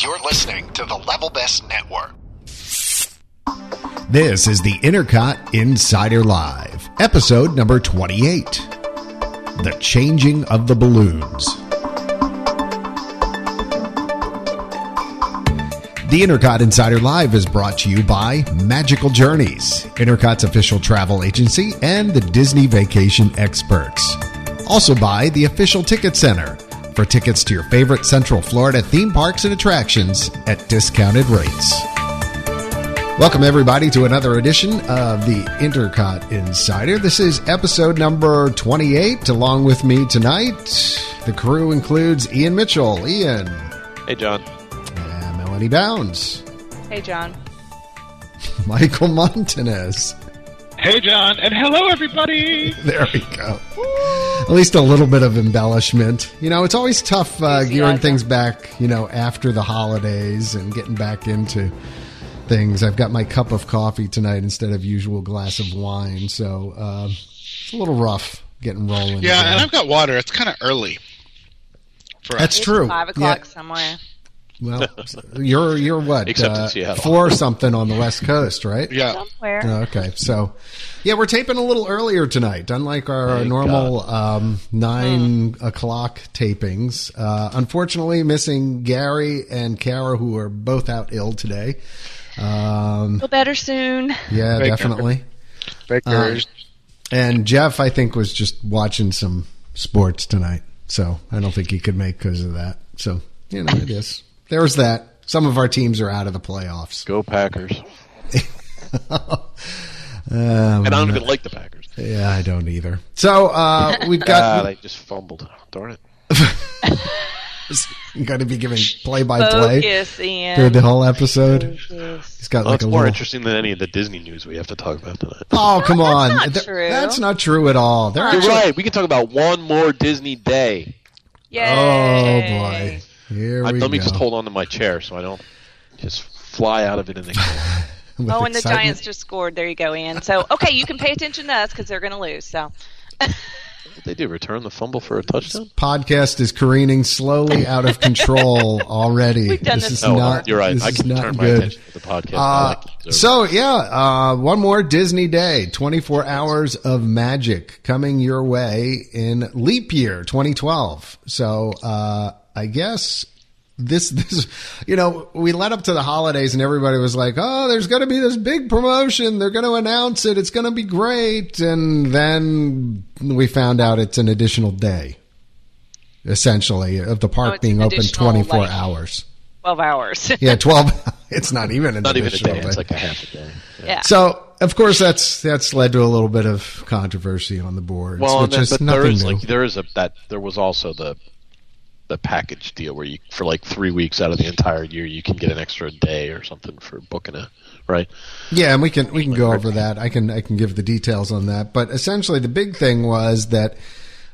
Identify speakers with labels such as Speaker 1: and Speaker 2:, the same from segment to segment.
Speaker 1: You're listening to the Level Best Network.
Speaker 2: This is the Intercot Insider Live, episode number 28 The Changing of the Balloons. The Intercot Insider Live is brought to you by Magical Journeys, Intercot's official travel agency, and the Disney Vacation Experts. Also by the Official Ticket Center for tickets to your favorite Central Florida theme parks and attractions at discounted rates. Welcome, everybody, to another edition of the Intercot Insider. This is episode number 28. Along with me tonight, the crew includes Ian Mitchell, Ian,
Speaker 3: Hey, John.
Speaker 2: and Melanie Bounds,
Speaker 4: Hey, John.
Speaker 2: Michael Montanez.
Speaker 5: Hey, John, and hello, everybody.
Speaker 2: There we go. At least a little bit of embellishment. You know, it's always tough uh, gearing
Speaker 4: Enthusiasm.
Speaker 2: things back, you know, after the holidays and getting back into things. I've got my cup of coffee tonight instead of usual glass of wine, so uh, it's a little rough getting rolling.
Speaker 5: Yeah,
Speaker 2: again.
Speaker 5: and I've got water. It's kind of early. For us.
Speaker 2: that's true.
Speaker 4: Five o'clock somewhere.
Speaker 2: Yeah, well, you're you're what? uh,
Speaker 3: Except in Seattle.
Speaker 2: four something on the West Coast, right?
Speaker 5: Yeah.
Speaker 4: Somewhere.
Speaker 2: Okay, so yeah, we're taping a little earlier tonight, unlike our normal um, nine o'clock tapings. Uh, unfortunately, missing Gary and Kara, who are both out ill today. Um,
Speaker 4: Feel better soon.
Speaker 2: yeah,
Speaker 5: Baker.
Speaker 2: definitely. Um,
Speaker 5: Baker's.
Speaker 2: And Jeff, I think, was just watching some sports tonight, so I don't think he could make because of that. So you know, it is. There's that. Some of our teams are out of the playoffs.
Speaker 3: Go Packers.
Speaker 2: Um,
Speaker 3: And I don't even like the Packers.
Speaker 2: yeah, I don't either. So uh, we've
Speaker 3: Ah,
Speaker 2: got
Speaker 3: they just fumbled. Darn it.
Speaker 2: You got to be giving play by play
Speaker 4: Focus, Ian.
Speaker 2: through the whole episode.
Speaker 4: Focus.
Speaker 2: He's got
Speaker 3: Well,
Speaker 2: like
Speaker 3: that's
Speaker 2: a
Speaker 3: Oh, more
Speaker 2: little.
Speaker 3: interesting than any of the Disney news we have to talk about tonight.
Speaker 2: Oh come on!
Speaker 4: not
Speaker 2: Th-
Speaker 4: true.
Speaker 2: That's not true at all. They're
Speaker 3: You're
Speaker 2: actually.
Speaker 3: right. We can talk about one more Disney day.
Speaker 2: Oh
Speaker 4: Yay.
Speaker 2: boy! Here
Speaker 3: I,
Speaker 2: we
Speaker 3: let
Speaker 2: go.
Speaker 3: me just hold on to my chair so I don't just fly out of it in the.
Speaker 2: With
Speaker 4: Oh, and the
Speaker 2: excitement.
Speaker 4: Giants just scored. There you go, Ian. So, okay, you can pay attention to us because they're going to lose. So,
Speaker 3: they do return the fumble for a touchdown.
Speaker 2: podcast is careening slowly out of control already.
Speaker 4: We've done
Speaker 2: this
Speaker 4: this
Speaker 2: is
Speaker 3: No,
Speaker 2: not.
Speaker 3: Oh, you're right.
Speaker 2: This
Speaker 3: I
Speaker 2: is
Speaker 3: can
Speaker 2: not
Speaker 3: turn my
Speaker 2: good.
Speaker 3: attention to the podcast.
Speaker 2: Uh,
Speaker 3: I like it.
Speaker 2: so yeah, uh, one more Disney day. Twenty-four hours of magic coming your way in leap year 2012. So uh, I guess this this you know we led up to the holidays and everybody was like, oh, there's going to be this big promotion. They're going to announce it. It's going to be great. And then we found out it's an additional day, essentially, of the park
Speaker 4: it's
Speaker 2: being
Speaker 4: an
Speaker 2: open
Speaker 4: additional,
Speaker 2: 24
Speaker 4: like-
Speaker 2: hours.
Speaker 4: 12 hours.
Speaker 2: Yeah, 12. It's not even an
Speaker 3: not even a
Speaker 2: additional
Speaker 3: day. It's
Speaker 2: day.
Speaker 3: like a half a day.
Speaker 4: yeah.
Speaker 2: So, of course, that's that's led to a little bit of controversy on the boards,
Speaker 3: Well, and
Speaker 2: which
Speaker 3: then,
Speaker 2: is
Speaker 3: but
Speaker 2: nothing
Speaker 3: there is
Speaker 2: new.
Speaker 3: like there is a that there was also the the package deal where you for like three weeks out of the entire year you can get an extra day or something for booking a right.
Speaker 2: yeah, and we can we can go over that. I can I can give the details on that. But essentially, the big thing was that,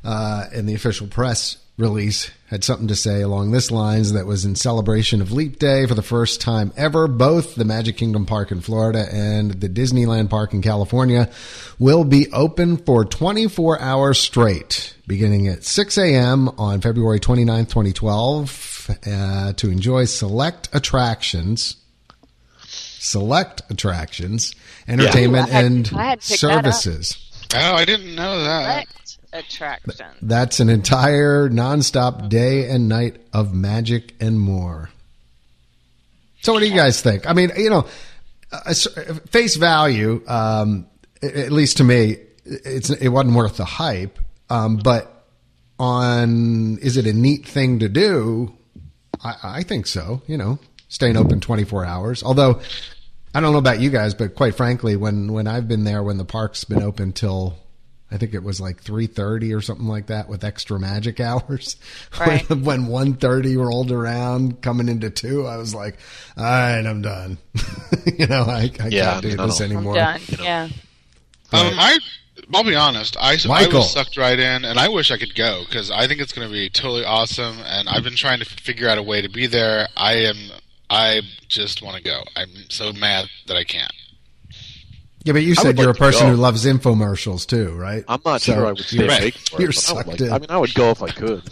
Speaker 2: uh, and the official press release had something to say along this lines that was in celebration of Leap Day for the first time ever. Both the Magic Kingdom Park in Florida and the Disneyland Park in California will be open for 24 hours straight, beginning at 6 a.m. on February 29th, 2012, uh, to enjoy select attractions. Select attractions, entertainment,
Speaker 4: Ooh, I had-
Speaker 2: and
Speaker 4: I had picked that up.
Speaker 2: services.
Speaker 5: Oh, I didn't know that.
Speaker 4: Select attraction.
Speaker 2: That's an entire nonstop day and night of magic and more. So, what do you guys think? I mean, you know, uh, s- face value, um, a- at least to me, it's it wasn't worth the hype. Um, but on is it a neat thing to do? I, I think so. You know, staying open twenty four hours. Although I don't know about you guys, but quite frankly, when when I've been there, when the park's been open till I think it was like three thirty or something like that, with extra magic hours.
Speaker 4: Right.
Speaker 2: when when one thirty rolled around, coming into two, I was like, all right, I'm done. you know, I, I
Speaker 3: Yeah,
Speaker 2: can't do
Speaker 3: I
Speaker 2: this
Speaker 3: don't-
Speaker 4: I'm
Speaker 2: anymore.
Speaker 4: done. Yeah.
Speaker 5: Um, I, I'll be honest. I, I
Speaker 2: Michael.
Speaker 5: was sucked right in, and I wish I could go because I think it's going to be totally awesome. And I've been trying to figure out a way to be there. I am. I just want to go. I'm so mad that I can't.
Speaker 2: Yeah, but you
Speaker 3: I
Speaker 2: said
Speaker 3: would
Speaker 2: you're
Speaker 3: like
Speaker 2: a
Speaker 3: to
Speaker 2: person
Speaker 3: go.
Speaker 2: who loves infomercials too, right?
Speaker 3: I'm not
Speaker 2: So
Speaker 3: sure I would stay
Speaker 2: you're-
Speaker 3: awake for
Speaker 2: you're
Speaker 3: it. but I, would
Speaker 2: sucked
Speaker 3: like-
Speaker 2: in.
Speaker 3: I mean, I would go if I could.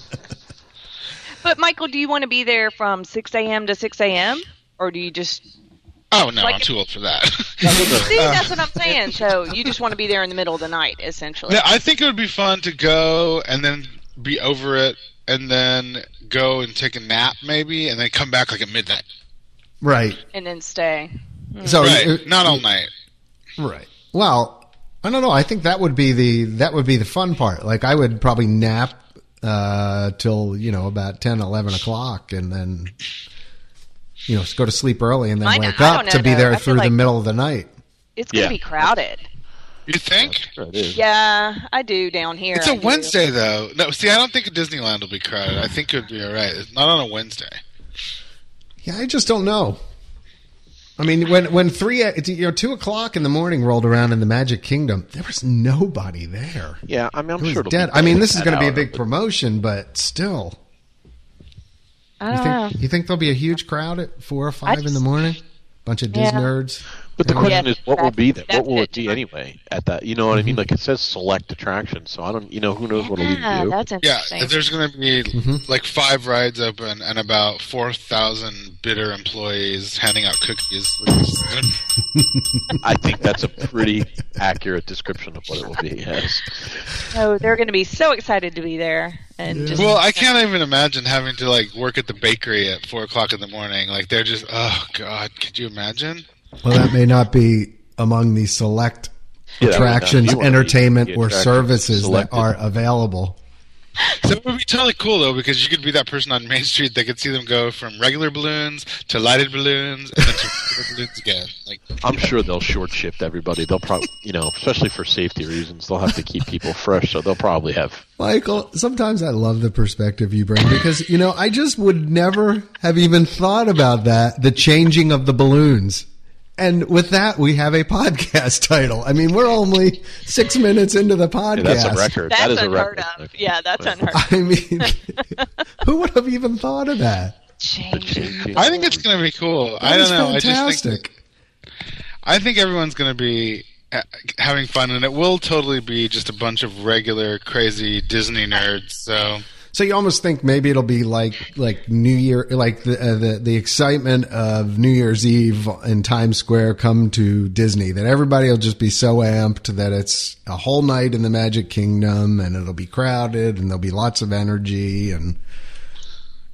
Speaker 4: But Michael, do you want to be there from 6 a.m. to 6 a.m. or do you just
Speaker 5: Oh no,
Speaker 4: Like-
Speaker 5: I'm too old for that.
Speaker 4: see? That's what I'm saying. So you just want to be there in the middle of the night, essentially.
Speaker 5: No, I think it would be fun to go and then be over it, and then go and take a nap maybe, and then come back like at midnight.
Speaker 2: Right.
Speaker 4: and then stay. Mm.
Speaker 2: So
Speaker 5: Right,
Speaker 2: it-
Speaker 5: not all night.
Speaker 2: Right. Well, I don't know. I think that would be the that would be the fun part. Like I would probably nap uh, till you know about 10, 11 o'clock, and then you know go to sleep early, and then
Speaker 4: I know-
Speaker 2: wake
Speaker 4: I don't
Speaker 2: up to
Speaker 4: know,
Speaker 2: be
Speaker 4: though. I
Speaker 2: there
Speaker 4: feel
Speaker 2: through the
Speaker 4: like-
Speaker 2: middle of the night.
Speaker 4: It's gonna
Speaker 3: Yeah.
Speaker 4: be crowded.
Speaker 5: You think?
Speaker 3: Sure it is.
Speaker 4: Yeah, I do down here.
Speaker 5: It's
Speaker 4: a
Speaker 5: a Wednesday though. No, see, I don't think Disneyland will be crowded. I think it would be all right. It's not on a Wednesday.
Speaker 2: Yeah, I just don't know. I mean, when when three uh, you know two o'clock in the morning rolled around in the Magic Kingdom, there was nobody there.
Speaker 3: Yeah, I mean, I'm
Speaker 2: It was
Speaker 3: sure it'll
Speaker 2: dead.
Speaker 3: Be
Speaker 2: I mean, this is
Speaker 3: that
Speaker 2: going to be a
Speaker 3: hour,
Speaker 2: big
Speaker 3: but
Speaker 2: promotion, but still,
Speaker 4: I
Speaker 2: you
Speaker 4: don't know.
Speaker 2: think you think there'll be a huge crowd at four or five in
Speaker 4: just-
Speaker 2: the morning? Bunch of Disney
Speaker 4: Yeah.
Speaker 2: nerds.
Speaker 3: But the
Speaker 2: Yeah.
Speaker 3: question
Speaker 4: Yeah,
Speaker 3: is, what will be there?
Speaker 4: that's-
Speaker 3: What will it
Speaker 4: that's
Speaker 3: be
Speaker 4: it.
Speaker 3: anyway? At that, you know what I mean? Like it says select attractions, so I don't, you know, who knows what'll
Speaker 4: Yeah,
Speaker 3: even do.
Speaker 4: that's
Speaker 5: Yeah,
Speaker 4: interesting.
Speaker 5: there's going to be like five rides open and about four thousand bitter employees handing out cookies.
Speaker 3: I think that's a pretty accurate description of what it will be. Yes.
Speaker 4: so they're going to be so excited to be there and just
Speaker 5: well, I can't even imagine having to like work at the bakery at four o'clock in the morning. Like they're just, oh god, could you imagine?
Speaker 2: Well, that may not be among the select
Speaker 3: Yeah,
Speaker 2: attractions,
Speaker 3: you wanna be-
Speaker 2: entertainment,
Speaker 3: be
Speaker 2: or
Speaker 3: attracted,
Speaker 2: services that
Speaker 3: selected.
Speaker 2: are available.
Speaker 5: So it would be totally cool though because you could be that person on Main Street that could see them go from regular balloons to lighted balloons and then to regular balloons again. Like
Speaker 3: I'm sure they'll short shift everybody. They'll probably, you know, especially for safety reasons, they'll have to keep people fresh. So they'll probably have.
Speaker 2: Michael, sometimes I love the perspective you bring because, you know, I just would never have even thought about that, the changing of the balloons. And with that, we have a podcast title. I mean, we're only six minutes into the podcast.
Speaker 3: Yeah, that's a record.
Speaker 4: that's
Speaker 3: That is a
Speaker 4: unheard
Speaker 3: record.
Speaker 4: of. Yeah, that's unheard of.
Speaker 2: I mean, who would have even thought of that?
Speaker 4: Changing.
Speaker 5: I think it's going to be cool.
Speaker 2: That
Speaker 5: I
Speaker 2: is
Speaker 5: don't know. I just think
Speaker 2: fantastic.
Speaker 5: I think everyone's going to be uh, having fun, and it will totally be just a bunch of regular crazy Disney nerds. So
Speaker 2: So you almost think maybe it'll be like like New Year, like the uh, the, the excitement of New Year's Eve in Times Square come to Disney that everybody will just be so amped that it's a whole night in the Magic Kingdom and it'll be crowded and there'll be lots of energy and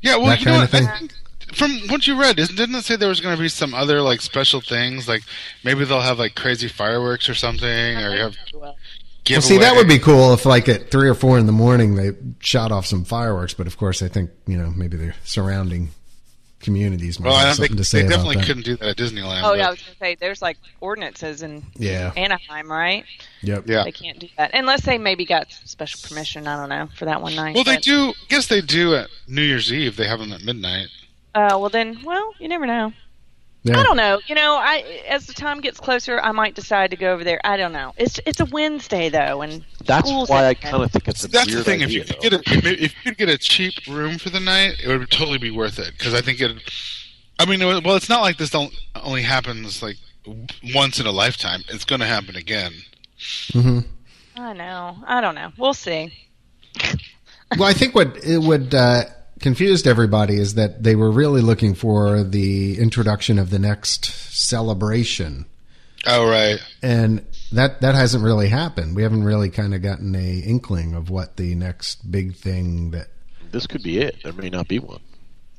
Speaker 5: yeah, well,
Speaker 2: That
Speaker 5: you know
Speaker 2: kind
Speaker 5: what?
Speaker 2: of
Speaker 5: I
Speaker 2: thing.
Speaker 5: think from what you read, isn't, didn't it say there was going to be some other like special things? Like maybe they'll have like crazy fireworks or something, or you have giveaways.
Speaker 2: well, see that would be cool if like at three or four in the morning they shot off some fireworks, but of course I think you know maybe the surrounding communities might
Speaker 5: Well, I
Speaker 2: have
Speaker 5: don't
Speaker 2: something
Speaker 5: think
Speaker 2: to say
Speaker 5: they
Speaker 2: about
Speaker 5: definitely
Speaker 2: that.
Speaker 5: couldn't do that at Disneyland.
Speaker 4: Oh
Speaker 5: but-
Speaker 4: yeah, I was going to say there's like ordinances in
Speaker 2: Yeah.
Speaker 4: Anaheim, right?
Speaker 2: Yep.
Speaker 5: yeah.
Speaker 4: They can't do that unless they maybe got special permission. I don't know for that one night.
Speaker 5: Well, they
Speaker 4: but-
Speaker 5: do. Guess they do at New Year's Eve. They have them at midnight.
Speaker 4: Uh, well, then, well, you never know.
Speaker 2: Yeah.
Speaker 4: I don't know. You know, I as the time gets closer, I might decide to go over there. I don't know. It's it's a Wednesday though, and
Speaker 3: That's
Speaker 4: school's
Speaker 3: why I
Speaker 4: at-
Speaker 3: kind of think it's a
Speaker 5: That's
Speaker 3: weird
Speaker 5: the thing.
Speaker 3: idea.
Speaker 5: if you could
Speaker 3: though.
Speaker 5: get a if you could get a cheap room for the night, it would totally be worth it because I think it. I mean, it- well, it's not like this don't, only happens like w- once in a lifetime. It's going to happen again.
Speaker 4: I know. I don't know. We'll see.
Speaker 2: Well, I think what it would uh, confused everybody is that they were really looking for the introduction of the next celebration,
Speaker 5: Oh right.
Speaker 2: and that that hasn't really happened. We haven't really kind of gotten a inkling of what the next big thing that.
Speaker 3: This could be it. There may not be one.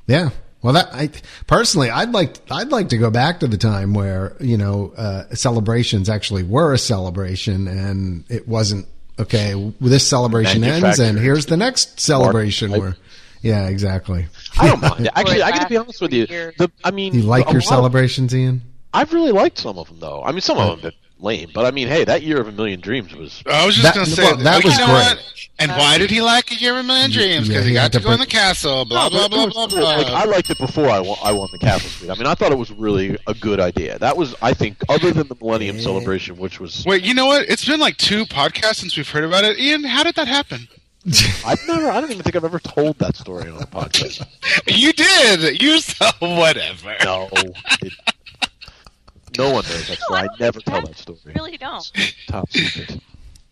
Speaker 2: Yeah. Well, that I personally, I'd like I'd like to go back to the time where you know uh, celebrations actually were a celebration, and it wasn't okay. This celebration ends, and
Speaker 3: Manufactured.
Speaker 2: here's the next celebration. Where, yeah, exactly.
Speaker 3: I don't mind. Actually, I got to
Speaker 4: lasts
Speaker 3: be honest with you.
Speaker 4: years.
Speaker 3: The, I mean,
Speaker 2: You like
Speaker 3: a
Speaker 2: your
Speaker 3: lot of-
Speaker 2: celebrations, Ian?
Speaker 3: I've really liked some of them though. I mean, some of them have been lame, but I mean, hey, that year of a million dreams was.
Speaker 5: I was just
Speaker 2: That-
Speaker 5: going to say
Speaker 2: well, that
Speaker 5: like,
Speaker 2: was
Speaker 5: you know
Speaker 2: great.
Speaker 5: what? And why did he like a year of million dreams?
Speaker 2: Yeah,
Speaker 5: Because
Speaker 2: he
Speaker 5: he
Speaker 2: had
Speaker 5: got to
Speaker 2: to
Speaker 5: go in the
Speaker 2: break-
Speaker 5: castle. Blah blah
Speaker 3: But
Speaker 5: blah
Speaker 3: it was
Speaker 5: blah
Speaker 3: good. Like, I
Speaker 5: blah.
Speaker 3: liked it before I won, I won the Castle Suite. I mean, I thought it was really a good idea. That was, I think, other than the Millennium Celebration, which was
Speaker 5: Wait, you know what? It's been like two podcasts since we've heard about it. Ian, how did that happen?
Speaker 3: I've never, I don't even think I've ever told that story on a podcast.
Speaker 5: You did. You so whatever.
Speaker 3: No, it- no one knows that story. I never tell that story.
Speaker 4: Really don't.
Speaker 3: Top secret.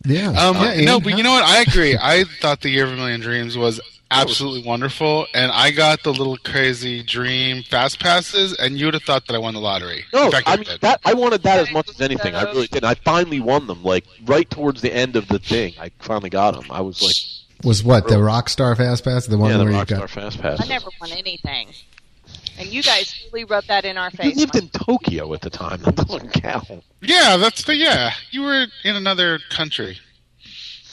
Speaker 2: Yeah.
Speaker 5: Um,
Speaker 2: yeah, Ian,
Speaker 5: no, but
Speaker 2: huh?
Speaker 5: you know what? I agree. I thought the Year of a Million Dreams was absolutely wonderful. And I got the little crazy dream fast passes, and you would have thought that I won the lottery.
Speaker 3: No,
Speaker 5: In fact,
Speaker 3: I
Speaker 5: I
Speaker 3: mean
Speaker 5: did.
Speaker 3: that I wanted that as much as anything. I really did. I finally won them. Like right towards the end of the thing, I finally got them. I was like,
Speaker 2: Was what the Rockstar Fast Pass? The one
Speaker 3: yeah, the
Speaker 2: where you
Speaker 3: Rockstar
Speaker 2: got?
Speaker 3: Fast
Speaker 6: I
Speaker 3: Pass.
Speaker 6: never won anything. And you guys really rubbed that in our
Speaker 3: You
Speaker 6: face.
Speaker 3: lived in Tokyo at the time. That doesn't count.
Speaker 5: Yeah, that's the yeah. You were in another country.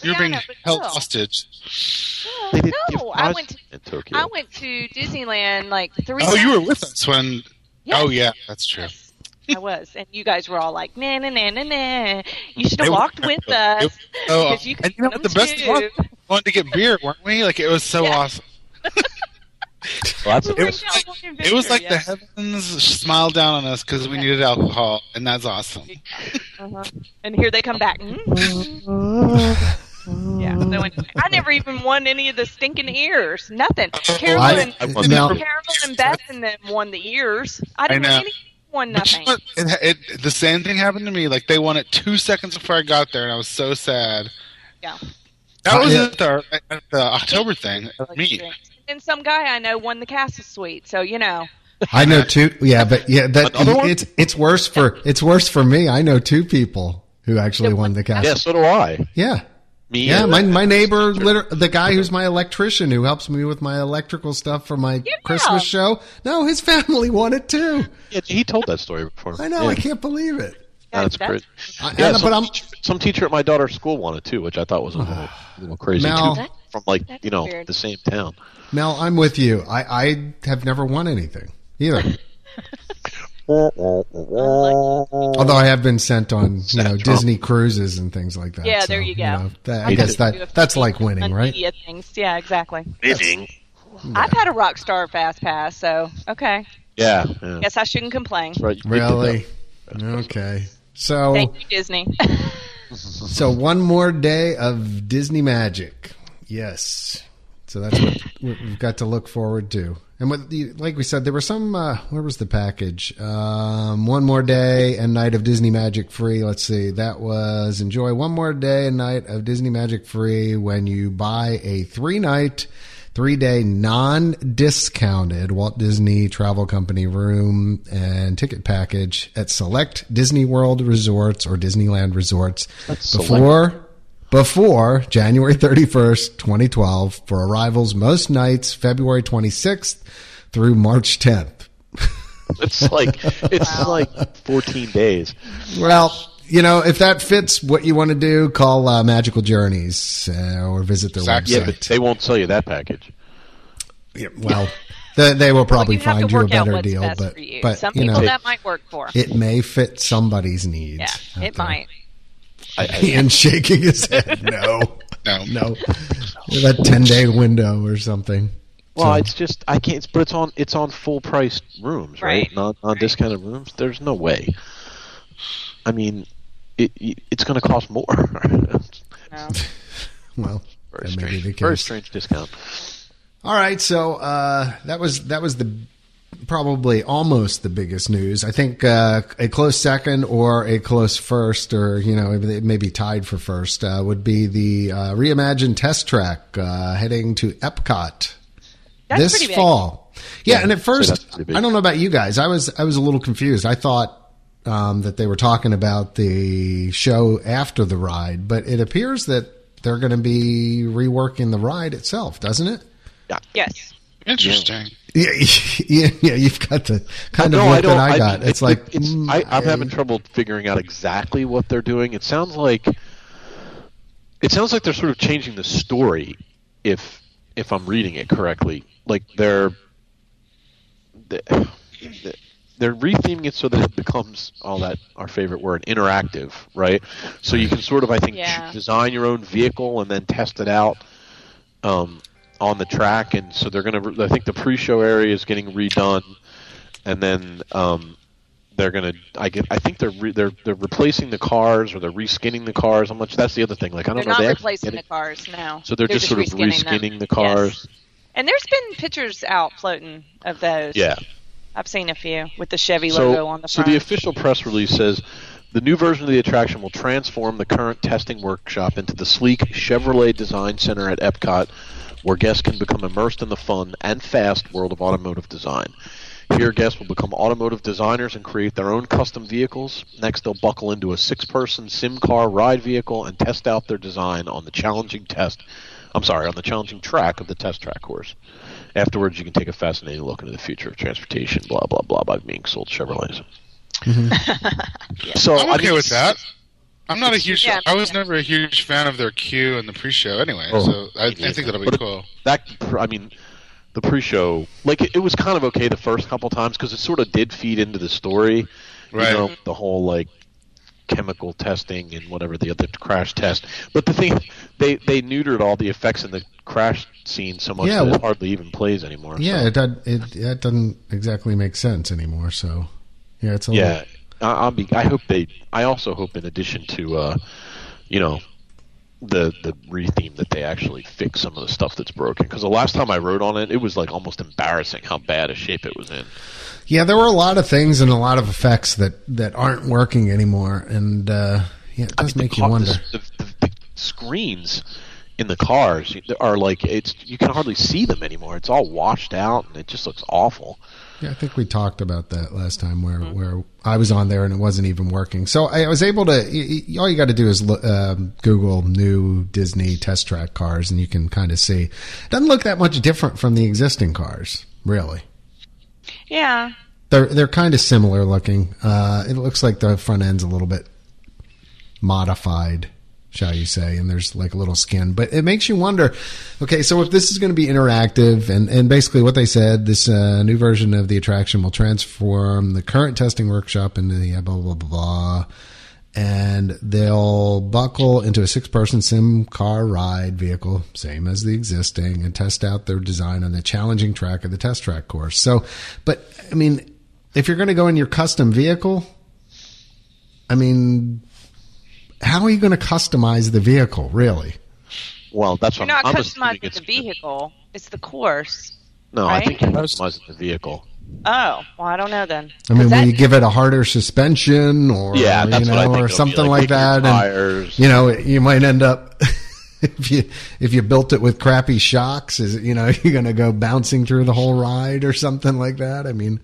Speaker 5: You were
Speaker 6: Yeah, I
Speaker 5: being
Speaker 6: know, but
Speaker 5: held
Speaker 6: still.
Speaker 5: hostage.
Speaker 3: They didn't give
Speaker 6: no, I
Speaker 3: prizes
Speaker 6: went to
Speaker 3: in Tokyo.
Speaker 6: I went to Disneyland like three.
Speaker 5: Oh, you were with
Speaker 6: times.
Speaker 5: us when.
Speaker 6: Yes.
Speaker 5: Oh yeah, that's true.
Speaker 6: Yes, I was, and you guys were all like, "Nah, nah, nah, nah, nah." You should
Speaker 5: They
Speaker 6: have
Speaker 5: were-
Speaker 6: walked with us
Speaker 5: Oh,
Speaker 6: because you could
Speaker 5: and you know
Speaker 6: come
Speaker 5: what the best
Speaker 6: too.
Speaker 5: thing was? We wanted to get beer, weren't we? Like it was so
Speaker 6: Yeah.
Speaker 5: awesome.
Speaker 3: Well, that's-
Speaker 6: We
Speaker 5: It
Speaker 6: went
Speaker 5: was
Speaker 6: on
Speaker 5: like-
Speaker 6: one
Speaker 5: It was
Speaker 6: adventure,
Speaker 5: like the
Speaker 6: yes.
Speaker 5: heavens smiled down on us because we needed alcohol, and that's awesome.
Speaker 6: Uh-huh. And here they come back. Mm. yeah. So anyway,
Speaker 4: I never even won any of the stinking ears. Nothing. Carolyn,
Speaker 2: Oh, I,
Speaker 3: I won
Speaker 2: now,
Speaker 3: that.
Speaker 4: Carolyn and Beth and them won the ears. I didn't
Speaker 5: I know.
Speaker 4: win any. Won
Speaker 5: But you
Speaker 4: nothing.
Speaker 5: know what? It, it, the same thing happened to me. Like they won it two seconds before I got there, and I was so sad.
Speaker 6: Yeah.
Speaker 5: That
Speaker 2: Uh,
Speaker 5: was
Speaker 2: yeah.
Speaker 5: at the, at the October thing. at Me,
Speaker 4: And some guy I know won the castle suite. So you know,
Speaker 2: I know two. Yeah, but yeah, that
Speaker 3: Another one?
Speaker 2: it's it's worse for it's worse for me. I know two people who actually won the castle.
Speaker 3: yeah, so do I.
Speaker 2: Yeah.
Speaker 3: Me.
Speaker 2: Yeah,
Speaker 3: and-
Speaker 2: my my neighbor, liter- the guy who's my electrician who helps me with my electrical stuff for my Christmas show. No, his family won it too.
Speaker 3: Yeah, he told that story before.
Speaker 2: I know,
Speaker 3: Yeah.
Speaker 2: I can't believe it.
Speaker 3: That's
Speaker 6: That's-
Speaker 3: crazy.
Speaker 2: I,
Speaker 3: Yeah,
Speaker 2: and-
Speaker 3: some,
Speaker 2: but I'm
Speaker 3: teacher, some teacher at my daughter's school wanted too, which I thought was a little, a little crazy
Speaker 2: Mel.
Speaker 3: too, from like
Speaker 6: That's
Speaker 3: you know
Speaker 6: weird.
Speaker 3: the same town.
Speaker 2: Mel. I'm with you. I, I have never won anything either. Although I have been sent on you know
Speaker 3: Trump.
Speaker 2: Disney cruises and things like that.
Speaker 6: Yeah,
Speaker 2: so,
Speaker 6: there you go.
Speaker 2: know, that- I
Speaker 6: I'm
Speaker 2: guess
Speaker 6: with you.
Speaker 2: that that's like winning,
Speaker 6: on
Speaker 2: right?
Speaker 6: Media things. Yeah, exactly.
Speaker 3: Bidding.
Speaker 6: I've had a Rockstar Fast Pass, so okay.
Speaker 3: Yeah. yeah.
Speaker 4: guess I shouldn't complain.
Speaker 3: That's right. You did
Speaker 2: Really?
Speaker 3: that.
Speaker 2: Okay. So
Speaker 6: Thank you, Disney.
Speaker 2: so one more day of Disney magic. Yes. So that's what what we've got to look forward to. And what the, like we said, there were some. Uh, where was the package? Um, one more day and night of Disney Magic free. Let's see. That was enjoy one more day and night of Disney Magic free when you buy a three night, three day non discounted Walt Disney Travel Company room and ticket package at select Disney World resorts or Disneyland resorts
Speaker 3: select.
Speaker 2: before before January 31st, 2012, for arrivals most nights February 26th through March 10th.
Speaker 3: It's like it's like 14 days.
Speaker 2: Well, you know, if that fits what you want to do, call uh, Magical Journeys uh, or visit their
Speaker 5: Exactly.
Speaker 2: website.
Speaker 3: Yeah, but they won't sell you that package.
Speaker 2: Yeah, well, they, they will probably
Speaker 6: you have
Speaker 2: find
Speaker 6: to
Speaker 2: you a
Speaker 6: work out
Speaker 2: better
Speaker 6: what's
Speaker 2: deal,
Speaker 6: best
Speaker 2: but
Speaker 6: for you.
Speaker 2: but
Speaker 6: Some
Speaker 2: you
Speaker 6: people
Speaker 2: know,
Speaker 6: that might work for.
Speaker 2: it may fit somebody's needs.
Speaker 6: yeah,
Speaker 2: out
Speaker 6: it
Speaker 2: there.
Speaker 6: might.
Speaker 3: I, I,
Speaker 2: Ian shaking his head. No,
Speaker 5: No.
Speaker 2: no, that ten day window or something.
Speaker 3: well,
Speaker 2: So-
Speaker 3: it's just I can't. It's, but it's on it's on full priced rooms, right?
Speaker 6: Right.
Speaker 3: Non non discounted rooms. There's no way. I mean, it, it it's going to cost more.
Speaker 6: No.
Speaker 2: Well,
Speaker 3: Very
Speaker 2: that may be
Speaker 3: strange.
Speaker 2: the
Speaker 3: Very
Speaker 2: case.
Speaker 3: strange discount.
Speaker 2: All right, so uh, that was that was the probably almost the biggest news. I think uh, a close second or a close first, or you know, it may be tied for first, uh, would be the uh, reimagined test track uh, heading to Epcot
Speaker 6: That's
Speaker 2: this
Speaker 6: pretty big.
Speaker 2: fall. Yeah, and at
Speaker 3: that's
Speaker 2: first,
Speaker 3: pretty big.
Speaker 2: I don't know about you guys. I was I was a little confused. I thought. Um, that they were talking about the show after the ride, but it appears that they're going to be reworking the ride itself, doesn't it?
Speaker 4: Yes.
Speaker 5: Interesting.
Speaker 2: Yeah, yeah, yeah, you've got the kind of
Speaker 3: No,
Speaker 2: look that I got.
Speaker 3: mean,
Speaker 2: it's like
Speaker 3: it's,
Speaker 2: mm,
Speaker 3: I, I'm
Speaker 2: I-
Speaker 3: having trouble figuring out exactly what they're doing. It sounds like it sounds like they're sort of changing the story, if if I'm reading it correctly. Like they're they're retheming it so that it becomes all that our favorite word interactive, right? So you can sort of I think
Speaker 6: Yeah.
Speaker 3: design your own vehicle and then test it out. Um, on the track, and so they're going to. I think the pre-show area is getting redone, and then um, they're going to. I get. I think they're re, they're they're replacing the cars or they're reskinning the cars. I'm much. That's the other thing. Like I don't
Speaker 6: They're
Speaker 3: know.
Speaker 6: not
Speaker 3: they actually
Speaker 6: replacing
Speaker 3: did
Speaker 6: the
Speaker 3: it.
Speaker 6: cars now.
Speaker 3: So they're, just, sort of reskinning
Speaker 6: them.
Speaker 3: the cars.
Speaker 4: And there's been pictures out floating of those.
Speaker 3: Yeah.
Speaker 4: I've seen a few with the Chevy logo
Speaker 3: So,
Speaker 4: on the
Speaker 3: so
Speaker 4: front.
Speaker 3: the official press release says the new version of the attraction will transform the current testing workshop into the sleek Chevrolet Design Center at Epcot where guests can become immersed in the fun and fast world of automotive design. Here, guests will become automotive designers and create their own custom vehicles. Next, they'll buckle into a six person sim car ride vehicle and test out their design on the challenging test. I'm sorry, on the challenging track of the test track course. Afterwards, you can take a fascinating look into the future of transportation, blah, blah, blah, by being sold Chevrolets.
Speaker 2: Mm-hmm.
Speaker 3: so,
Speaker 5: I'm
Speaker 3: I
Speaker 5: okay
Speaker 3: mean,
Speaker 5: with that. I'm not a huge.
Speaker 6: Yeah.
Speaker 5: I was never a huge fan of their queue and the pre-show anyway,
Speaker 3: Oh.
Speaker 5: so I, I think that'll be
Speaker 3: But-
Speaker 5: cool.
Speaker 3: that I mean, the pre-show like it, it was kind of okay the first couple times because it sort of did feed into the story,
Speaker 5: Right.
Speaker 3: You know, the whole like chemical testing and whatever the other crash test. But the thing they they neutered all the effects in the crash scene so much
Speaker 2: Yeah,
Speaker 3: that
Speaker 2: well-
Speaker 3: it hardly even plays anymore.
Speaker 2: Yeah,
Speaker 3: so,
Speaker 2: it, does- it that doesn't exactly make sense anymore. So yeah, it's a
Speaker 3: yeah. I, I'll be. I hope they. I also hope in addition to, uh, you know. The the retheme that they actually fix some of the stuff that's broken because the last time I wrote on it, it was like almost embarrassing how bad a shape it was in.
Speaker 2: Yeah, there were a lot of things and a lot of effects that that aren't working anymore, and uh, yeah, it does
Speaker 3: the
Speaker 2: make you
Speaker 3: car-
Speaker 2: wonder.
Speaker 3: The, the, the screens in the cars are like it's you can hardly see them anymore. It's all washed out and it just looks awful.
Speaker 2: Yeah, I think we talked about that last time where where I was on there and it wasn't even working. So I was able to. y- y- All you got to do is look, um, Google new Disney test track cars, and you can kind of see. Doesn't look that much different from the existing cars, really.
Speaker 4: Yeah.
Speaker 2: They're they're kind of similar looking. Uh, it looks like the front end's a little bit modified, shall you say, and there's like a little skin. But it makes you wonder. Okay, so if this is going to be interactive, and and basically what they said, this uh, new version of the attraction will transform the current testing workshop into the blah blah blah blah. And they'll buckle into a six person sim car ride vehicle, same as the existing, and test out their design on the challenging track of the test track course. So, but I mean, if you're going to go in your custom vehicle, I mean, how are you going to customize the vehicle, really?
Speaker 3: Well, that's
Speaker 4: You're
Speaker 3: what
Speaker 4: not
Speaker 3: I'm, I'm assuming
Speaker 4: customizing
Speaker 3: it's
Speaker 4: the vehicle. It's the course.
Speaker 3: No, I
Speaker 4: right?
Speaker 3: think you're customizing the vehicle.
Speaker 4: Oh, well, I don't know then.
Speaker 2: I mean,
Speaker 4: Is that-
Speaker 2: will you give it a harder suspension or,
Speaker 3: Yeah, that's
Speaker 2: you
Speaker 3: what I
Speaker 2: know,
Speaker 3: think
Speaker 2: or
Speaker 3: it'll be,
Speaker 2: something
Speaker 3: like
Speaker 2: like,
Speaker 3: taking your
Speaker 2: that? And,
Speaker 3: tires.
Speaker 2: you know, you might end up, if you, if you built it with crappy shocks, is it, you know, you're going to go bouncing through the whole ride or something like that? I mean,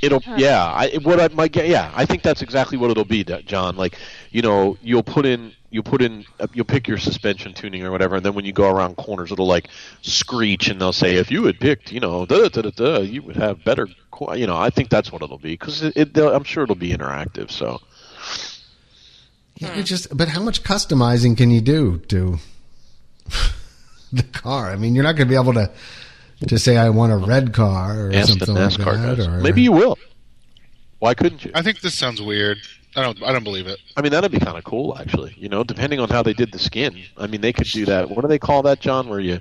Speaker 3: It'll yeah. I what I my gue- yeah. I think that's exactly what it'll be, Da- John. Like you know, you'll put in you'll put in uh, you'll pick your suspension tuning or whatever, and then when you go around corners, it'll like screech, and they'll say if you had picked you know da da da da, you would have better. qu-" You know, I think that's what it'll be because it, it, they'll- I'm sure it'll be interactive. So
Speaker 2: yeah, it just, but how much customizing can you do to the car? I mean, you're not going to be able to, to say, I want a red car or
Speaker 3: ask the
Speaker 2: something
Speaker 3: NASCAR
Speaker 2: like that.
Speaker 3: guys.
Speaker 2: Or,
Speaker 3: Maybe you will. Why couldn't you?
Speaker 5: I think this sounds weird. I don't. I don't believe it.
Speaker 3: I mean, that'd be kind of cool, actually. You know, depending on how they did the skin. I mean, they could do that. What do they call that, John? Where you,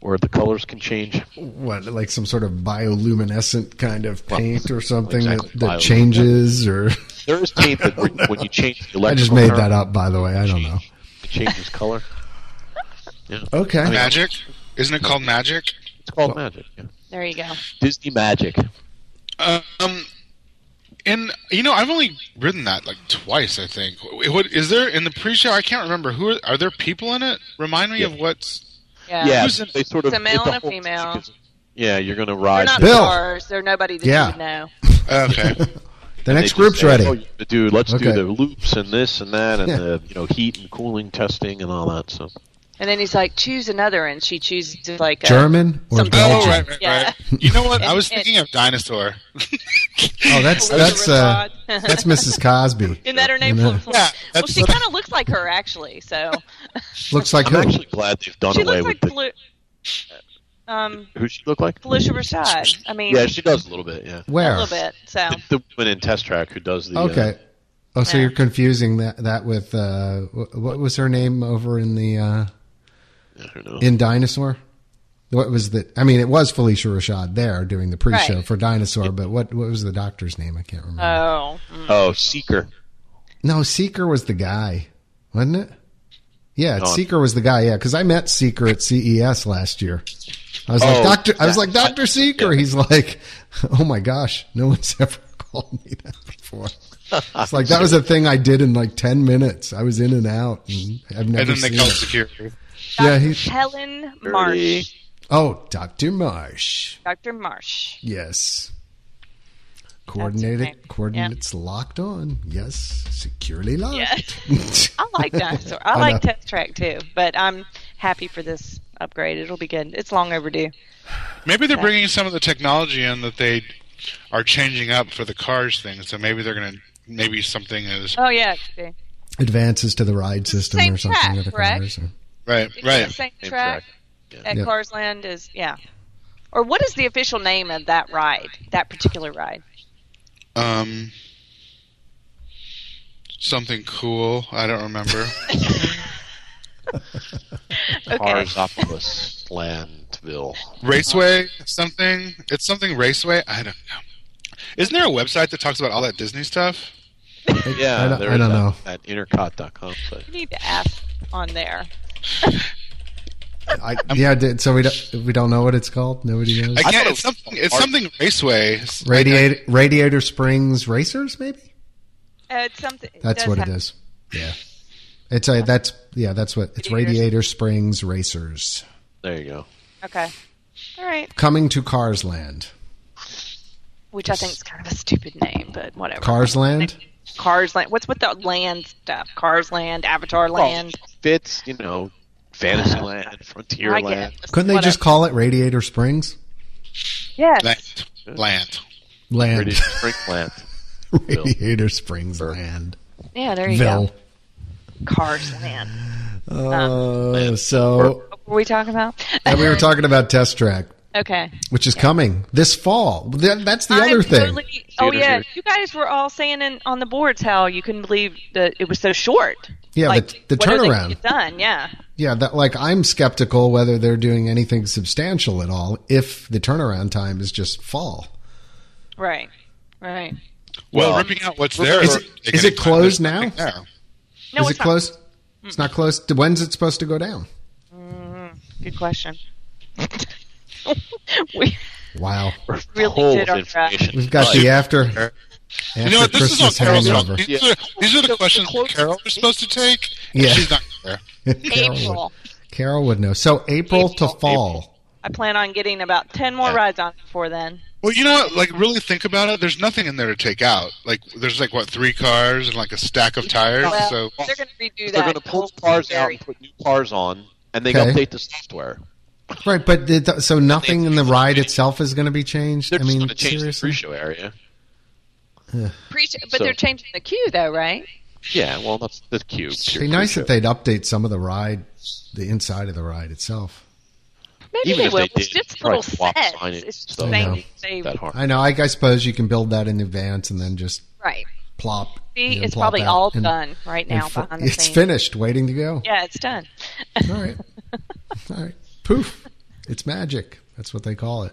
Speaker 3: where the colors can change.
Speaker 2: what like some sort of bioluminescent kind of paint or something
Speaker 3: exactly,
Speaker 2: that, that
Speaker 3: bioluminescent.
Speaker 2: changes or
Speaker 3: There is tape that when, when you change the
Speaker 2: I just
Speaker 3: electrical
Speaker 2: made
Speaker 3: current,
Speaker 2: that up by the way I don't know
Speaker 3: It changes color. Yeah,
Speaker 2: okay
Speaker 5: Magic? Isn't it called magic?
Speaker 3: it's called magic. Yeah.
Speaker 4: There you go.
Speaker 3: Disney magic.
Speaker 5: Um, and you know, I've only ridden that like twice. I think. Wh- What is there in the pre-show? I can't remember. Who are, are there people in it? Remind me
Speaker 3: Yeah.
Speaker 5: of what's.
Speaker 4: Yeah.
Speaker 3: Yeah,
Speaker 5: Who's in-
Speaker 3: they sort of
Speaker 4: It's a male
Speaker 3: it's
Speaker 4: and a
Speaker 3: whole-
Speaker 4: female.
Speaker 3: Yeah, you're gonna
Speaker 4: They're
Speaker 3: ride.
Speaker 4: not
Speaker 2: Bill.
Speaker 4: cars. They're nobody that
Speaker 2: Yeah.
Speaker 4: you would know.
Speaker 5: Oh, Okay.
Speaker 2: the
Speaker 3: They
Speaker 2: next
Speaker 3: just
Speaker 2: group's
Speaker 3: say,
Speaker 2: ready
Speaker 3: "Oh, you have to do let's do
Speaker 2: Okay.
Speaker 3: the loops and this and that and
Speaker 2: Yeah.
Speaker 3: the you know heat and cooling testing and all that. So
Speaker 4: And then he's like, choose another, and she chooses like a,
Speaker 2: German or
Speaker 4: Some-
Speaker 5: oh
Speaker 2: Belgian
Speaker 5: right, right,
Speaker 4: Yeah.
Speaker 5: right. You know what? I
Speaker 4: And-
Speaker 5: was
Speaker 4: and-
Speaker 5: thinking of dinosaur.
Speaker 2: oh that's that's uh that's Mrs Cosby
Speaker 4: Isn't that her name?
Speaker 2: You know,
Speaker 4: Flip-flop?
Speaker 5: Yeah,
Speaker 4: well,
Speaker 5: that's
Speaker 4: she
Speaker 5: what I-
Speaker 4: kind of looks like her actually. So
Speaker 2: looks like
Speaker 3: I'm
Speaker 2: who?
Speaker 3: actually glad they've done
Speaker 4: she
Speaker 3: away
Speaker 4: looks like
Speaker 3: with
Speaker 4: Felu- um,
Speaker 3: the, who she look like.
Speaker 4: Felicia Rashad. I mean,
Speaker 3: Yeah, she does a little bit. Yeah,
Speaker 4: a
Speaker 2: where
Speaker 4: little bit. So
Speaker 3: the, the woman in test track who does the uh,
Speaker 2: okay oh so
Speaker 4: Yeah.
Speaker 2: you're confusing that that with uh wh- what was her name over in the uh
Speaker 3: I don't know.
Speaker 2: in Dinosaur. What was the? I mean, it was Felicia Rashad there doing the pre-show
Speaker 4: Right.
Speaker 2: for Dinosaur, but what what was the doctor's name? I can't remember.
Speaker 4: oh,
Speaker 3: oh, seeker.
Speaker 2: No, Seeker was the guy, wasn't it? Yeah,
Speaker 3: No.
Speaker 2: Seeker was the guy. Yeah, because I met Seeker at CES last year. I was like
Speaker 3: Oh,
Speaker 2: Doctor. I was
Speaker 3: yeah.
Speaker 2: like Doctor Seeker. He's like, oh my gosh, no one's ever called me that before. It's like that was a thing I did in like ten minutes. I was in and out. And I've never
Speaker 5: and then they
Speaker 2: seen
Speaker 5: called
Speaker 2: it.
Speaker 5: security.
Speaker 2: Yeah,
Speaker 4: Dr.
Speaker 2: he's-
Speaker 4: Helen
Speaker 3: Dirty.
Speaker 4: Marsh.
Speaker 2: Oh, Dr. Marsh.
Speaker 4: Dr. Marsh.
Speaker 2: Yes.
Speaker 4: name.
Speaker 2: Coordinated
Speaker 4: Yeah.
Speaker 2: coordinates locked on. Yes, securely
Speaker 4: Yeah.
Speaker 2: locked.
Speaker 4: I like dinosaur.
Speaker 2: I
Speaker 4: I like
Speaker 2: know.
Speaker 4: Test Track too, but I'm happy for this upgrade. It'll be good. It's long overdue.
Speaker 5: Maybe they're
Speaker 4: Okay.
Speaker 5: bringing some of the technology in that they are changing up for the cars thing. So maybe they're going to maybe something is
Speaker 4: Oh yeah, it could be.
Speaker 2: Advances to the ride system
Speaker 4: same
Speaker 2: or something.
Speaker 4: track,
Speaker 2: with the
Speaker 4: correct?
Speaker 2: cars or-
Speaker 5: right,
Speaker 4: It's
Speaker 5: right.
Speaker 4: The same
Speaker 3: Same
Speaker 4: track, at
Speaker 2: Yeah.
Speaker 4: Cars Land is yeah. Or what is the official name of that ride? That particular ride?
Speaker 5: Um, something cool. I don't remember.
Speaker 4: Okay.
Speaker 3: Carsopolis Landville.
Speaker 5: Raceway something. It's something Raceway. I don't know. Isn't there a website that talks about all that Disney stuff?
Speaker 3: Yeah,
Speaker 2: I don't-
Speaker 3: there
Speaker 2: I don't
Speaker 3: is that-
Speaker 2: know.
Speaker 3: That intercot.com site.
Speaker 4: You need to ask on there.
Speaker 2: I, yeah, did- so we don't, we don't know what it's called. Nobody knows.
Speaker 5: I
Speaker 3: thought
Speaker 5: can't.
Speaker 3: it
Speaker 5: it's
Speaker 3: was-
Speaker 5: something. It's something Raceway.
Speaker 2: Radiator, Radiator Springs Racers, maybe?
Speaker 4: Uh, it's something.
Speaker 2: That's
Speaker 4: does
Speaker 2: what
Speaker 4: have-
Speaker 2: it is. Yeah. It's a that's yeah, that's what it's
Speaker 4: Radiator-
Speaker 2: Radiator Springs Racers.
Speaker 3: There you go.
Speaker 4: Okay. All right.
Speaker 2: Coming to Cars Land.
Speaker 4: Which I think is kind of a stupid name, but whatever.
Speaker 2: Cars Land?
Speaker 4: Cars Land. What's with the land stuff? Cars Land, Avatar Land.
Speaker 3: Fits, you know, Fantasyland,
Speaker 4: I
Speaker 3: Frontierland.
Speaker 4: guess.
Speaker 2: Couldn't they just call it Radiator Springs?
Speaker 4: Yes.
Speaker 5: Land. Land.
Speaker 2: Land.
Speaker 3: British Springland.
Speaker 2: Radiator Springs Land.
Speaker 4: Yeah, there you
Speaker 2: Ville.
Speaker 4: go. Cars Land. Um,
Speaker 2: Uh, so
Speaker 4: What were we talking about?
Speaker 2: and we were talking about Test Track,
Speaker 4: okay.
Speaker 2: which is coming this fall. Th- That's the other
Speaker 4: I'm
Speaker 2: thing.
Speaker 4: totally- oh
Speaker 3: Theater
Speaker 4: yeah,
Speaker 3: here.
Speaker 4: you guys were all saying in, on the boards how you couldn't believe that it was so short.
Speaker 2: Yeah,
Speaker 4: like,
Speaker 2: the, the
Speaker 4: what are they gonna
Speaker 2: turnaround.
Speaker 4: get done, yeah.
Speaker 2: Yeah, that like I'm skeptical whether they're doing anything substantial at all if the turnaround time is just fall.
Speaker 4: Right. Right.
Speaker 5: Well,
Speaker 3: Well,
Speaker 5: ripping out what's there.
Speaker 2: is it-
Speaker 5: They're
Speaker 2: is it
Speaker 5: gonna-
Speaker 2: closed
Speaker 5: there's
Speaker 2: now?
Speaker 5: nothing there.
Speaker 4: No,
Speaker 2: is it
Speaker 4: it's not.
Speaker 2: close? It's not close. When's it supposed to go down?
Speaker 4: Good question. we
Speaker 2: Wow,
Speaker 4: really
Speaker 3: Whole
Speaker 4: did our job.
Speaker 3: information.
Speaker 2: we've got
Speaker 3: Like,
Speaker 2: the after. after
Speaker 5: You know what? This
Speaker 2: Christmas
Speaker 5: is all Carol's
Speaker 2: hangover.
Speaker 5: fault. These,
Speaker 3: Yeah.
Speaker 5: are, these are the questions that Carol was supposed to take. and
Speaker 2: Yeah.
Speaker 5: She's not there.
Speaker 2: Carol,
Speaker 4: April.
Speaker 2: Would, Carol would know. So April, to
Speaker 4: April.
Speaker 2: fall.
Speaker 4: I plan on getting about ten more
Speaker 3: Yeah.
Speaker 4: rides on before then.
Speaker 5: Well, you know, what? like really think about it. There's nothing in there to take out. Like there's like what three cars and like a stack of tires.
Speaker 4: Well,
Speaker 5: so
Speaker 4: they're going to redo that.
Speaker 3: They're going to pull
Speaker 4: It'll
Speaker 3: cars
Speaker 4: be
Speaker 3: out
Speaker 4: very-
Speaker 3: and put new cars on, and they
Speaker 2: Okay.
Speaker 3: update the software.
Speaker 2: Right, but it, so nothing in the ride itself is going to be changed.
Speaker 3: They're
Speaker 2: I
Speaker 3: just
Speaker 2: mean,
Speaker 3: going to change the
Speaker 2: seriously.
Speaker 3: pre-show area.
Speaker 4: Pre- but
Speaker 3: So-
Speaker 4: they're changing the queue, though, right?
Speaker 3: Yeah, well, that's the cube.
Speaker 2: It'd be nice if they'd update some of the ride, the inside of the ride itself.
Speaker 4: Maybe
Speaker 3: Even
Speaker 4: they
Speaker 3: if
Speaker 4: will.
Speaker 3: they
Speaker 4: it's
Speaker 3: did,
Speaker 4: just
Speaker 3: probably
Speaker 4: little
Speaker 3: swap
Speaker 4: sets.
Speaker 3: signage
Speaker 4: It's just
Speaker 3: stuff.
Speaker 4: things
Speaker 2: Yeah.
Speaker 4: they
Speaker 3: that hard.
Speaker 2: I know. I, I suppose you can build that in advance and then just
Speaker 4: right.
Speaker 2: plop.
Speaker 4: See,
Speaker 2: you know,
Speaker 4: it's
Speaker 2: plop
Speaker 4: probably
Speaker 2: out
Speaker 4: all
Speaker 2: and-
Speaker 4: done right
Speaker 2: and
Speaker 4: now
Speaker 2: fo-
Speaker 4: behind the
Speaker 2: it's
Speaker 4: scenes.
Speaker 2: finished, waiting to go.
Speaker 4: Yeah, it's done.
Speaker 2: All right. All right. Poof. It's magic. That's what they call it.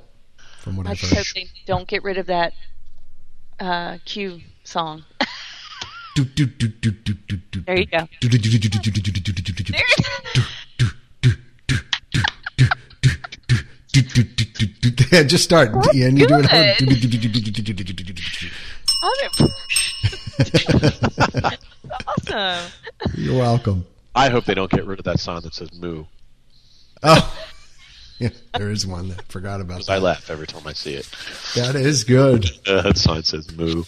Speaker 2: From what
Speaker 4: I
Speaker 2: I've
Speaker 4: just hope
Speaker 2: heard.
Speaker 4: they don't get rid of that uh, queue song. There you go.
Speaker 2: Yeah, just start. yeah, and you do it.
Speaker 4: I'm awesome.
Speaker 2: You're welcome.
Speaker 3: I hope they don't get rid of that sign that says "Moo"
Speaker 2: Oh, yeah, there is one that I forgot about.
Speaker 3: because I laugh every time I see it.
Speaker 2: That is good.
Speaker 3: Uh, that sign says "Moo."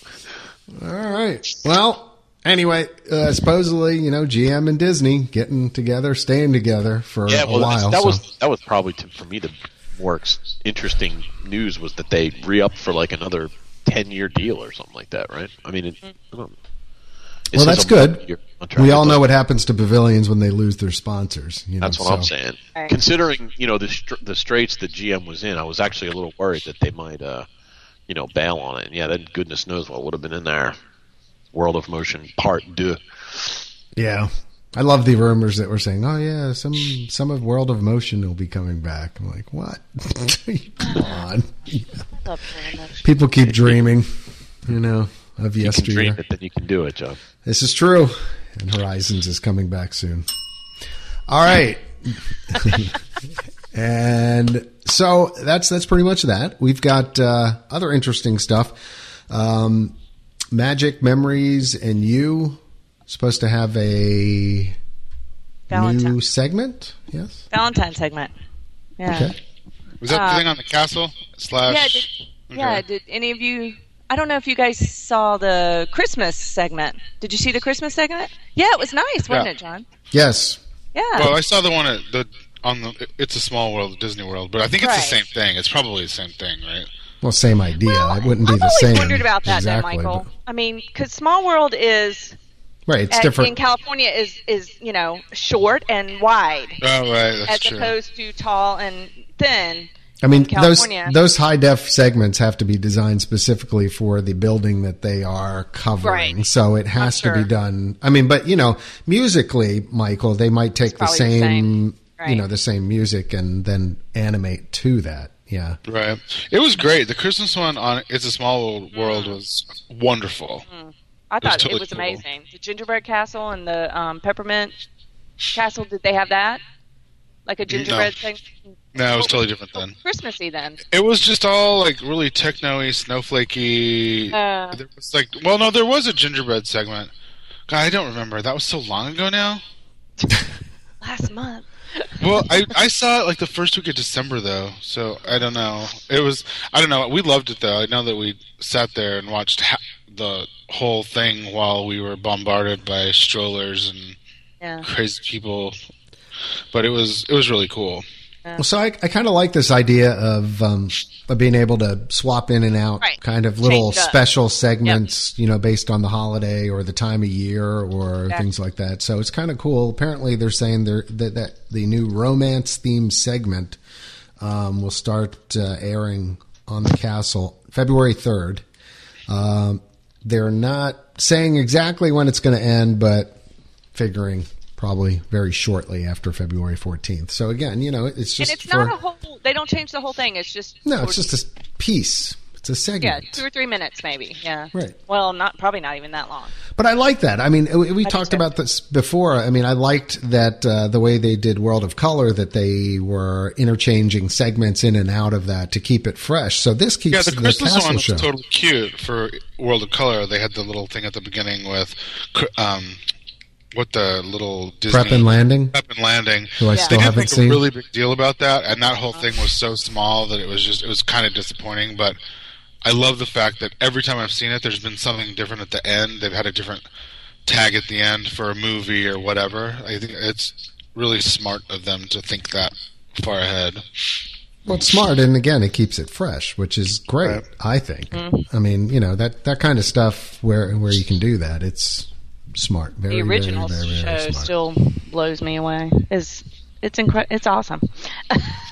Speaker 2: All right. Well, anyway, uh, supposedly, you know, GM and Disney getting together, staying together for
Speaker 3: Yeah,
Speaker 2: a
Speaker 3: well, that's-
Speaker 2: while.
Speaker 3: that
Speaker 2: so-
Speaker 3: was that was probably to, for me the more ex- interesting news was that they re up for like another ten year deal or something like that, right? I mean, it, I don't- it
Speaker 2: Well,
Speaker 3: says
Speaker 2: that's
Speaker 3: a
Speaker 2: good.
Speaker 3: multi-year contract.
Speaker 2: we all
Speaker 3: It
Speaker 2: know
Speaker 3: doesn't-
Speaker 2: what happens to pavilions when they lose their sponsors. You know,
Speaker 3: That's what
Speaker 2: so-
Speaker 3: I'm saying.
Speaker 4: Right.
Speaker 3: Considering you know the str- the straits that GM was in, I was actually a little worried that they might uh, you know bail on it. And yeah, then goodness knows what would have been in there. World of Motion Part Deux.
Speaker 2: Yeah. I love the rumors that were saying, "Oh yeah, some some of World of Motion will be coming back." I'm like, "What? Come on!"
Speaker 4: I love Grand Motion.
Speaker 2: People keep dreaming, you know, of
Speaker 3: You can dream
Speaker 2: yesteryear.
Speaker 3: it, then you can do it, John.
Speaker 2: This is true, and Horizons is coming back soon. All right, and so that's that's pretty much that. We've got uh, other interesting stuff. Um, Magic Memories and you supposed to have a
Speaker 4: Valentine.
Speaker 2: new segment. Yes.
Speaker 4: Valentine segment. Yeah.
Speaker 2: Okay.
Speaker 5: Was that
Speaker 4: Uh,
Speaker 5: the thing on the castle slash?
Speaker 4: Yeah. Did, yeah.
Speaker 5: Okay.
Speaker 4: Did any of you? I don't know if you guys saw the Christmas segment. Did you see the Christmas segment? Yeah, it was nice, wasn't
Speaker 5: Yeah.
Speaker 4: it, John?
Speaker 2: Yes.
Speaker 4: Yeah.
Speaker 5: Well, I saw the one at the on the. It's a small world, Disney World, but I think it's
Speaker 4: Right.
Speaker 5: the same thing. It's probably the same thing, right?
Speaker 2: Well, same idea.
Speaker 4: Well,
Speaker 2: it wouldn't be
Speaker 4: I've
Speaker 2: the
Speaker 4: always
Speaker 2: same.
Speaker 4: wondered about that,
Speaker 2: exactly,
Speaker 4: though, Michael.
Speaker 2: but-
Speaker 4: I mean, because Small World is
Speaker 2: right. It's
Speaker 4: at- in
Speaker 2: different.
Speaker 4: California is is you know short and wide
Speaker 5: Oh, right. That's
Speaker 4: as
Speaker 5: true.
Speaker 4: opposed to tall and thin.
Speaker 2: I mean,
Speaker 4: in
Speaker 2: those
Speaker 4: California.
Speaker 2: those high def segments have to be designed specifically for the building that they are covering.
Speaker 4: Right.
Speaker 2: So it has to
Speaker 4: sure.
Speaker 2: be done. I mean, but you know, musically, Michael, they might take the
Speaker 4: probably the
Speaker 2: same,
Speaker 4: same.
Speaker 2: you
Speaker 4: Right.
Speaker 2: know, the same music and then animate to that. Yeah.
Speaker 5: Right. It was great. The Christmas one on It's a Small
Speaker 4: Mm.
Speaker 5: World was wonderful.
Speaker 4: I thought
Speaker 5: totally
Speaker 4: it was
Speaker 5: cool.
Speaker 4: amazing. The gingerbread castle and the um, peppermint castle. Did they have that? Like a gingerbread thing? Oh,
Speaker 5: No, it was totally different then.
Speaker 4: Christmassy then.
Speaker 5: It was just all like really techno-y, snowflakey.
Speaker 4: Uh,
Speaker 5: there was like, well, no, there was a gingerbread segment. God, I don't remember. That was so long ago now.
Speaker 4: last month.
Speaker 5: Well, I, I saw it like the first week of December though, so I don't know. It was I don't know. We loved it though. I know that we sat there and watched ha- the whole thing while we were bombarded by strollers and
Speaker 4: Yeah.
Speaker 5: crazy people. But it was it was really cool.
Speaker 2: Well, so I, I kind of like this idea of um, of being able to swap in and out,
Speaker 4: Right.
Speaker 2: kind of little
Speaker 4: Change it up.
Speaker 2: special segments, you know, based on the holiday or the time of year or things like that. So it's kind of cool. Apparently, they're saying they're, that that the new romance themed segment um, will start uh, airing on the castle February third. Um, they're not saying exactly when it's going to end, but figuring probably very shortly after February 14th. So again, you know, it's just
Speaker 4: And it's
Speaker 2: for,
Speaker 4: not a whole. They don't change the whole thing. It's just
Speaker 2: no, it's just a piece. It's a
Speaker 4: yeah,
Speaker 2: segment.
Speaker 4: two or three minutes maybe. Yeah.
Speaker 2: Right.
Speaker 4: Well, not probably not even that long.
Speaker 2: But I like that. I mean, we, we talked
Speaker 4: too.
Speaker 2: about this before. I mean, I liked that uh, the way they did World of Color, that they were interchanging segments in and out of that to keep it fresh. So this keeps
Speaker 5: Yeah, the Christmas
Speaker 2: castle
Speaker 5: one was
Speaker 2: show.
Speaker 5: totally cute for World of Color. They had the little thing at the beginning with cr- um what the little Disney
Speaker 2: Prep and Landing,
Speaker 5: Prep and landing.
Speaker 2: who I
Speaker 4: Yeah.
Speaker 2: still
Speaker 5: They did
Speaker 2: haven't
Speaker 5: make
Speaker 2: seen.
Speaker 5: a really big deal about that, and that whole thing was so small that it was just it was kind of disappointing. But I love the fact that every time I've seen it, there's been something different at the end. They've had a different tag at the end for a movie or whatever. I think it's really smart of them to think that far ahead.
Speaker 2: Well, it's smart, and again, it keeps it fresh, which is great.
Speaker 5: Right.
Speaker 2: I think.
Speaker 4: Mm-hmm.
Speaker 2: I mean, you know that that kind of stuff where where you can do that, it's smart. Very,
Speaker 4: The
Speaker 2: very,
Speaker 4: original
Speaker 2: very, very
Speaker 4: show
Speaker 2: smart.
Speaker 4: still blows me away. Is it's incre- It's awesome.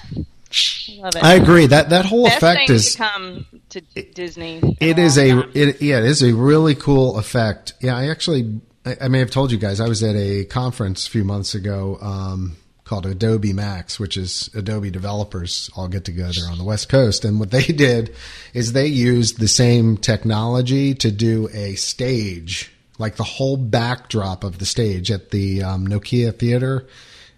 Speaker 4: Love it.
Speaker 2: I agree that that whole
Speaker 4: Best
Speaker 2: effect
Speaker 4: thing
Speaker 2: is
Speaker 4: to come to Disney.
Speaker 2: it is a it, yeah it is a really cool effect yeah i actually I, I may have told you guys i was at a conference a few months ago um, called adobe max which is adobe developers all get together on the west coast and what they did is they used the same technology to do a stage like the whole backdrop of the stage at the um, nokia theater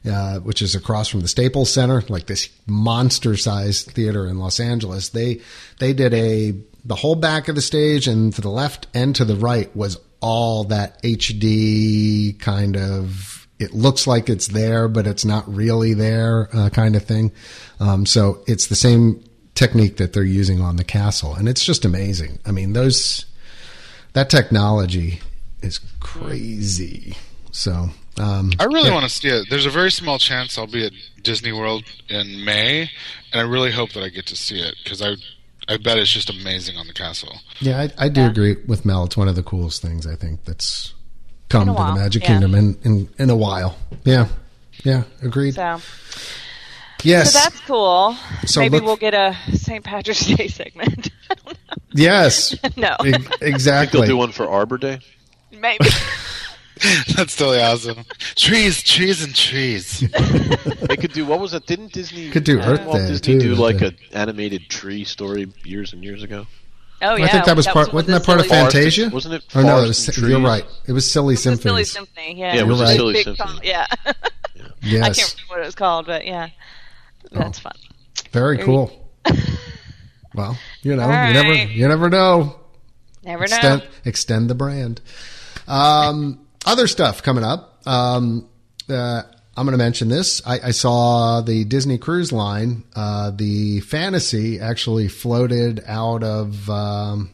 Speaker 2: uh, which is across from the Staples Center, like this monster-sized theater in Los Angeles. They they did a the whole back of the stage and to the left and to the right was all that HD kind of it looks like it's there but it's not really there uh, kind of thing. Um, so it's the same technique that they're using on the castle, and it's just amazing. I mean those that technology is crazy. So. Um,
Speaker 5: I really want to see it. There's a very small chance I'll be at Disney World in May, and I really hope that I get to see it because I I bet it's just amazing on the castle.
Speaker 2: Yeah, I, I do agree with Mel. It's one of the coolest things I think that's come
Speaker 4: In
Speaker 2: to
Speaker 4: a while,
Speaker 2: the Magic
Speaker 4: yeah.
Speaker 2: Kingdom in, in, in a while. Yeah. Yeah, agreed.
Speaker 4: So,
Speaker 2: yes.
Speaker 4: so that's cool.
Speaker 2: So
Speaker 4: Maybe
Speaker 2: look-
Speaker 4: we'll get a St. Patrick's Day segment. I don't know.
Speaker 2: yes.
Speaker 4: No,
Speaker 2: E-
Speaker 3: They'll
Speaker 2: exactly.
Speaker 3: do one for Arbor Day.
Speaker 4: maybe.
Speaker 5: That's totally awesome. trees, trees, and trees.
Speaker 3: They could do what was it? Didn't Disney
Speaker 2: Could do Earth
Speaker 3: Walt
Speaker 2: Day,
Speaker 3: Disney
Speaker 2: too,
Speaker 3: do
Speaker 2: didn't
Speaker 3: like
Speaker 2: they?
Speaker 3: an animated tree story years and years ago?
Speaker 4: Oh yeah,
Speaker 2: I think that was part.
Speaker 4: one
Speaker 2: Wasn't that part of
Speaker 4: silly-
Speaker 3: Forest-
Speaker 2: Fantasia?
Speaker 3: wasn't it
Speaker 2: Or no, it
Speaker 3: Forest
Speaker 2: was,
Speaker 3: and
Speaker 2: you're
Speaker 3: Trees?
Speaker 2: right. It was Silly
Speaker 4: the silly
Speaker 2: Symphonies.
Speaker 4: symphony. Yeah,
Speaker 3: Yeah, it was
Speaker 2: a
Speaker 4: Big-
Speaker 3: silly
Speaker 4: big
Speaker 3: symphony.
Speaker 4: song, Yeah, I can't
Speaker 2: Yes, Oh.
Speaker 4: remember what it was called, but yeah, that's fun.
Speaker 2: very
Speaker 4: There you-
Speaker 2: cool. well, you know,
Speaker 4: All
Speaker 2: you never,
Speaker 4: right.
Speaker 2: you never know.
Speaker 4: Never know.
Speaker 2: extend, extend the brand. Um, other stuff coming up. Um, uh, I'm going to mention this. I, I saw the Disney Cruise Line. Uh, the Fantasy actually floated out of. Um,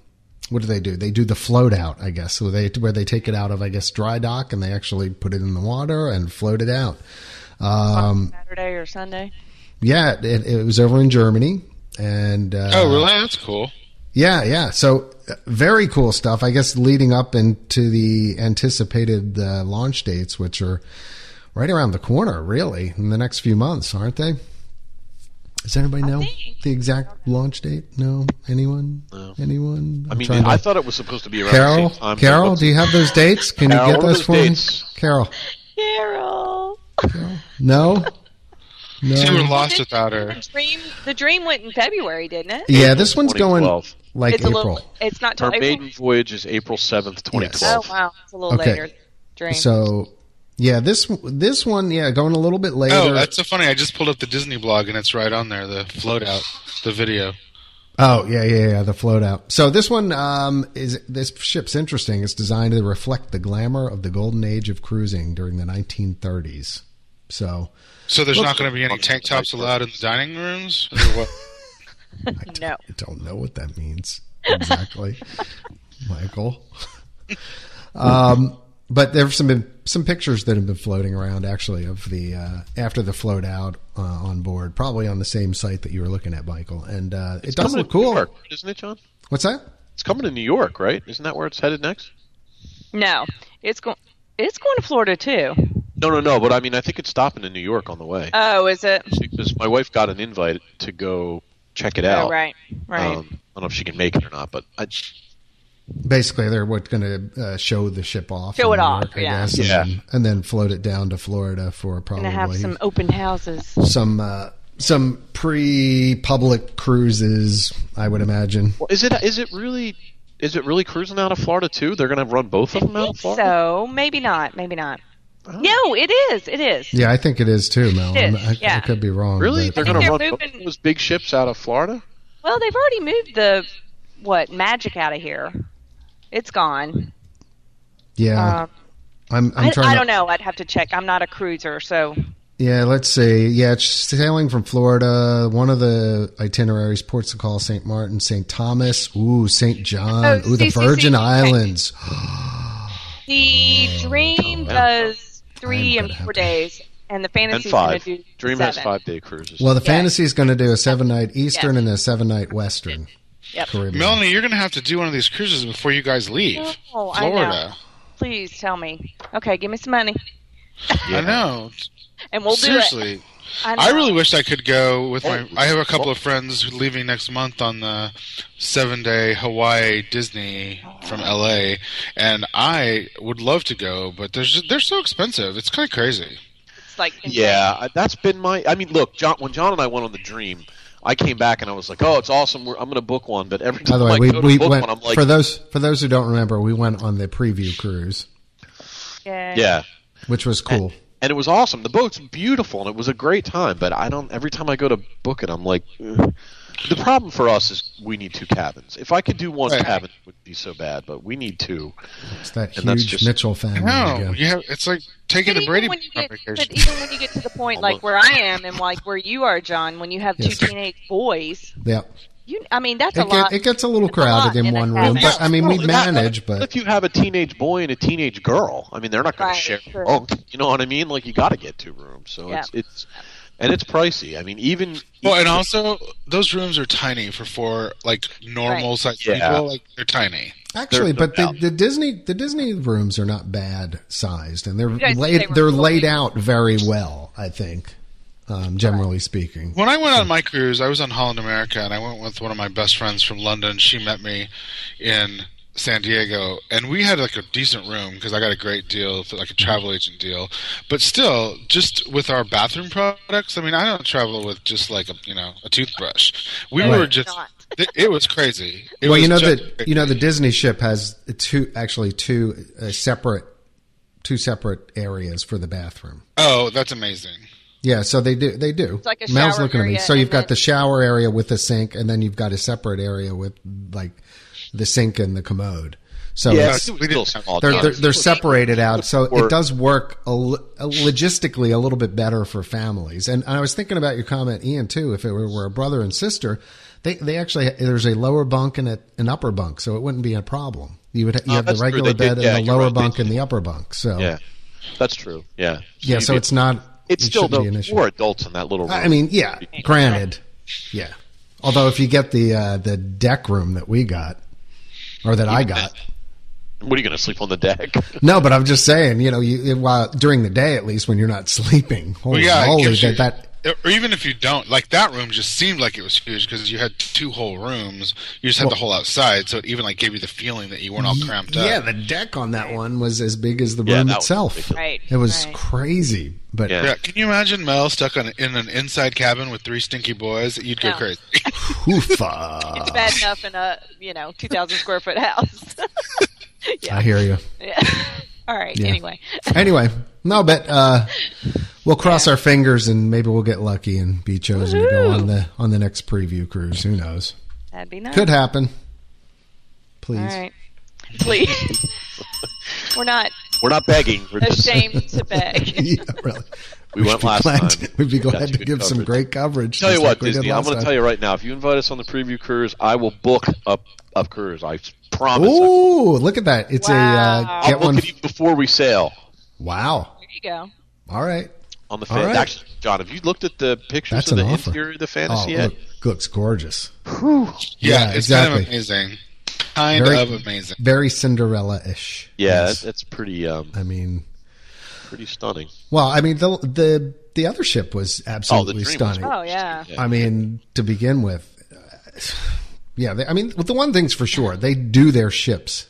Speaker 2: what do they do? They do the float out, I guess. So they where they take it out of, I guess, dry dock, and they actually put it in the water and float it out. Um,
Speaker 4: Saturday or Sunday.
Speaker 2: yeah, it, it was over in Germany, and uh,
Speaker 5: oh, really? That's cool.
Speaker 2: yeah, yeah. So uh, very cool stuff. I guess leading up into the anticipated uh, launch dates, which are right around the corner, really, in the next few months, aren't they? Does anybody know
Speaker 4: think-
Speaker 2: the exact launch date? No, anyone?
Speaker 3: No.
Speaker 2: Anyone?
Speaker 3: I
Speaker 2: I'm
Speaker 3: mean,
Speaker 2: trying to-
Speaker 3: I thought it was supposed to be around
Speaker 2: Carol,
Speaker 3: the same time.
Speaker 2: Carol,
Speaker 3: What's-
Speaker 2: do you have those dates? Can
Speaker 3: Carol,
Speaker 2: you get
Speaker 3: what are
Speaker 2: those
Speaker 3: those
Speaker 2: for
Speaker 3: dates?
Speaker 2: me? Carol,
Speaker 4: Carol.
Speaker 2: no, no.
Speaker 5: See, we're lost without
Speaker 4: The
Speaker 5: her.
Speaker 4: dream, the dream went in February, didn't it?
Speaker 2: Yeah, this one's going
Speaker 3: 2012.
Speaker 2: like
Speaker 4: it's a
Speaker 2: April.
Speaker 4: little. It's not till
Speaker 3: Her
Speaker 4: April.
Speaker 3: maiden voyage is April seventh, twenty
Speaker 4: Oh
Speaker 3: twelve.
Speaker 4: wow, it's a little
Speaker 2: Okay.
Speaker 4: later. Dream.
Speaker 2: So, yeah, this this one, yeah, going a little bit later.
Speaker 5: Oh, that's so funny. I just pulled up the Disney blog and it's right on there. The float out, the video.
Speaker 2: Oh yeah, yeah, yeah. The float out. So this one um, is this ship's interesting. It's designed to reflect the glamour of the golden age of cruising during the 1930s. So
Speaker 5: So there's
Speaker 2: Looks
Speaker 5: not going to be any tank tops allowed in the dining rooms. Or what?
Speaker 4: no.
Speaker 2: I don't know what that means exactly, Michael. um, but there's some been some pictures that have been floating around actually of the uh, after the float out uh, on board, probably on the same site that you were looking at, Michael. And uh, it does
Speaker 3: Coming
Speaker 2: look
Speaker 3: to New
Speaker 2: cool.
Speaker 3: York, isn't it, John?
Speaker 2: What's that?
Speaker 3: It's coming to New York, right? Isn't that where it's headed next?
Speaker 4: No, it's going. It's going to Florida too.
Speaker 3: No, no, no. But I mean, I think it's stopping in New York on the way
Speaker 4: Oh, is it?
Speaker 3: because my wife got an invite to go check it out.
Speaker 4: Oh, right, right.
Speaker 3: Um, I don't know if she can make it or not, but I,
Speaker 2: basically they're what going to uh, show the ship off
Speaker 4: Show
Speaker 2: in
Speaker 4: it
Speaker 2: New
Speaker 4: off,
Speaker 2: York, I
Speaker 4: yeah.
Speaker 2: guess, and,
Speaker 3: Yeah.
Speaker 2: Then, and then float it down to florida for
Speaker 4: Gonna
Speaker 2: probably
Speaker 4: have some open houses.
Speaker 2: some uh, some pre-public cruises i would imagine
Speaker 3: well, is it is it really is it really cruising out of Florida too? They're going to run both of them out of Florida.
Speaker 4: So maybe not. Maybe not.
Speaker 3: Oh.
Speaker 4: No, it is. It is.
Speaker 2: yeah i think it is too mel
Speaker 4: It is,
Speaker 2: I, I
Speaker 4: yeah.
Speaker 2: could be wrong
Speaker 3: Really,
Speaker 2: but-
Speaker 3: they're going to
Speaker 4: they're
Speaker 3: run both
Speaker 4: moving-
Speaker 3: of those big ships out of Florida?
Speaker 4: Well, they've already moved the what magic out of here. It's gone.
Speaker 2: yeah
Speaker 4: um,
Speaker 2: Uh, i'm, I'm
Speaker 4: I,
Speaker 2: trying
Speaker 4: I
Speaker 2: to-
Speaker 4: don't know. I'd have to check. I'm not a cruiser, so
Speaker 2: Yeah, let's see. Yeah, it's sailing from Florida. One of the itineraries: Port Sacal, St. Martin, St. Thomas, ooh, St. John,
Speaker 4: Oh,
Speaker 2: ooh, the
Speaker 4: CCC.
Speaker 2: Virgin
Speaker 4: Okay.
Speaker 2: Islands.
Speaker 4: the dream does three
Speaker 2: I'm
Speaker 4: and
Speaker 2: gonna
Speaker 4: four
Speaker 2: have to-
Speaker 4: days, and the
Speaker 3: And
Speaker 4: fantasy's going
Speaker 3: five.
Speaker 4: to do
Speaker 3: Dream
Speaker 4: seven.
Speaker 3: has five day cruises.
Speaker 2: Well, the
Speaker 4: Yeah.
Speaker 2: fantasy is going to do a seven night Eastern
Speaker 4: Yeah.
Speaker 2: and a seven night Western.
Speaker 4: Yep.
Speaker 2: Caribbean.
Speaker 5: Melanie, you're going to have to do one of these cruises before you guys leave.
Speaker 4: Oh, I know.
Speaker 5: Florida.
Speaker 4: Please tell me. Okay, give me some money,
Speaker 5: I know.
Speaker 4: and we'll do it.
Speaker 5: Seriously.
Speaker 4: I, know.
Speaker 5: I really wish I could go with my.
Speaker 3: Oh.
Speaker 5: I have a couple of friends who leaving next month on the seven day Hawaii Disney from LA, and I would love to go, but they're just, they're so expensive. It's kind of crazy.
Speaker 4: It's like
Speaker 3: Yeah, I- that's been my. I mean, look, John. When John and I went on the Dream, I came back and I was like, "Oh, it's awesome. We're, I'm going to book one." But every
Speaker 2: By
Speaker 3: time
Speaker 2: the way,
Speaker 3: I
Speaker 2: we,
Speaker 3: go to
Speaker 2: we
Speaker 3: book
Speaker 2: went
Speaker 3: one, I'm like,
Speaker 2: for those for those who don't remember, we went on the preview cruise,
Speaker 4: Yeah.
Speaker 3: "Yeah."
Speaker 2: which was cool.
Speaker 3: And it was awesome. The boat's beautiful, and it was a great time. But I don't. Every time I go to book it, I'm like, "Ugh." the problem for us is we need two cabins. If I could do one
Speaker 5: Right.
Speaker 3: cabin, it would be so bad. But we need two.
Speaker 2: It's that
Speaker 3: and that's
Speaker 2: huge
Speaker 3: just-
Speaker 2: Mitchell family.
Speaker 5: No,
Speaker 2: again.
Speaker 5: you have, it's like taking
Speaker 4: But
Speaker 5: a Brady
Speaker 4: even, when you get,
Speaker 5: vacation.
Speaker 4: but even when you get to the point like where I am and like where you are, John, when you have
Speaker 2: Yes.
Speaker 4: two teenage boys,
Speaker 2: yeah,
Speaker 4: you I mean that's a
Speaker 2: it,
Speaker 4: lot.
Speaker 2: get, it gets a little
Speaker 4: a lot
Speaker 2: crowded in
Speaker 4: in a
Speaker 2: one room,
Speaker 4: cabin.
Speaker 2: but I mean we
Speaker 3: Well, not-
Speaker 2: manage.
Speaker 3: not
Speaker 2: But
Speaker 3: if you have a teenage boy and a teenage girl, I mean, they're not going
Speaker 4: Right,
Speaker 3: to share
Speaker 4: true.
Speaker 3: a bunk. You know what I mean? Like you got to get two rooms. So
Speaker 4: Yeah.
Speaker 3: it's it's and it's pricey. I mean, even
Speaker 5: Well, and also those rooms are tiny for four like normal sized
Speaker 3: Yeah.
Speaker 5: people. Like they're tiny.
Speaker 2: actually,
Speaker 3: they're-
Speaker 2: but the, the Disney the Disney rooms are not bad sized, and they're
Speaker 4: guys said
Speaker 2: laid
Speaker 4: they were
Speaker 2: they are laid
Speaker 4: cool.
Speaker 2: out very well. I think, um, generally speaking.
Speaker 5: When I went on my cruise, I was on Holland America, and I went with one of my best friends from London. She met me in San Diego, and we had like a decent room because I got a great deal, like a travel agent deal. But still, just with our bathroom products, I mean, I don't travel with just like a you know a toothbrush. We
Speaker 2: Right.
Speaker 5: were just.
Speaker 4: Not.
Speaker 5: It, it was crazy. It
Speaker 2: well,
Speaker 5: was
Speaker 2: you know
Speaker 5: just
Speaker 2: that you know the Disney ship has two actually two uh, separate two separate areas for the bathroom.
Speaker 5: Oh, that's amazing.
Speaker 2: Yeah, so they do. They do.
Speaker 4: like a
Speaker 2: Mal's
Speaker 4: shower
Speaker 2: looking at me.
Speaker 4: area
Speaker 2: So you've
Speaker 4: and
Speaker 2: got
Speaker 4: then-
Speaker 2: the shower area with the sink, and then you've got a separate area with like the sink and the commode. So
Speaker 5: uh,
Speaker 3: yeah,
Speaker 2: it's,
Speaker 3: it was still small.
Speaker 2: they're, they're
Speaker 3: towns.
Speaker 2: they're separated out, so
Speaker 3: Or-
Speaker 2: it does work a, li- a logistically a little bit better for families. And I was thinking about your comment, Ian, too. If it were, were a brother and sister, they they actually there's a lower bunk and a, an upper bunk, so it wouldn't be a problem. You would you
Speaker 3: Oh,
Speaker 2: have the
Speaker 3: that's true.
Speaker 2: regular
Speaker 3: They did-
Speaker 2: bed
Speaker 3: yeah,
Speaker 2: and the
Speaker 3: you're
Speaker 2: lower
Speaker 3: right. They
Speaker 2: bunk and
Speaker 3: did.
Speaker 2: the upper bunk. So
Speaker 3: Yeah, that's true. Yeah,
Speaker 2: yeah,
Speaker 3: you'd
Speaker 2: so
Speaker 3: be-
Speaker 2: it's not
Speaker 3: it's
Speaker 2: it
Speaker 3: still
Speaker 2: shouldn't
Speaker 3: though
Speaker 2: be an issue.
Speaker 3: we're adults in that little room.
Speaker 2: I mean, yeah, granted, yeah. Although if you get the uh, the deck room that we got, or that I got,
Speaker 3: what are you going to sleep on the deck?
Speaker 2: no, but I'm just saying, you know, you while during the day at least when you're not sleeping,
Speaker 5: Well,
Speaker 2: holy
Speaker 5: yeah, it
Speaker 2: moly,
Speaker 5: gives you-
Speaker 2: that, that
Speaker 5: or even if you don't, like that room just seemed like it was huge because you had two whole rooms. You just had the whole outside, so it even like gave you the feeling that you weren't all cramped
Speaker 2: yeah,
Speaker 5: up.
Speaker 2: the deck on that one was as big as the
Speaker 3: Yeah,
Speaker 2: room
Speaker 3: that was
Speaker 2: itself.
Speaker 3: ridiculous.
Speaker 6: Right.
Speaker 2: It was
Speaker 6: right.
Speaker 2: crazy, but
Speaker 3: Yeah.
Speaker 5: Yeah, can you imagine Mel stuck on in an inside cabin with three stinky boys? You'd go
Speaker 6: No.
Speaker 5: crazy.
Speaker 2: hoofa.
Speaker 6: It's bad enough in a you know two thousand square foot house.
Speaker 2: I hear you.
Speaker 6: Yeah. All right.
Speaker 2: Yeah.
Speaker 6: Anyway,
Speaker 2: Anyway, no, but uh, we'll cross our fingers and maybe we'll get lucky and be chosen to go on the on the next preview cruise. Who knows?
Speaker 6: that'd be nice.
Speaker 2: Could happen. Please.
Speaker 6: All right. Please. We're not
Speaker 3: We're not begging. We're just,
Speaker 6: ashamed to beg.
Speaker 2: Yeah, really.
Speaker 3: We went
Speaker 2: should be
Speaker 3: last
Speaker 2: glad
Speaker 3: time.
Speaker 2: to- we'd be
Speaker 3: Got
Speaker 2: glad
Speaker 3: you
Speaker 2: to
Speaker 3: good
Speaker 2: give some
Speaker 3: coverage.
Speaker 2: great coverage.
Speaker 3: tell you
Speaker 2: just
Speaker 3: what,
Speaker 2: like we did
Speaker 3: Disney. I'm
Speaker 2: last
Speaker 3: going to
Speaker 2: time.
Speaker 3: tell you right now. If you invite us on the preview cruise, I will book up up cruise. I promise.
Speaker 2: Ooh, look at that! It's a
Speaker 6: Wow.
Speaker 2: uh,
Speaker 3: I'll
Speaker 2: get
Speaker 3: book
Speaker 2: one.
Speaker 3: it even before we sail.
Speaker 2: Wow!
Speaker 6: There you go.
Speaker 2: All right,
Speaker 3: on the
Speaker 2: All
Speaker 3: fan.
Speaker 2: right.
Speaker 3: Actually, John, have you looked at the pictures
Speaker 2: That's
Speaker 3: of the
Speaker 2: an offer.
Speaker 3: interior of the
Speaker 2: oh,
Speaker 3: fantasy yet?
Speaker 2: look, looks gorgeous.
Speaker 5: Yeah,
Speaker 2: Yeah,
Speaker 5: it's kind
Speaker 2: exactly.
Speaker 5: of amazing. Kind
Speaker 2: Very-
Speaker 5: of amazing.
Speaker 2: Very Cinderella-ish.
Speaker 3: Yeah,
Speaker 2: Yes.
Speaker 3: it's it's pretty um
Speaker 2: I mean,
Speaker 3: pretty stunning.
Speaker 2: well, I mean the the the other ship was absolutely
Speaker 3: Oh, Dream was
Speaker 2: stunning.
Speaker 6: Oh yeah.
Speaker 2: I mean, to begin with, yeah. They, I mean, the one thing's for sure, they do their ships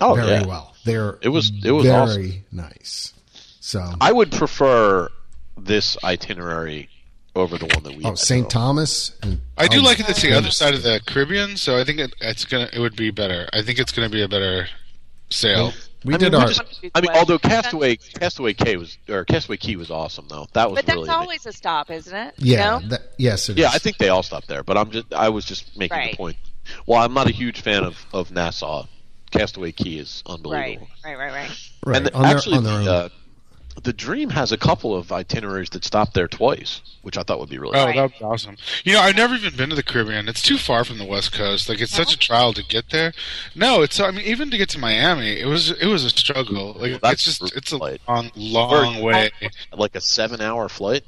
Speaker 3: Oh
Speaker 2: very
Speaker 3: yeah,
Speaker 2: well. They're
Speaker 3: It was- it was
Speaker 2: very
Speaker 3: awesome.
Speaker 2: nice. So,
Speaker 3: I would prefer this itinerary over the one that we.
Speaker 2: oh,
Speaker 3: had,
Speaker 2: St.
Speaker 3: though.
Speaker 2: Thomas. And,
Speaker 5: I do
Speaker 2: oh,
Speaker 5: like it. It's the other side of the Caribbean, so I think it, it's gonna. It would be better. I think it's gonna be a better sale.
Speaker 2: We
Speaker 3: I
Speaker 2: did
Speaker 3: mean, we
Speaker 2: our.
Speaker 3: just- I mean, although Castaway Castaway K was or Castaway Key was awesome though. That was
Speaker 6: But that's
Speaker 3: really. amazing.
Speaker 6: always a stop, isn't it?
Speaker 2: yeah.
Speaker 6: No?
Speaker 2: that- yes. it
Speaker 3: yeah,
Speaker 2: is.
Speaker 3: I think they all stopped there. But I'm just I was just making the
Speaker 6: Right.
Speaker 3: point. Well, I'm not a huge fan of of Nassau. Castaway Key is
Speaker 6: Right.
Speaker 3: unbelievable.
Speaker 6: Right. Right. Right.
Speaker 2: right.
Speaker 3: And the-
Speaker 2: on their,
Speaker 3: actually,
Speaker 2: on their own.
Speaker 3: the, uh, the Dream has a couple of itineraries that stop there twice, which I thought would be really.
Speaker 5: Oh,
Speaker 3: cool.
Speaker 5: that would be awesome. You know, I've never even been to the Caribbean. It's too far from the West Coast. Like, it's such a trial to get there. No, it's. I mean, even to get to Miami, it was. It was a struggle. Like,
Speaker 3: that's
Speaker 5: it's just. It's a
Speaker 3: right.
Speaker 5: long, long way.
Speaker 3: Like a seven-hour flight.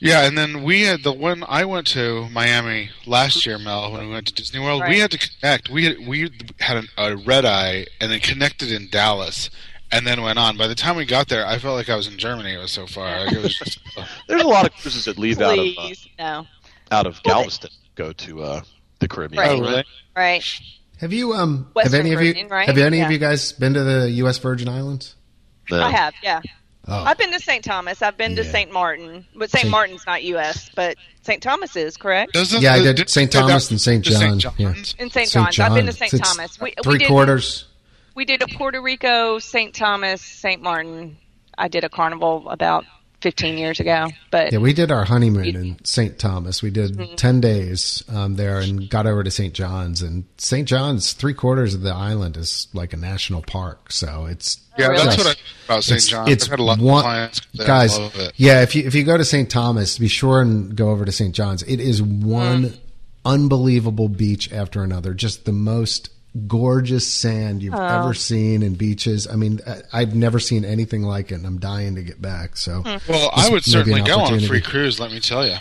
Speaker 5: Yeah, and then we had the when I went to Miami last year, Mel, when we went to Disney World, we
Speaker 6: Right.
Speaker 5: had to connect. We had we had an, a red eye and then connected in Dallas, and then went on. By the time we got there, I felt like I was in Germany. It was so far. Like, it was just,
Speaker 3: There's a lot of cruises that leave out of uh,
Speaker 6: Please. No.
Speaker 3: out of Galveston, go to uh, the Caribbean.
Speaker 6: Right.
Speaker 5: oh, really?
Speaker 6: Right.
Speaker 2: have you um?
Speaker 6: Western
Speaker 2: have any of you?
Speaker 6: Virgin, right?
Speaker 2: Have any of
Speaker 6: Yeah.
Speaker 2: you guys been to the U.S. Virgin Islands?
Speaker 3: No.
Speaker 6: I have. Yeah.
Speaker 2: Oh,
Speaker 4: I've been to St. Thomas. I've been to
Speaker 2: Yeah.
Speaker 4: St. Martin, but St.
Speaker 2: Saint-
Speaker 4: Martin's not U.S., but St. Thomas is correct.
Speaker 5: Doesn't
Speaker 2: Yeah, I
Speaker 5: Uh, the-
Speaker 2: did
Speaker 5: didn't
Speaker 2: St.
Speaker 5: they go
Speaker 2: Thomas
Speaker 5: down
Speaker 2: and St.
Speaker 5: to St.
Speaker 2: John, yeah.
Speaker 5: John's?
Speaker 4: In St. John's. I've been to St.
Speaker 2: It's
Speaker 4: Thomas. We,
Speaker 2: three
Speaker 4: we did
Speaker 2: quarters.
Speaker 4: we did a Puerto Rico, St. Thomas, St. Martin. I did a carnival about 15 years ago, but
Speaker 2: Yeah, we did our honeymoon in St. Thomas. We did
Speaker 5: Mm-hmm.
Speaker 2: 10 days um, there and got over to St. John's. And St. John's, three quarters of the island is like a national park. So it's.
Speaker 5: Yeah, that's
Speaker 2: just-
Speaker 5: what I about St.
Speaker 2: it's-
Speaker 5: John's.
Speaker 2: It's
Speaker 5: I've had a lot
Speaker 2: one-
Speaker 5: of clients that
Speaker 2: Guys,
Speaker 5: love it.
Speaker 2: yeah, if you, if you go to St. Thomas, be sure and go over to St. John's. It is one
Speaker 5: Mm.
Speaker 2: unbelievable beach after another. Just the most gorgeous sand you've
Speaker 5: Oh.
Speaker 2: ever seen in beaches. I mean, I, I've never seen anything like it, and I'm dying to get back. So
Speaker 5: Well,
Speaker 2: This
Speaker 5: I would
Speaker 2: may be
Speaker 5: certainly
Speaker 2: an
Speaker 5: go on a
Speaker 2: opportunity.
Speaker 5: free cruise. Let me tell you,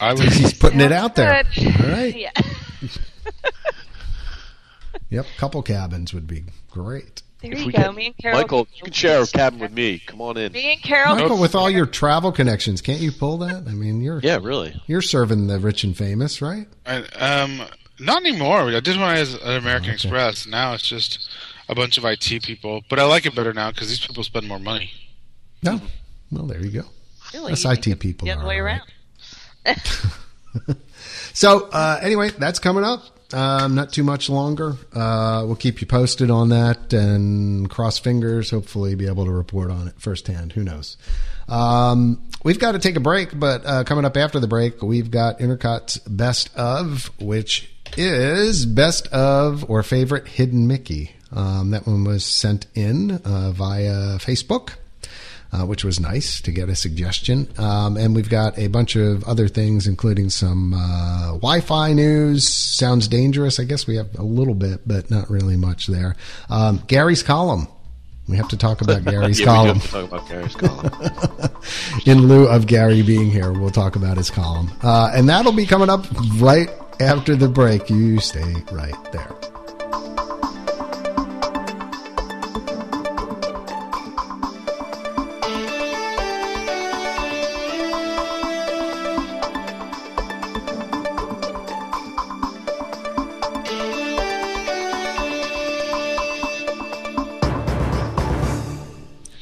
Speaker 5: I would.
Speaker 2: he's putting it out there.
Speaker 4: Good.
Speaker 2: All right.
Speaker 4: Yeah.
Speaker 2: Yep, couple cabins would be great.
Speaker 6: There
Speaker 3: If
Speaker 6: you
Speaker 3: we
Speaker 6: go.
Speaker 3: can-
Speaker 6: Me and Carol.
Speaker 3: Michael, you can share a cabin with me. Come on in.
Speaker 6: Me and Carol.
Speaker 2: Michael, with all your travel connections, can't you pull that? I mean, you're
Speaker 3: Yeah, really.
Speaker 2: you're serving the rich and famous, right?
Speaker 5: I, um, not anymore. I did when I was at American Express. Now it's just a bunch of IT people. But I like it better now because these people spend more money.
Speaker 2: No. Well, there you go.
Speaker 6: Really,
Speaker 2: Us
Speaker 6: you
Speaker 2: IT
Speaker 6: think it's
Speaker 2: people
Speaker 6: The other
Speaker 2: are
Speaker 6: way
Speaker 2: all right.
Speaker 6: around.
Speaker 2: So, uh, anyway, that's coming up. Um, not too much longer. Uh, we'll keep you posted on that and cross fingers, hopefully, be able to report on it firsthand. Who knows? Um, we've got to take a break, but uh, coming up after the break, we've got Intercot's Best of, which is Best of or Favorite Hidden Mickey. Um, that one was sent in uh, via Facebook. Uh, which was nice to get a suggestion. Um, and we've got a bunch of other things, including some uh, Wi Fi news. Sounds dangerous. I guess we have a little bit, but not really much there. Um, Gary's column. We have to talk about Gary's
Speaker 3: yeah, we
Speaker 2: column
Speaker 3: do have to talk about Gary's column.
Speaker 2: in lieu of Gary being here. We'll talk about his column. Uh, and that'll be coming up right after the break. You stay right there.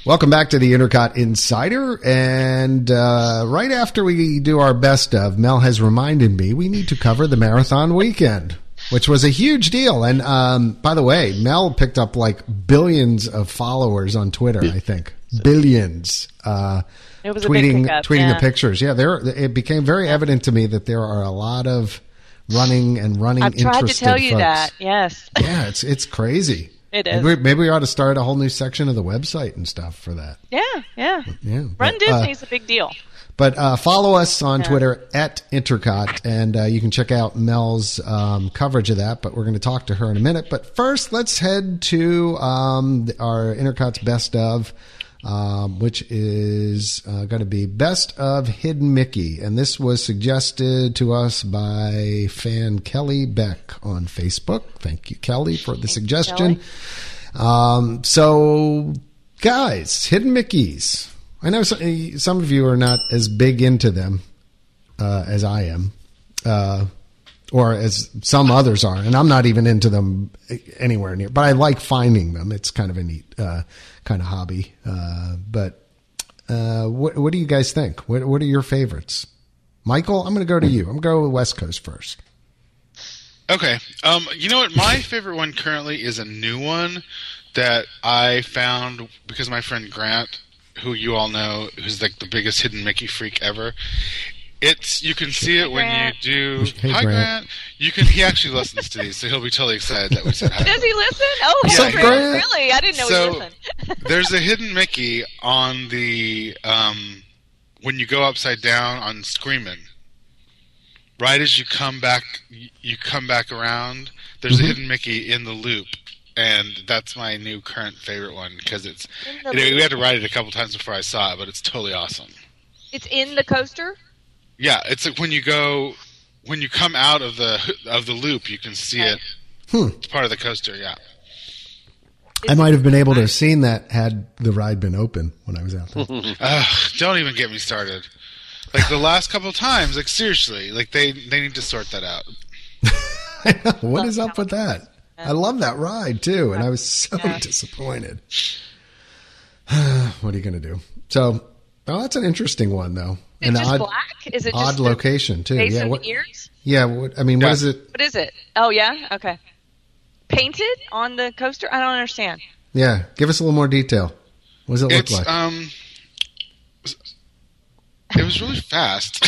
Speaker 2: Welcome back to the Intercot Insider. And uh, right after we do our best of, Mel has reminded me we need to cover the marathon weekend, which was a huge deal. And um, by the way, Mel picked up like billions of followers on Twitter, I think. Billions. Uh,
Speaker 4: It was a big
Speaker 2: tweeting
Speaker 4: pickup,
Speaker 2: tweeting
Speaker 4: yeah.
Speaker 2: the pictures. Yeah, there it became very evident to me that there are a lot of running and running
Speaker 4: I've tried to
Speaker 2: interested
Speaker 4: tell you
Speaker 2: folks.
Speaker 4: that. Yes.
Speaker 2: Yeah, it's it's crazy.
Speaker 4: It
Speaker 2: Maybe
Speaker 4: is.
Speaker 2: we, maybe we ought to start a whole new section of the website and stuff for that.
Speaker 4: Yeah. Yeah.
Speaker 2: Yeah.
Speaker 4: Run
Speaker 2: but, uh,
Speaker 4: Disney's a big deal.
Speaker 2: but uh, follow us on Twitter at Intercot, and uh, you can check out Mel's um, coverage of that. But we're going to talk to her in a minute. But first, let's head to um, th- our Intercot's best of, um, which is uh, going to be best of Hidden Mickey, and this was suggested to us by fan Kelly Beck on Facebook. Thank you, Kelly, for the suggestion. Um, so, guys, Hidden Mickeys. I know some, some of you are not as big into them uh, as I am, uh, or as some others are, and I'm not even into them anywhere near. But I like finding them. It's kind of a neat uh, kind of hobby. Uh, but uh, what, what do you guys think? What, what are your favorites? Michael, I'm going to go to you. I'm going to go with West Coast first.
Speaker 5: Okay. Um, you know what? My favorite one currently is a new one that I found because my friend Grant, who you all know, who's like the biggest hidden Mickey freak ever. It's you can see it when you
Speaker 4: Grant.
Speaker 5: do.
Speaker 2: Hey, Grant.
Speaker 5: hi, Grant. You can. He actually listens to these, so he'll be totally excited that we said hi.
Speaker 4: Does he listen? Oh,
Speaker 5: Yeah,
Speaker 4: heck,
Speaker 5: he
Speaker 2: does.
Speaker 4: really? I didn't know
Speaker 5: So-
Speaker 4: he listened.
Speaker 5: There's a hidden Mickey on the um, when you go upside down on Screamin'. Right as you come back, you come back around. There's a hidden Mickey in the loop, and that's my new current favorite one because it's.
Speaker 4: the
Speaker 5: you know, we had to ride it a couple times before I saw it, but it's totally awesome.
Speaker 4: it's in the coaster.
Speaker 5: Yeah, it's like when you go when you come out of the of the loop, you can see it.
Speaker 2: Hmm.
Speaker 5: It's part of the coaster. Yeah.
Speaker 2: I might have been able to have seen that had the ride been open when I was out there.
Speaker 5: Ugh, don't even get me started. Like the last couple times, like seriously, like they they need to sort that out.
Speaker 2: what is up with that? I love that ride too, and I was so disappointed. what are you going to do? So, oh, that's an interesting one though.
Speaker 4: Is it
Speaker 2: an
Speaker 4: just
Speaker 2: odd,
Speaker 4: black? Is it
Speaker 2: odd
Speaker 4: just the
Speaker 2: location too.
Speaker 4: Face
Speaker 2: Yeah.
Speaker 4: and
Speaker 2: What,
Speaker 4: ears?
Speaker 2: yeah. What, I mean, what
Speaker 5: Yeah.
Speaker 2: is it?
Speaker 4: What is it? Oh yeah. Okay. Painted on the coaster? I don't understand.
Speaker 2: Yeah. Give us a little more detail. What does it look
Speaker 5: It's
Speaker 2: like?
Speaker 5: um, it was really fast.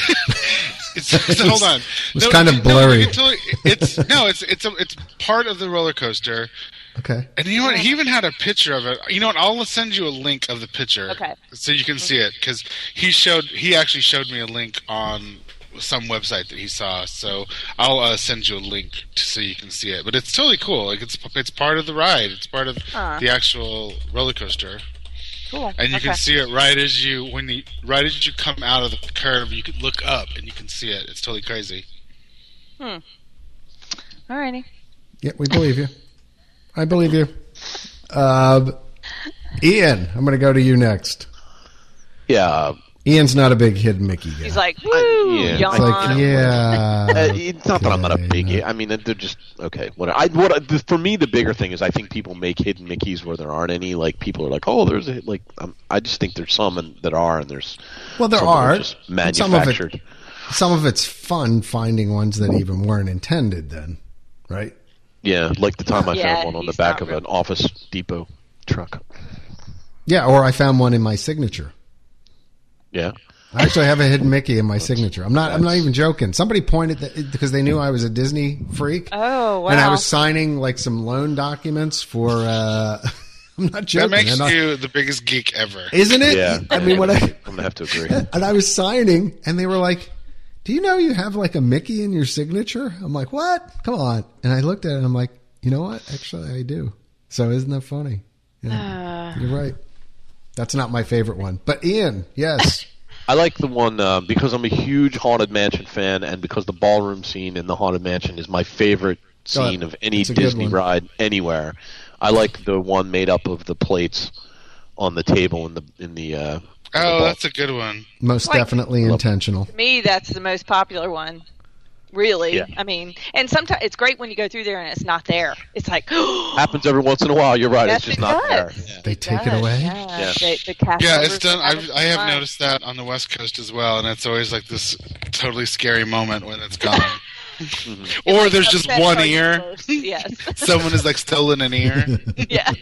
Speaker 5: it's, it's- hold on,
Speaker 2: It was kind of blurry.
Speaker 5: No, totally- it's no, it's it's a, it's part of the roller coaster,
Speaker 2: okay.
Speaker 5: and you know what? He even had a picture of it. You know what? I'll send you a link of the picture,
Speaker 4: Okay.
Speaker 5: so you can see it because he showed he actually showed me a link on some website that he saw. So I'll uh, send you a link to, so you can see it. But it's totally cool. Like it's it's part of the ride. It's part of
Speaker 4: Aw.
Speaker 5: the actual roller coaster
Speaker 4: Cool.
Speaker 5: and you
Speaker 4: okay.
Speaker 5: can see it right as you when you right as you come out of the curve you can look up and you can see it it's totally crazy
Speaker 4: Alrighty.
Speaker 2: Yeah, we believe you. I believe you. Um, Ian, I'm going to go to you next.
Speaker 3: yeah,
Speaker 2: Ian's not a big hidden Mickey guy.
Speaker 4: He's like, woo,
Speaker 3: yeah.
Speaker 2: It's like,
Speaker 4: yawn.
Speaker 3: Uh,
Speaker 2: yeah.
Speaker 3: it's not that I'm not a
Speaker 2: Okay,
Speaker 3: big.
Speaker 2: no.
Speaker 3: I mean, uh, they're just okay. What I what I, the, for me the bigger thing is I think people make hidden Mickey's where there aren't any. Like people are like, oh, there's a, like um, I just think there's some and, that are and there's
Speaker 2: Well, there
Speaker 3: some that
Speaker 2: are.
Speaker 3: just
Speaker 2: And some of it-
Speaker 3: manufactured.
Speaker 2: some of it's fun finding ones that even weren't intended then right
Speaker 3: Yeah, like the time I
Speaker 4: Yeah,
Speaker 3: found one on the
Speaker 4: he's
Speaker 3: back
Speaker 4: not
Speaker 3: of
Speaker 4: real-
Speaker 3: an Office Depot truck.
Speaker 2: yeah or i found one in my signature
Speaker 3: Yeah,
Speaker 2: I actually have a hidden Mickey in my signature. I'm not. I'm not even joking. Somebody pointed that because they knew I was a Disney freak.
Speaker 4: Oh,
Speaker 2: And I
Speaker 4: wow.
Speaker 2: was signing like some loan documents for. uh I'm not
Speaker 5: That
Speaker 2: joking.
Speaker 5: makes
Speaker 2: And I-
Speaker 5: you the biggest geek ever.
Speaker 2: isn't it?
Speaker 3: Yeah.
Speaker 2: I mean, when I
Speaker 3: I'm gonna have to agree.
Speaker 2: and I was signing, and they were like, "Do you know you have like a Mickey in your signature?" I'm like, "What? Come on!" And I looked at it, and I'm like, "You know what? Actually, I do." So isn't that funny? Yeah, you're right. That's not my favorite one, but Ian, yes,
Speaker 3: I like the one uh, because I'm a huge Haunted Mansion fan, and because the ballroom scene in the Haunted Mansion is my favorite
Speaker 2: Go ahead.
Speaker 3: scene of any
Speaker 2: It's a good
Speaker 3: Disney
Speaker 2: one.
Speaker 3: ride anywhere. I like the one made up of the plates on the table in the in the. Uh, in the
Speaker 5: Oh,
Speaker 3: ball-
Speaker 5: that's a good one.
Speaker 2: most
Speaker 4: Like-
Speaker 2: definitely intentional.
Speaker 4: me that's the most popular one really
Speaker 3: Yeah.
Speaker 4: i mean and sometimes it's great when you go through there and it's not there it's like
Speaker 3: happens every once in a while. You're right.
Speaker 4: Yes,
Speaker 3: it's just
Speaker 4: it
Speaker 3: not
Speaker 4: does.
Speaker 3: there.
Speaker 2: They take it away.
Speaker 4: yeah,
Speaker 3: Yeah.
Speaker 4: The, the cast
Speaker 5: Yeah,
Speaker 4: members
Speaker 5: it's done.
Speaker 4: are having
Speaker 5: I've, I have
Speaker 4: fun.
Speaker 5: noticed that on the West Coast as well, and it's always like this totally scary moment when it's gone. or there's just
Speaker 4: Upset
Speaker 5: one
Speaker 4: our
Speaker 5: ear.
Speaker 4: universe, yes
Speaker 5: Someone has like stolen an ear.
Speaker 4: yeah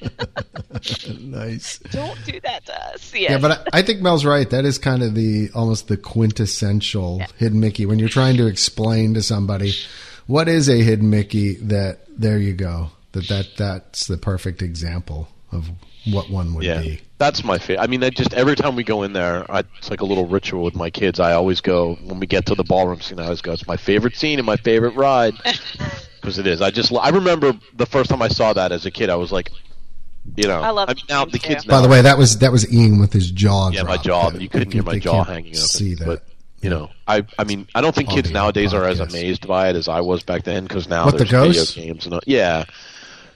Speaker 2: nice.
Speaker 4: don't do that to us yes.
Speaker 2: Yeah, but I, I think Mel's right. That is kind of the almost the quintessential hidden Mickey when you're trying to explain to somebody what is a hidden Mickey. That there you go. That that that's the perfect example of what one would
Speaker 3: Yeah,
Speaker 2: be.
Speaker 3: that's my favorite. I mean, I just every time we go in there, I, it's like a little ritual with my kids. I always go when we get to the ballroom scene. I always go. It's my favorite scene and my favorite ride because it is. I just I remember the first time I saw that as a kid. I was like, you know,
Speaker 4: I love
Speaker 3: I mean, now
Speaker 4: that
Speaker 3: the
Speaker 4: scene,
Speaker 3: kids.
Speaker 4: too.
Speaker 2: By the way, that was that was Ian with his jaw.
Speaker 3: yeah, my
Speaker 2: dropped.
Speaker 3: jaw.
Speaker 2: They-
Speaker 3: You couldn't
Speaker 2: they
Speaker 3: hear
Speaker 2: can-
Speaker 3: my
Speaker 2: they
Speaker 3: jaw
Speaker 2: can't
Speaker 3: hanging up.
Speaker 2: See that?
Speaker 3: But, you know, I I mean, I don't think kids
Speaker 2: Audio
Speaker 3: nowadays are as
Speaker 2: podcast.
Speaker 3: amazed by it as I was back then because now
Speaker 2: What, the
Speaker 3: there's video
Speaker 2: ghosts?
Speaker 3: games and all- yeah.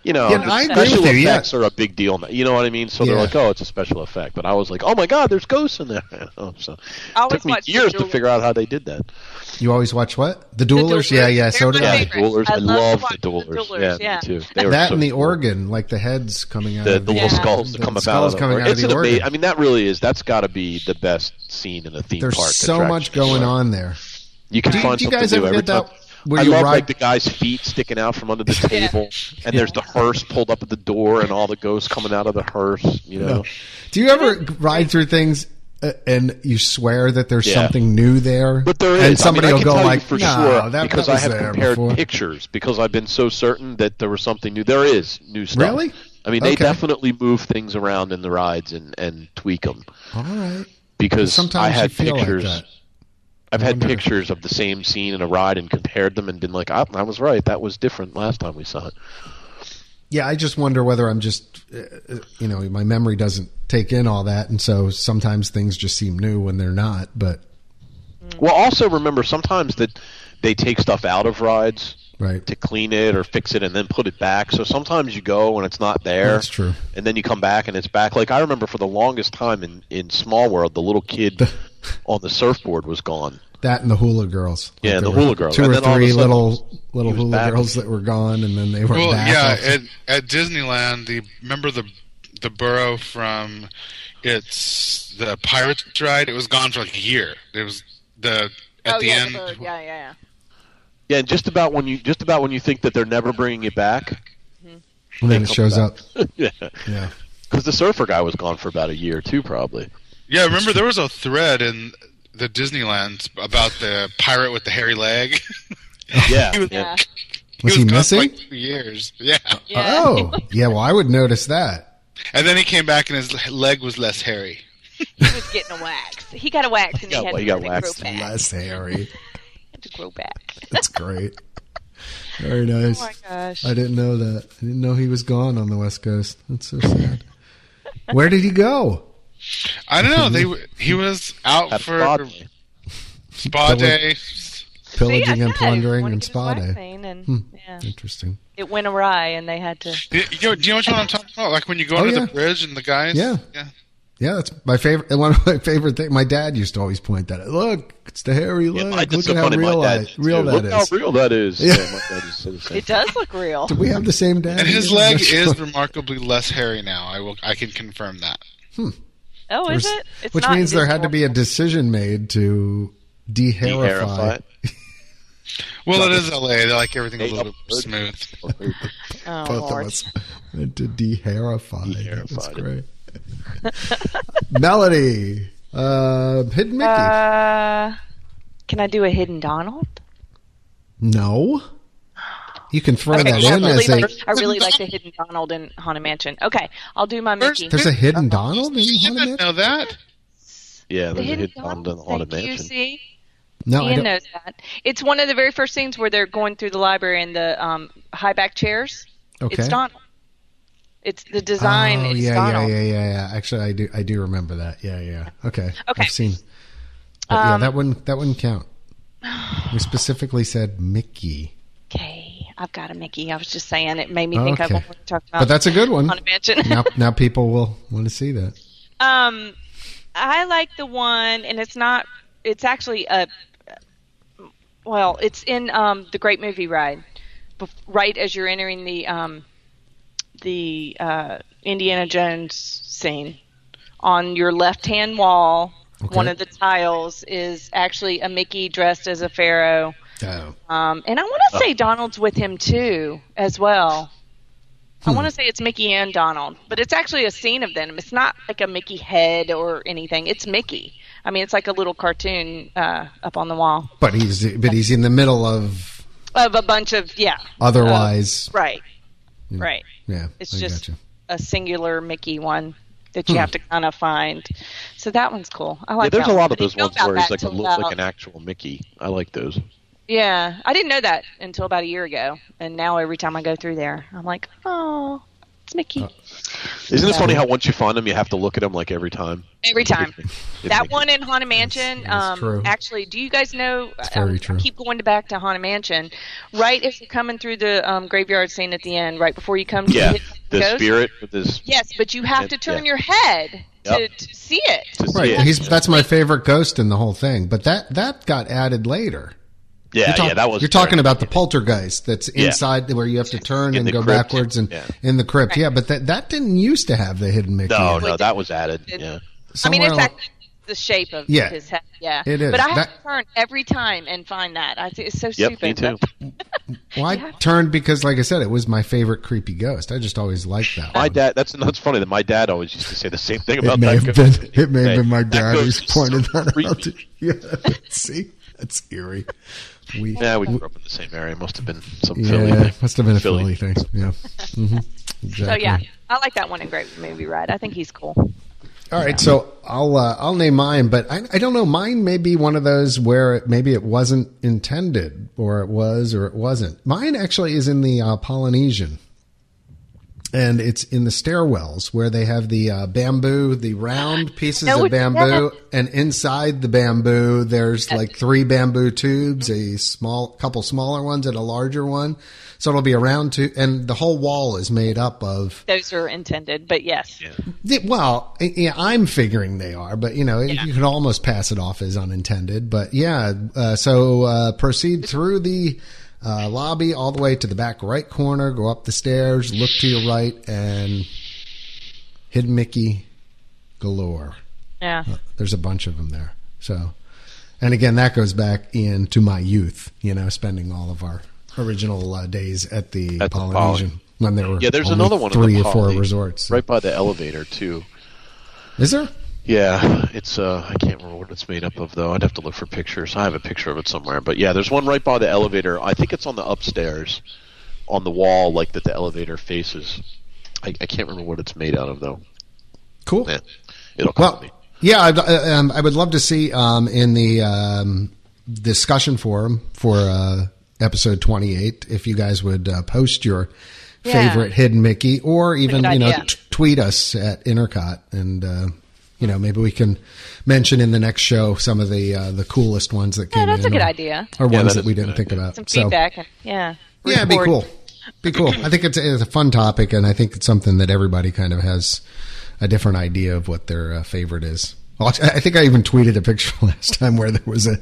Speaker 3: You know,
Speaker 2: Yeah,
Speaker 3: the
Speaker 2: I agree
Speaker 3: special
Speaker 2: with you, yeah.
Speaker 3: effects are a big deal. Now. You know what I mean? So
Speaker 2: Yeah.
Speaker 3: they're like, "Oh, it's a special effect," but I was like, "Oh my God, there's ghosts in there!" You know, so
Speaker 4: I
Speaker 3: it
Speaker 4: always
Speaker 3: took me
Speaker 4: watch The
Speaker 3: years to
Speaker 4: Duelers.
Speaker 3: figure out how they did that.
Speaker 2: you always watch what the duelers?
Speaker 4: Duelers.
Speaker 2: Yeah, yeah. So
Speaker 4: They're
Speaker 2: did
Speaker 4: my
Speaker 2: I.
Speaker 3: Yeah, the
Speaker 4: favorite.
Speaker 3: duelers.
Speaker 4: I
Speaker 3: I,
Speaker 4: love
Speaker 3: love
Speaker 4: watching The
Speaker 3: the duelers.
Speaker 4: Duelers,
Speaker 3: yeah,
Speaker 4: yeah.
Speaker 3: me too. They were
Speaker 2: that
Speaker 3: so
Speaker 2: and the
Speaker 3: cool.
Speaker 2: organ, like the heads coming out.
Speaker 3: the,
Speaker 2: of
Speaker 3: the little
Speaker 4: Yeah.
Speaker 3: skulls that
Speaker 2: the
Speaker 3: come
Speaker 2: skulls
Speaker 3: out.
Speaker 2: coming
Speaker 3: of
Speaker 2: out of
Speaker 3: it's
Speaker 2: the
Speaker 3: an ama-
Speaker 2: organ.
Speaker 3: I mean, that really is. That's got to be the best scene in a theme
Speaker 2: There's
Speaker 3: park.
Speaker 2: so
Speaker 3: attraction.
Speaker 2: much going on there.
Speaker 3: You can
Speaker 2: Do you-
Speaker 3: find
Speaker 2: do you
Speaker 3: something
Speaker 2: guys
Speaker 3: new
Speaker 2: ever
Speaker 3: every
Speaker 2: get that
Speaker 3: time.
Speaker 2: where
Speaker 3: I
Speaker 2: you
Speaker 3: love
Speaker 2: ride-
Speaker 3: like the guy's feet sticking out from under the table, and there's the hearse pulled up at the door, and all the ghosts coming out of the hearse. You know,
Speaker 2: Do you ever ride through things uh, and you swear that there's
Speaker 3: Yeah.
Speaker 2: something new there?
Speaker 3: but there is.
Speaker 2: and somebody
Speaker 3: I mean, I
Speaker 2: will
Speaker 3: can
Speaker 2: go
Speaker 3: tell you
Speaker 2: like,
Speaker 3: for
Speaker 2: "No,
Speaker 3: sure
Speaker 2: that,
Speaker 3: because
Speaker 2: that
Speaker 3: I
Speaker 2: was
Speaker 3: have
Speaker 2: there
Speaker 3: compared
Speaker 2: before."
Speaker 3: pictures because I've been so certain that there was something new. There is new stuff.
Speaker 2: Really?
Speaker 3: I mean, they
Speaker 2: Okay.
Speaker 3: definitely move things around in the rides and and tweak them
Speaker 2: All right,
Speaker 3: because
Speaker 2: sometimes
Speaker 3: I had
Speaker 2: you feel
Speaker 3: pictures.
Speaker 2: like that.
Speaker 3: I've had
Speaker 2: wonder.
Speaker 3: pictures of the same scene in a ride and compared them and been like, I, I was right. That was different last time we saw it.
Speaker 2: Yeah, I just wonder whether I'm just, uh, uh, you know, my memory doesn't take in all that, and so sometimes things just seem new when they're not. But
Speaker 3: Well, also remember sometimes that they take stuff out of rides
Speaker 2: right,
Speaker 3: to clean it or fix it and then put it back. So sometimes you go and it's not there.
Speaker 2: That's true.
Speaker 3: And then you come back and it's back. Like I remember for the longest time in, in Small World, the little kid on the surfboard was gone.
Speaker 2: that and the hula girls. Like,
Speaker 3: Yeah,
Speaker 2: there
Speaker 3: the
Speaker 2: were
Speaker 3: hula girl.
Speaker 2: Two
Speaker 3: And
Speaker 2: or
Speaker 3: then all of a
Speaker 2: three
Speaker 3: sudden,
Speaker 2: little little
Speaker 3: was
Speaker 2: hula
Speaker 3: back.
Speaker 2: girls that were gone, and then they were
Speaker 5: Well,
Speaker 2: back.
Speaker 5: yeah,
Speaker 2: Also-
Speaker 5: at, at Disneyland, the remember the the burrow from it's the Pirates ride. It was gone for like a year. It was the at
Speaker 4: oh,
Speaker 5: the
Speaker 4: yeah,
Speaker 5: end.
Speaker 4: the bird. yeah yeah yeah
Speaker 3: Yeah, and just about when you just about when you think that they're never bringing it back.
Speaker 2: and then it
Speaker 3: comes
Speaker 2: shows
Speaker 3: back.
Speaker 2: up.
Speaker 3: yeah,
Speaker 2: Yeah,
Speaker 3: because the surfer guy was gone for about a year too, probably.
Speaker 5: Yeah, remember there was a thread in the Disneyland about the pirate with the hairy leg.
Speaker 3: Yeah,
Speaker 5: He was-
Speaker 3: yeah.
Speaker 2: was he
Speaker 5: gone for,
Speaker 2: missing?
Speaker 5: like two years. Yeah,
Speaker 4: Yeah.
Speaker 2: Oh, yeah. Well, I would notice that.
Speaker 5: and then he came back and his leg was less hairy.
Speaker 4: he was getting a wax he got a wax and he,
Speaker 3: Yeah,
Speaker 4: had
Speaker 3: well, he
Speaker 4: to
Speaker 3: got
Speaker 4: let it
Speaker 3: waxed
Speaker 4: grow back.
Speaker 2: Less hairy.
Speaker 4: Had to grow back
Speaker 2: That's great. Very nice.
Speaker 4: oh my gosh
Speaker 2: I didn't know that. I didn't know he was gone on the West Coast. That's so sad. Where did he go?
Speaker 5: I don't know. They w- he was out
Speaker 3: Had a
Speaker 5: for
Speaker 3: spa day.
Speaker 5: spa day.
Speaker 2: Pillaging
Speaker 4: See, I
Speaker 2: and
Speaker 4: said,
Speaker 2: plundering
Speaker 4: wanna
Speaker 2: and Hmm.
Speaker 4: get his
Speaker 2: spa
Speaker 4: wax
Speaker 2: day.
Speaker 4: clean, and yeah,
Speaker 2: Interesting.
Speaker 4: it went awry, and they had to.
Speaker 5: You know, do you know which one I'm talking about? Like when you go
Speaker 2: Oh,
Speaker 5: under
Speaker 2: yeah.
Speaker 5: the bridge and the guys.
Speaker 2: Yeah.
Speaker 5: yeah.
Speaker 2: Yeah, that's my favorite. One of my favorite things. My dad used to always point that. out. Look, it's the hairy
Speaker 3: Yeah,
Speaker 2: leg.
Speaker 3: I did
Speaker 2: Look
Speaker 3: so
Speaker 2: at how
Speaker 3: funny.
Speaker 2: real,
Speaker 3: my dad,
Speaker 2: I, real
Speaker 3: too.
Speaker 2: that
Speaker 3: Look
Speaker 2: is.
Speaker 3: how real that is.
Speaker 2: Yeah.
Speaker 3: Yeah, my dad used to say the same
Speaker 4: It does look real.
Speaker 2: Do we have the same dad?
Speaker 5: And his
Speaker 2: I'm
Speaker 5: leg
Speaker 2: not sure.
Speaker 5: is remarkably less hairy now. I will. I can confirm that.
Speaker 4: Oh, is
Speaker 2: There's-
Speaker 4: it? It's
Speaker 2: Which
Speaker 4: not
Speaker 2: means there had to be a
Speaker 4: invisible.
Speaker 2: decision made to dehairify.
Speaker 3: Terrified.
Speaker 5: Well, it is LA. They like everything a
Speaker 3: Hey,
Speaker 5: little
Speaker 3: up
Speaker 5: bit
Speaker 3: bird.
Speaker 5: smooth.
Speaker 4: Oh,
Speaker 2: both
Speaker 4: Lord.
Speaker 2: of us went to dehairify. That's
Speaker 3: Dehairify.
Speaker 2: great. Melody, Uh, Hidden Mickey.
Speaker 4: Uh, can I do a hidden Donald?
Speaker 2: no. You can throw
Speaker 4: Okay,
Speaker 2: that
Speaker 4: I
Speaker 2: in
Speaker 4: really,
Speaker 2: as a.
Speaker 4: like, I really like the hidden Donald in Haunted Mansion. Okay, I'll do my
Speaker 5: First-
Speaker 4: Mickey.
Speaker 2: There's a hidden Donald in
Speaker 5: You
Speaker 2: Haunted
Speaker 5: didn't
Speaker 2: Mansion?
Speaker 5: know that.
Speaker 3: Yeah,
Speaker 4: the
Speaker 3: there's a
Speaker 4: hidden
Speaker 3: hidden Donald in the
Speaker 4: Donald,
Speaker 3: haunted
Speaker 4: thank you,
Speaker 3: mansion.
Speaker 4: see?
Speaker 2: No, I
Speaker 4: Ian
Speaker 2: don't.
Speaker 4: knows that. It's one of the very first scenes where they're going through the library and the um, high back chairs.
Speaker 2: Okay.
Speaker 4: It's Donald. It's the design
Speaker 2: Oh,
Speaker 4: is
Speaker 2: yeah,
Speaker 4: Donald.
Speaker 2: yeah, yeah, yeah, yeah. Actually, I do, I do remember that. Yeah, yeah. Okay.
Speaker 4: Okay.
Speaker 2: I've seen. But yeah,
Speaker 4: Um,
Speaker 2: that wouldn't that wouldn't count. We specifically said Mickey.
Speaker 4: Okay, I've got a Mickey. I was just saying it made me think
Speaker 2: Okay.
Speaker 4: of what we were talking about.
Speaker 2: But that's a good one.
Speaker 4: Haunted Mansion.
Speaker 2: now, now people will want to see that.
Speaker 4: Um, I like the one, and it's not. It's actually a. Well, it's in um, the Great Movie Ride, bef- right as you're entering the um, the uh, Indiana Jones scene. On your left hand wall,
Speaker 2: Okay.
Speaker 4: one of the tiles is actually a Mickey dressed as a pharaoh.
Speaker 2: Oh.
Speaker 4: Um, and I want to say Donald's with him too, as well. I want to say it's Mickey and Donald, but it's actually a scene of them. It's not like a Mickey head or anything. It's Mickey. I mean, it's like a little cartoon uh, up on the wall
Speaker 2: But he's but he's in the middle of
Speaker 4: of a bunch of yeah.
Speaker 2: otherwise.
Speaker 3: Oh.
Speaker 4: Right, right.
Speaker 2: Yeah,
Speaker 4: It's
Speaker 2: I
Speaker 4: just
Speaker 2: gotcha.
Speaker 4: a singular Mickey one that you have to kind of find. So that one's cool. I
Speaker 3: Hmm. Yeah,
Speaker 4: like.
Speaker 3: there's
Speaker 4: that
Speaker 3: a
Speaker 4: one.
Speaker 3: lot of
Speaker 4: I didn't
Speaker 3: those
Speaker 4: know
Speaker 3: ones
Speaker 4: about
Speaker 3: where he's
Speaker 4: that
Speaker 3: like a,
Speaker 4: till
Speaker 3: looks
Speaker 4: about-
Speaker 3: like an actual Mickey. I like those.
Speaker 4: Yeah, I didn't know that until about a year ago, and now every time I go through there, I'm like, oh, it's
Speaker 3: Uh,
Speaker 4: Mickey.
Speaker 3: Isn't it
Speaker 4: Yeah.
Speaker 3: funny how once you find them, you have to look at them like every time?
Speaker 4: Every time.
Speaker 3: It's
Speaker 4: That
Speaker 3: like-
Speaker 4: one in Haunted Mansion,
Speaker 2: that's
Speaker 4: um,
Speaker 2: true.
Speaker 4: actually, do you guys know?
Speaker 2: very
Speaker 4: I
Speaker 2: true.
Speaker 4: keep going to back to Haunted Mansion. Right as you're coming through the um, graveyard scene at the end, right before you come to
Speaker 3: Yeah,
Speaker 4: the,
Speaker 3: the
Speaker 4: ghost.
Speaker 3: spirit with this.
Speaker 4: Yes, but you have
Speaker 3: It-
Speaker 4: to turn
Speaker 3: yeah.
Speaker 4: your head to,
Speaker 3: Yep.
Speaker 4: to see it.
Speaker 3: to see
Speaker 2: Right,
Speaker 3: it.
Speaker 2: he's that's my favorite ghost in the whole thing. But that that got added later.
Speaker 3: yeah,
Speaker 2: You're talk-
Speaker 3: yeah, that was.
Speaker 2: You're talking about the poltergeist that's
Speaker 3: Yeah.
Speaker 2: inside where you have to turn
Speaker 3: In
Speaker 2: and
Speaker 3: the
Speaker 2: go
Speaker 3: crypt.
Speaker 2: backwards and
Speaker 3: Yeah.
Speaker 2: in the crypt. Yeah, but that that didn't used to have the hidden Mickey.
Speaker 3: No,
Speaker 2: in it.
Speaker 3: no, that was added. Yeah.
Speaker 4: I mean,
Speaker 2: Somewhere
Speaker 4: it's
Speaker 2: al-
Speaker 4: actually the shape of
Speaker 2: Yeah.
Speaker 4: his head. Yeah,
Speaker 2: It is.
Speaker 4: But I have
Speaker 2: That-
Speaker 4: to turn every time and find that. I, it's so
Speaker 3: Yep,
Speaker 4: stupid.
Speaker 3: me too.
Speaker 4: but-
Speaker 2: Well, I turned because, like I said, it was my favorite creepy ghost. I just always liked that.
Speaker 3: My
Speaker 2: one.
Speaker 3: dad. That's that's funny that my dad always used to say the same thing about
Speaker 2: It may
Speaker 3: that.
Speaker 2: have
Speaker 3: ghost.
Speaker 2: been. It may have been my
Speaker 3: That
Speaker 2: dad
Speaker 3: ghost
Speaker 2: who's
Speaker 3: is so
Speaker 2: pointed that out. To,
Speaker 3: creepy.
Speaker 2: yeah, see, that's eerie. We
Speaker 3: Yeah, we grew up in the same area. Must have been some Philly
Speaker 2: yeah,
Speaker 3: thing.
Speaker 2: it must have been a Philly,
Speaker 3: Philly.
Speaker 2: thing. Yeah. hmm Exactly.
Speaker 4: So yeah, I like that one in Great Movie Ride. I think he's cool.
Speaker 2: All right, so I'll uh, I'll name mine, but I, I don't know. Mine may be one of those where it, maybe it wasn't intended, or it was, or it wasn't. Mine actually is in the uh, Polynesian, and it's in the stairwells where they have the uh, bamboo, the round pieces
Speaker 4: know
Speaker 2: of
Speaker 4: what-
Speaker 2: bamboo, and inside the bamboo there's like three bamboo tubes, a small couple smaller ones, and a larger one. So it'll be a round two, and the whole wall is made up of
Speaker 4: Those are intended, but yes.
Speaker 2: yeah, Well, I- yeah, I'm figuring they are, but you know, you can almost pass it off as unintended. But yeah, uh, so uh, proceed through the uh, lobby all the way to the back right corner, go up the stairs, look to your right, and hidden Mickey galore.
Speaker 4: Yeah.
Speaker 2: There's a bunch of them there. So, and again, that goes back into my youth. You know, spending all of our original uh, days at the
Speaker 3: At the Poly.
Speaker 2: Polynesian when there were
Speaker 3: Yeah, there's
Speaker 2: only
Speaker 3: another one. in
Speaker 2: three
Speaker 3: the
Speaker 2: or four
Speaker 3: Poly,
Speaker 2: resorts.
Speaker 3: right by the elevator too.
Speaker 2: Is there?
Speaker 3: Yeah, it's uh, I can't remember what it's made up of though. I'd have to look for pictures. I have a picture of it somewhere, but yeah, there's one right by the elevator. I think it's on the upstairs, on the wall, like that the elevator faces. I, I can't remember what it's made out of though.
Speaker 2: Cool.
Speaker 3: Eh, it'll come
Speaker 2: Well,
Speaker 3: to me.
Speaker 2: yeah, I'd, uh, um, I would love to see um, in the um, discussion forum for uh, episode 28 if you guys would uh, post your
Speaker 4: Yeah.
Speaker 2: favorite hidden Mickey or even,
Speaker 4: Good
Speaker 2: you know,
Speaker 4: idea.
Speaker 2: t- tweet us at Intercot and, uh, you know, maybe we can mention in the next show some of the uh, the coolest ones that came
Speaker 4: Yeah, that's a
Speaker 2: in
Speaker 4: good
Speaker 2: or,
Speaker 4: idea.
Speaker 2: Or
Speaker 3: Yeah,
Speaker 2: ones that,
Speaker 3: that is
Speaker 2: we
Speaker 3: a good
Speaker 2: didn't think
Speaker 3: idea.
Speaker 2: about.
Speaker 4: Some
Speaker 2: So-
Speaker 4: feedback. And, yeah.
Speaker 2: yeah, it'd be
Speaker 4: Record.
Speaker 2: cool. Be cool. I think it's, it's a fun topic, and I think it's something that everybody kind of has a different idea of what their uh, favorite is. Well, I I think I even tweeted a picture last time where there was a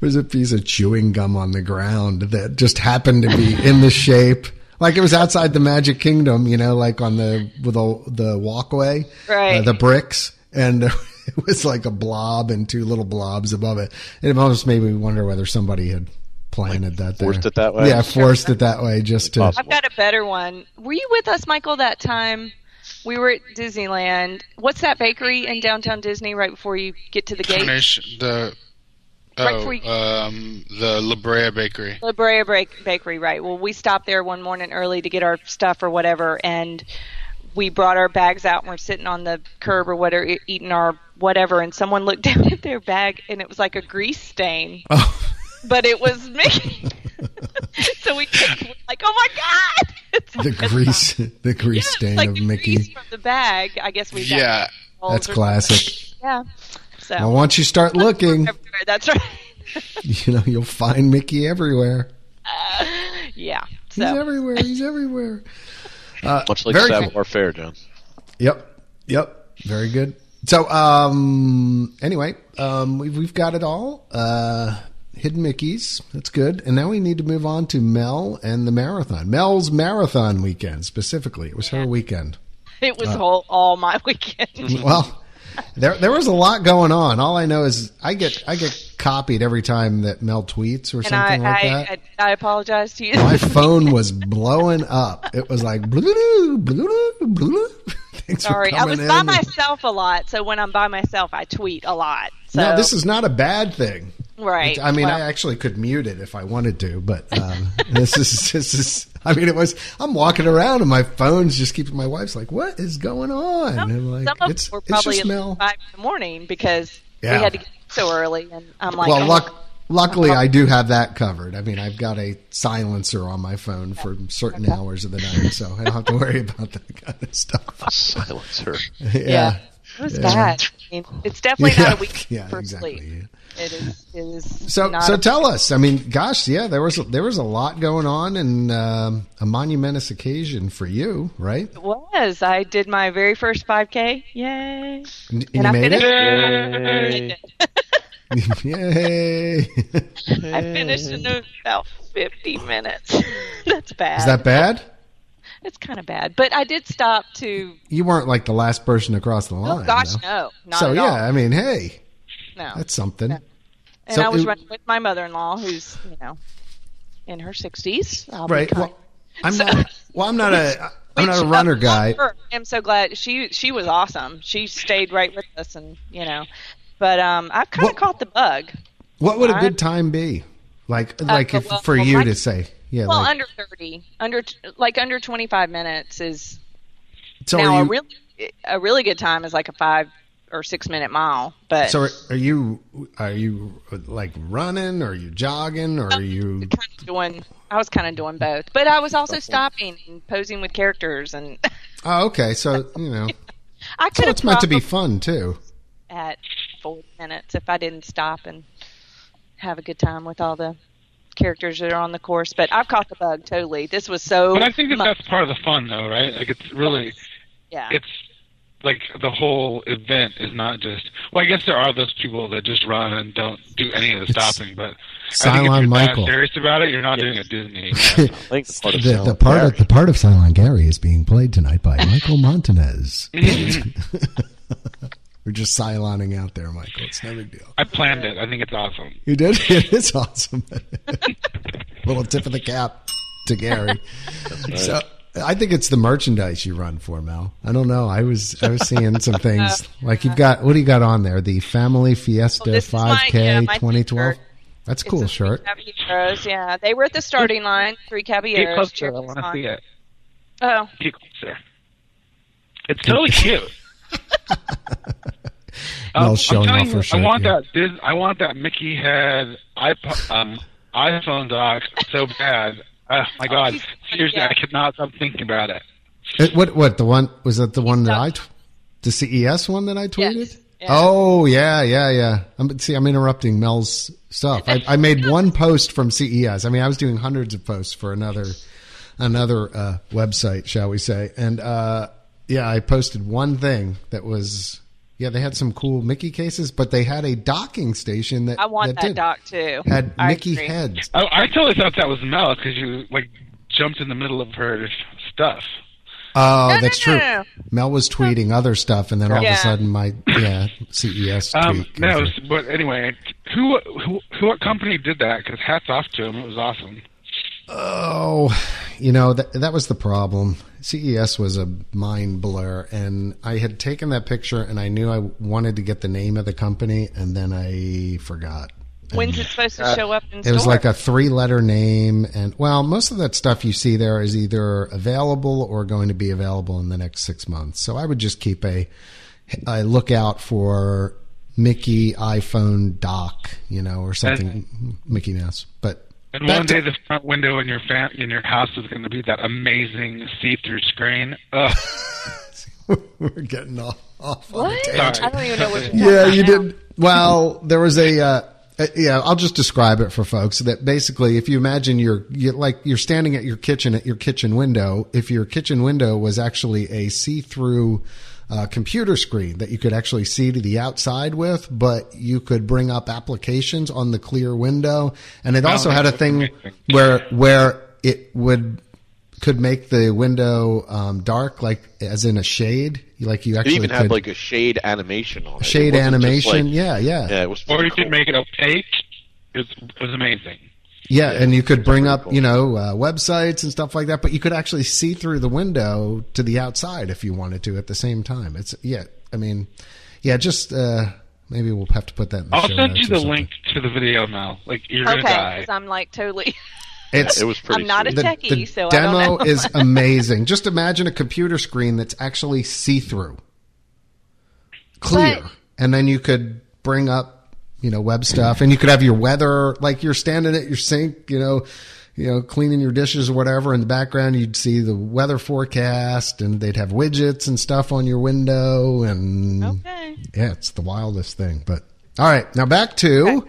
Speaker 2: was a piece of chewing gum on the ground that just happened to be in the shape, like it was outside the Magic Kingdom, you know, like on the with the, the walkway, uh,
Speaker 4: Right.
Speaker 2: the bricks, and it was like a blob and two little blobs above it. It almost made me wonder whether somebody had planted that there.
Speaker 3: forced it that way?
Speaker 2: Yeah, forced it that way just to.
Speaker 3: Possible.
Speaker 4: I've got a better one. Were you with us, Michael, that time we were at Disneyland. What's that bakery in downtown Disney right before you get to the gate?
Speaker 5: Termination- the
Speaker 4: Right
Speaker 5: oh,
Speaker 4: before you-
Speaker 5: um, the La Brea Bakery.
Speaker 4: La Brea Break Bakery, right. Well, we stopped there one morning early to get our stuff or whatever, and we brought our bags out and we're sitting on the curb or whatever, e- eating our whatever, and someone looked down at their bag and it was like a grease stain,
Speaker 2: Oh,
Speaker 4: but it was Mickey. so we kicked- we're like, oh my God! It's
Speaker 2: the
Speaker 4: like a-
Speaker 2: grease, the grease
Speaker 4: Yeah,
Speaker 2: stain
Speaker 4: it's like
Speaker 2: of
Speaker 4: the
Speaker 2: Mickey.
Speaker 4: grease from the bag. I guess we got
Speaker 5: Yeah,
Speaker 4: balls
Speaker 2: That's
Speaker 4: or-
Speaker 2: classic.
Speaker 4: Yeah. So
Speaker 2: Now, once you start looking,
Speaker 4: everywhere. That's right.
Speaker 2: you know you'll find Mickey everywhere.
Speaker 4: yeah.
Speaker 2: He's
Speaker 4: So
Speaker 2: everywhere. He's everywhere.
Speaker 3: Much like
Speaker 2: uh, Very-
Speaker 3: Savoir Fair, John.
Speaker 2: Yep. Yep. Very good. So, um, anyway, um, we've, we've got it all. Uh, Hidden Mickeys. That's good. And now we need to move on to Mel and the marathon. Mel's marathon weekend, specifically. It was her weekend.
Speaker 4: it was
Speaker 2: uh,
Speaker 4: whole, all my weekend.
Speaker 2: Well, there there was a lot going on. All I know is I get I get copied every time that Mel tweets or
Speaker 4: And
Speaker 2: something
Speaker 4: I,
Speaker 2: like that.
Speaker 4: I, I, I apologize to you.
Speaker 2: my phone was blowing up. It was like blue, blue, blue. Things were
Speaker 4: Sorry. I
Speaker 2: coming
Speaker 4: was
Speaker 2: in
Speaker 4: by
Speaker 2: and-
Speaker 4: myself a lot. So when I'm by myself, I tweet a lot. So,
Speaker 2: No, this is not a bad thing.
Speaker 4: Right.
Speaker 2: I mean, I
Speaker 4: Well-
Speaker 2: actually could mute it if I wanted to, but um, this is this is. I mean, it was. I'm walking around and my phone's just keeping. My wife's like, "What is going on?" And I'm like,
Speaker 4: some of
Speaker 2: "It's
Speaker 4: them were
Speaker 2: it's
Speaker 4: probably
Speaker 2: just
Speaker 4: at
Speaker 2: Mel."
Speaker 4: five in the morning because
Speaker 2: Yeah.
Speaker 4: we had to get up so early, and I'm like,
Speaker 2: well,
Speaker 4: oh,
Speaker 2: luck, luckily,
Speaker 4: Uh-huh.
Speaker 2: I do have that covered. I mean, I've got a silencer on my phone for certain hours of the night, so I don't have to worry about that kind of stuff.
Speaker 3: Silencer.
Speaker 2: yeah.
Speaker 4: it was bad. I mean, it's definitely not a weekend
Speaker 2: Yeah,
Speaker 4: for
Speaker 2: exactly,
Speaker 4: sleep. It is. It is
Speaker 2: So,
Speaker 4: not
Speaker 2: so
Speaker 4: a-
Speaker 2: tell us. I mean, gosh, yeah, there was there was a lot going on and um, a monumentous occasion for you, right?
Speaker 4: It was. I did my very first 5K. Yay.
Speaker 2: And, and
Speaker 4: And
Speaker 2: you
Speaker 4: I
Speaker 2: made it.
Speaker 3: Yay.
Speaker 2: Yay!
Speaker 4: I finished in about 50 minutes. That's bad.
Speaker 2: Is that bad?
Speaker 4: It's kind of bad. But I did stop to.
Speaker 2: You weren't like the last person across the
Speaker 4: Oh,
Speaker 2: line.
Speaker 4: gosh,
Speaker 2: though.
Speaker 4: no. Not
Speaker 2: So
Speaker 4: at
Speaker 2: yeah,
Speaker 4: all.
Speaker 2: I mean, hey,
Speaker 4: no.
Speaker 2: that's something.
Speaker 4: and
Speaker 2: so
Speaker 4: I was
Speaker 2: it-
Speaker 4: running with my mother in law, who's, you know, in her 60s. I'll be
Speaker 2: Right.
Speaker 4: kind.
Speaker 2: Well, I'm not. Well, I'm not a. I'm not a runner
Speaker 4: Which, uh,
Speaker 2: guy.
Speaker 4: her, I'm so glad she she was awesome. She stayed right with us, and you know, but um, I've kind
Speaker 2: What-
Speaker 4: of caught the bug.
Speaker 2: What would a
Speaker 4: I-
Speaker 2: good time be? Like, like if,
Speaker 4: Uh, well,
Speaker 2: for
Speaker 4: well,
Speaker 2: you
Speaker 4: my-
Speaker 2: to say, yeah.
Speaker 4: Well,
Speaker 2: like,
Speaker 4: under 30, under t- like under 25 minutes is
Speaker 2: so
Speaker 4: now
Speaker 2: are
Speaker 4: a
Speaker 2: you?
Speaker 4: really a really good time is like a five or six minute mile, but
Speaker 2: so are, are you? Are you like running? Or are you jogging?
Speaker 4: Oh,
Speaker 2: Or are you?
Speaker 4: kind of doing. I was kind of doing both, but I was also stopping and posing with characters, and
Speaker 2: Oh, okay. So you know,
Speaker 4: I could
Speaker 2: so
Speaker 4: have
Speaker 2: it's meant to be
Speaker 4: probably
Speaker 2: fun too.
Speaker 4: at four minutes if I didn't stop and have a good time with all the characters that are on the course. But I've caught the bug totally. This was so.
Speaker 7: But I think that
Speaker 4: much-
Speaker 7: that's part of the fun, though, right? Like it's really,
Speaker 4: yeah.
Speaker 7: it's like the whole event is not just. Well, I guess there are those people that just run and don't do any of the stopping, but I think if
Speaker 2: Cylon
Speaker 7: you're
Speaker 2: Michael.
Speaker 7: that serious about it, you're not doing a Disney.
Speaker 3: I think the part of
Speaker 2: The, the
Speaker 3: Savoir
Speaker 2: part
Speaker 3: Faire.
Speaker 2: of the part of Silent Gary is being played tonight by Michael Montanez. We're just siloning out there, Michael. It's no big deal.
Speaker 7: I planned it. I think it's awesome.
Speaker 2: You did? It is awesome. Little tip of the cap to Gary. So I think it's the merchandise you run for, Mel. I don't know. I was I was seeing some things like you've got what do you got on there? The Family
Speaker 4: Oh,
Speaker 2: Fiesta
Speaker 4: this is my-
Speaker 2: 5K
Speaker 4: yeah, my
Speaker 2: 2012.
Speaker 4: t-shirt.
Speaker 2: That's a cool
Speaker 4: It's a
Speaker 2: shirt.
Speaker 4: Three caballeros, yeah. They were at the starting line, three caballeros.
Speaker 7: Get closer. I
Speaker 4: cheerleaders
Speaker 7: want to
Speaker 4: on.
Speaker 7: see it.
Speaker 4: Oh,
Speaker 7: Get closer. It's totally cute. Um,
Speaker 2: Mel's
Speaker 7: I'm
Speaker 2: showing
Speaker 7: telling
Speaker 2: off
Speaker 7: you,
Speaker 2: her shirt.
Speaker 7: I want
Speaker 2: yeah.
Speaker 7: that. Dis- I want that Mickey head iPod, um, iPhone dock so bad. Oh my God!
Speaker 4: he's-
Speaker 7: Seriously,
Speaker 4: yeah.
Speaker 7: I could not stop thinking about it.
Speaker 2: It- Uh, what what the one was that the one that I tw- the CES one that I tweeted?
Speaker 4: yeah.
Speaker 2: Oh yeah, yeah, yeah. I'm, see, I'm interrupting Mel's stuff. I, I made one post from CES. I mean, I was doing hundreds of posts for another another uh, website, shall we say? And uh, yeah, I posted one thing that was yeah. They had some cool Mickey cases, but they had a docking station that
Speaker 4: I want
Speaker 2: that,
Speaker 4: that
Speaker 2: did-
Speaker 4: doc too.
Speaker 2: had
Speaker 4: I
Speaker 2: Mickey
Speaker 4: agree.
Speaker 2: heads.
Speaker 7: Oh, I totally thought that was Mel because you like jumped in the middle of her stuff.
Speaker 2: Oh,
Speaker 4: No, no,
Speaker 2: that's
Speaker 4: no,
Speaker 2: true.
Speaker 4: no.
Speaker 2: Mel was tweeting other stuff, and then all of
Speaker 4: Yeah.
Speaker 2: a sudden, my yeah CES tweet.
Speaker 7: Um,
Speaker 2: came
Speaker 7: no,
Speaker 2: through.
Speaker 7: but anyway, who who who what company did that? Because hats off to them, it was awesome.
Speaker 2: Oh, you know that that was the problem. CES was a mind blur, and I had taken that picture, and I knew I wanted to get the name of the company, and then I forgot.
Speaker 4: When's it supposed
Speaker 7: Uh,
Speaker 4: to show up in
Speaker 2: It was like a three-letter name, and well, most of that stuff you see there is either available or going to be available in the next six months. So I would just keep a, a lookout for Mickey iPhone dock, you know, or something Mickey Mouse. But
Speaker 7: And
Speaker 2: Back
Speaker 7: one
Speaker 2: to-
Speaker 7: day, the front window in your fam- in your house is going to be that amazing see-through screen. Ugh.
Speaker 2: we're getting off. off on a
Speaker 4: What?
Speaker 2: tangent.
Speaker 4: I don't even know what you're talking
Speaker 2: yeah,
Speaker 4: about
Speaker 2: you
Speaker 4: now.
Speaker 2: did. Well, there was a. Uh, uh, yeah, I'll just describe it for folks. That basically, if you imagine you're, you like you're standing at your kitchen at your kitchen window. If your kitchen window was actually a see-through uh, computer screen that you could actually see to the outside with, but you could bring up applications on the clear window, and it also had a thing where where it would could make the window um, dark, like as in a shade. Like you
Speaker 3: It
Speaker 2: actually
Speaker 3: even had
Speaker 2: could-
Speaker 3: like a shade animation on it. It
Speaker 2: shade
Speaker 3: wasn't just,
Speaker 2: animation.
Speaker 3: like-
Speaker 2: yeah, yeah,
Speaker 3: yeah, it was.
Speaker 7: Or
Speaker 3: pretty
Speaker 7: you could
Speaker 3: cool.
Speaker 7: make it opaque. It's, it was amazing.
Speaker 2: Yeah, and you could bring up,
Speaker 3: cool.
Speaker 2: you know, uh, websites and stuff like that, but you could actually see through the window to the outside if you wanted to at the same time. It's yeah, I mean, yeah, just uh, maybe we'll have to put that. in the
Speaker 7: I'll
Speaker 2: show
Speaker 7: send you
Speaker 2: notes or
Speaker 7: the
Speaker 2: something.
Speaker 7: link to the video now. Like you're
Speaker 4: Okay,
Speaker 7: gonna die.
Speaker 4: because I'm like totally.
Speaker 2: It's
Speaker 3: It was pretty.
Speaker 4: I'm not a
Speaker 2: the,
Speaker 3: sweet.
Speaker 4: techie,
Speaker 2: the
Speaker 4: so I don't
Speaker 2: demo
Speaker 4: know.
Speaker 2: is amazing. Just imagine a computer screen that's actually see through, clear,
Speaker 4: But-
Speaker 2: and then you could bring up you know web stuff, and you could have your weather like you're standing at your sink, you know, you know cleaning your dishes or whatever. In the background, you'd see the weather forecast, and they'd have widgets and stuff on your window, and
Speaker 4: Okay.
Speaker 2: yeah, it's the wildest thing. But all right, now back to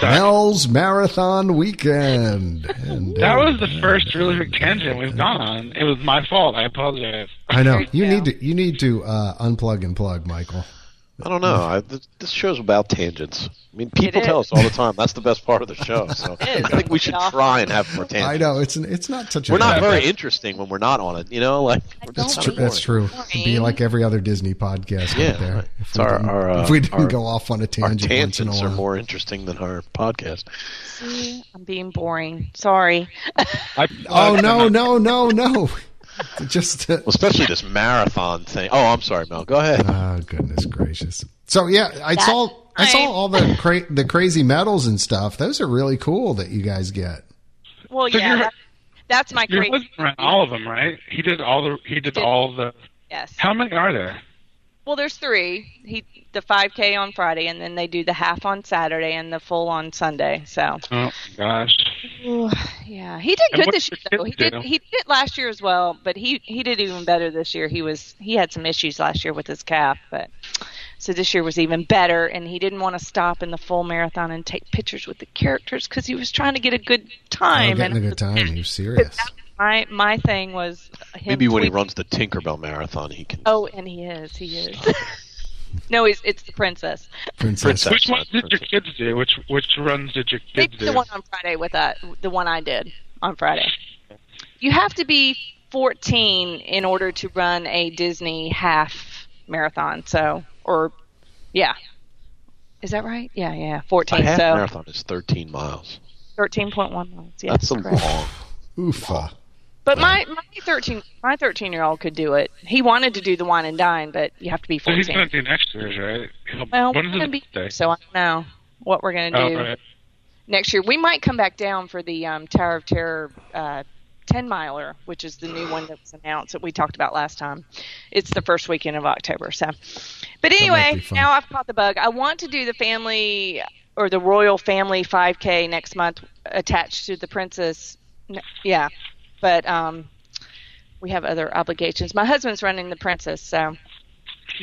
Speaker 2: Mel's Marathon Weekend. And,
Speaker 7: That
Speaker 2: uh,
Speaker 7: was the first really big tangent we've gone on. It was my fault. I apologize.
Speaker 2: I know you
Speaker 4: Yeah.
Speaker 2: need to you need to uh, unplug and plug, Michael.
Speaker 3: I don't know. I, th- this show's about tangents. I mean, people
Speaker 4: is.
Speaker 3: tell us all the time that's the best part of the show. So
Speaker 4: is.
Speaker 3: I think we should
Speaker 4: Yeah.
Speaker 3: try and have more tangents.
Speaker 2: I know it's it's not such a
Speaker 3: We're not
Speaker 2: bad-
Speaker 3: very interesting when we're not on it. You know, like we're
Speaker 2: That's
Speaker 3: just
Speaker 2: true. That's true. It'd be
Speaker 4: Boring.
Speaker 2: like every other Disney podcast
Speaker 3: Yeah,
Speaker 2: out there.
Speaker 3: right.
Speaker 2: If
Speaker 3: It's
Speaker 2: we
Speaker 3: our-
Speaker 2: didn't,
Speaker 3: our, uh,
Speaker 2: if we didn't
Speaker 3: our-
Speaker 2: go off on a
Speaker 3: Our
Speaker 2: tangent once in a
Speaker 3: tangents are
Speaker 2: while.
Speaker 3: more interesting than our podcast.
Speaker 4: See, I'm being boring. Sorry.
Speaker 7: I,
Speaker 2: oh no no no no! Just uh,
Speaker 3: Well, especially this marathon thing. Oh, I'm sorry, Mel. Go ahead.
Speaker 2: oh goodness gracious. So yeah, I saw I saw
Speaker 4: fine.
Speaker 2: all the cra- the crazy medals and stuff. Those are really cool that you guys get.
Speaker 4: Well, yeah,
Speaker 7: you're-
Speaker 4: that- that's my
Speaker 7: Your
Speaker 4: crazy.
Speaker 7: husband ran all of them, right? He did all the. He did
Speaker 4: Did-
Speaker 7: all the.
Speaker 4: Yes.
Speaker 7: How many are there?
Speaker 4: Well, there's three. He the 5K on Friday, and then they do the half on Saturday and the full on Sunday. So
Speaker 7: Oh my gosh.
Speaker 4: yeah, he did
Speaker 7: And
Speaker 4: good
Speaker 7: what
Speaker 4: this
Speaker 7: did
Speaker 4: year.
Speaker 7: the
Speaker 4: Though. He
Speaker 7: kids
Speaker 4: did
Speaker 7: do?
Speaker 4: he did it last year as well, but he he did even better this year. He was he had some issues last year with his calf, but so this year was even better. And he didn't want to stop in the full marathon and take pictures with the characters because he was trying to get a good
Speaker 2: I'm
Speaker 4: time.
Speaker 2: getting a
Speaker 4: and
Speaker 2: good time. You're serious.
Speaker 4: my my thing was him
Speaker 3: Maybe when he
Speaker 4: tweeting-
Speaker 3: runs the Tinkerbell marathon, he can.
Speaker 4: Oh, and he is he is. no, he's it's the princess.
Speaker 2: Princess.
Speaker 3: Princess.
Speaker 7: Which one did your kids do? Which which runs did your
Speaker 4: They
Speaker 7: kids
Speaker 4: did
Speaker 7: do?
Speaker 4: the one on Friday with uh, the one I did on Friday. You have to be 14 in order to run a Disney half marathon. So, or yeah, is that right? Yeah, yeah,
Speaker 3: A
Speaker 4: 14.
Speaker 3: half
Speaker 4: So
Speaker 3: marathon is 13 miles.
Speaker 4: 13.1 miles. Yeah,
Speaker 3: That's a
Speaker 4: correct.
Speaker 3: long.
Speaker 2: Oofa.
Speaker 4: But my my 13 my 13 year old could do it. He wanted to do the wine and dine, but you have to be
Speaker 7: So he's gonna
Speaker 4: 14.
Speaker 7: do next year's, right? He'll-
Speaker 4: Well,
Speaker 7: when
Speaker 4: we're
Speaker 7: is
Speaker 4: gonna
Speaker 7: his
Speaker 4: be
Speaker 7: birthday?
Speaker 4: so I don't know what we're gonna do.
Speaker 7: Oh, right.
Speaker 4: next year. We might come back down for the um, Tower of Terror uh, 10 miler, which is the new one that was announced that we talked about last time. It's the first weekend of October. So, but
Speaker 2: be
Speaker 4: anyway,
Speaker 2: fun.
Speaker 4: now I've caught the bug. I want to do the family or the Royal Family 5K next month, attached to the Princess. n- Yeah, but um, we have other obligations. My husband's running the Princess, so.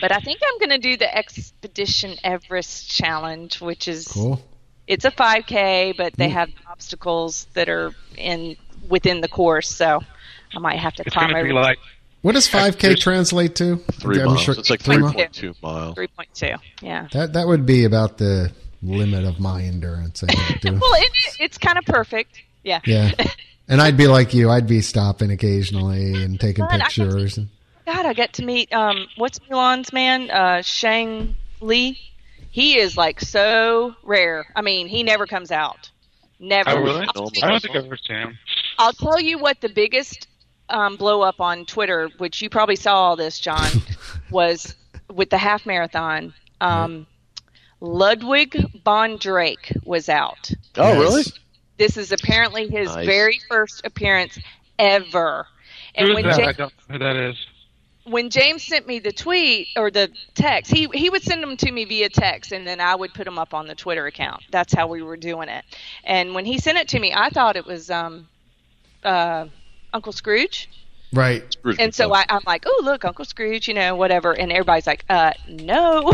Speaker 4: But I think I'm going to do the Expedition Everest challenge, which is
Speaker 2: Cool.
Speaker 4: it's a 5k but they have obstacles that are in within the course so i might have to
Speaker 7: It's
Speaker 4: climb
Speaker 7: gonna
Speaker 4: over
Speaker 7: be like
Speaker 2: What does 5K translate to?
Speaker 3: Three
Speaker 2: I'm
Speaker 3: miles.
Speaker 2: sure-
Speaker 3: it's like
Speaker 4: three miles.
Speaker 3: 3.2 miles.
Speaker 4: 3.2 yeah
Speaker 2: That that would be about the limit of my endurance. I think, too.
Speaker 4: well it, it's kind of perfect yeah
Speaker 2: yeah. And I'd be like you. I'd be stopping occasionally and taking
Speaker 4: Fun, I can
Speaker 2: pictures.
Speaker 4: god i got to meet um what's milan's man uh shang lee he is like so rare i mean he never comes out never
Speaker 7: Oh, really?
Speaker 3: No,
Speaker 7: I don't think I've ever seen him.
Speaker 4: I'll tell you what the biggest um, blow up on Twitter, which you probably saw all this, John, was with the half marathon. Um, Ludwig von Drake was out.
Speaker 3: Oh, really?
Speaker 4: This is apparently his
Speaker 3: Nice.
Speaker 4: very first appearance ever. And
Speaker 7: Who is
Speaker 4: when
Speaker 7: that?
Speaker 4: Ja-
Speaker 7: I don't know who that is.
Speaker 4: when James sent me the tweet or the text, he he would send them to me via text, and then I would put them up on the Twitter account. That's how we were doing it. And when he sent it to me, I thought it was um, uh, Uncle Scrooge,
Speaker 2: Right.
Speaker 3: Scrooge
Speaker 4: and so
Speaker 3: McDuck.
Speaker 4: I, I'm like, "Oh, look, Uncle Scrooge," you know, whatever. And everybody's like, "Uh, no,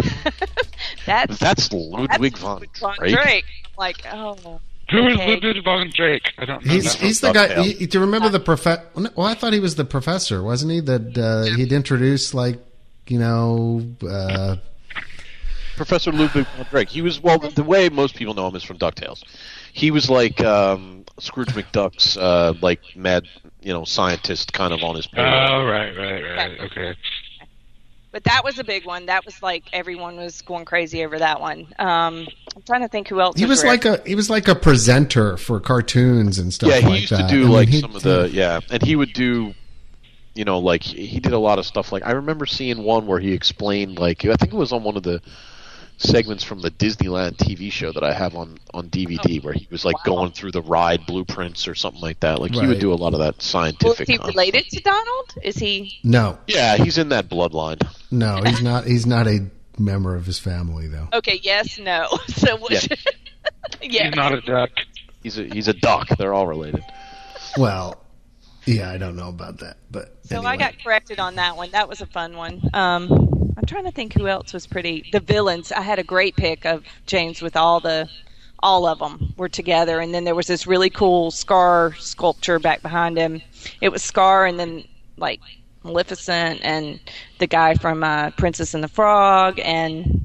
Speaker 4: that's
Speaker 3: That's Ludwig
Speaker 4: that's
Speaker 3: von
Speaker 4: Von
Speaker 3: Drake.
Speaker 4: I'm like, "Oh,
Speaker 7: Who is
Speaker 4: Okay.
Speaker 7: Ludwig von Drake? I don't know.
Speaker 2: He's
Speaker 7: that.
Speaker 2: he's the
Speaker 3: That's
Speaker 2: guy.
Speaker 3: him.
Speaker 2: He, do you remember the professor? Well, I thought he was the professor, wasn't he? That uh, he'd introduce like you know. Uh,
Speaker 3: Professor Ludwig von Drake. He was well. The way most people know him is from Ducktales. He was like um, Scrooge McDuck's uh, like mad, you know, scientist kind of on his
Speaker 7: Oh,
Speaker 3: payroll.
Speaker 4: Uh,
Speaker 7: right, right, right. Okay.
Speaker 4: But that was a big one. That was like everyone was going crazy over that one. Um, I'm trying to think who else.
Speaker 2: he was like
Speaker 4: around.
Speaker 2: a he was like a presenter for cartoons and stuff.
Speaker 3: yeah, he
Speaker 2: like
Speaker 3: used
Speaker 2: that.
Speaker 3: to
Speaker 2: I
Speaker 3: do
Speaker 2: mean,
Speaker 3: like
Speaker 2: he-
Speaker 3: some of the yeah, and he would do, you know, like he he did a lot of stuff. Like I remember seeing one where he explained like I think it was on one of the segments from the Disneyland TV show that I have on on DVD
Speaker 4: Oh.
Speaker 3: where he was like going through the ride blueprints or something like that. Like he
Speaker 2: Right.
Speaker 3: would do a lot of that
Speaker 4: Well, is
Speaker 3: scientific.
Speaker 4: he
Speaker 3: content.
Speaker 4: related to Donald? Is he?
Speaker 2: No,
Speaker 3: Yeah, he's in that bloodline.
Speaker 2: no, he's not. He's not a member of his family though.
Speaker 4: Okay, yes, no. So what?
Speaker 3: Yeah.
Speaker 4: yeah.
Speaker 7: He's not a duck.
Speaker 3: He's a he's a duck. They're all related.
Speaker 2: Well, yeah, I don't know about that, but
Speaker 4: so
Speaker 2: anyway.
Speaker 4: I got corrected on that one. That was a fun one. Um, I'm trying to think who else was pretty. The villains. I had a great pick of James with all the, all of them were together, and then there was this really cool Scar sculpture back behind him. It was Scar, and then like Maleficent, and the guy from uh, Princess and the Frog, and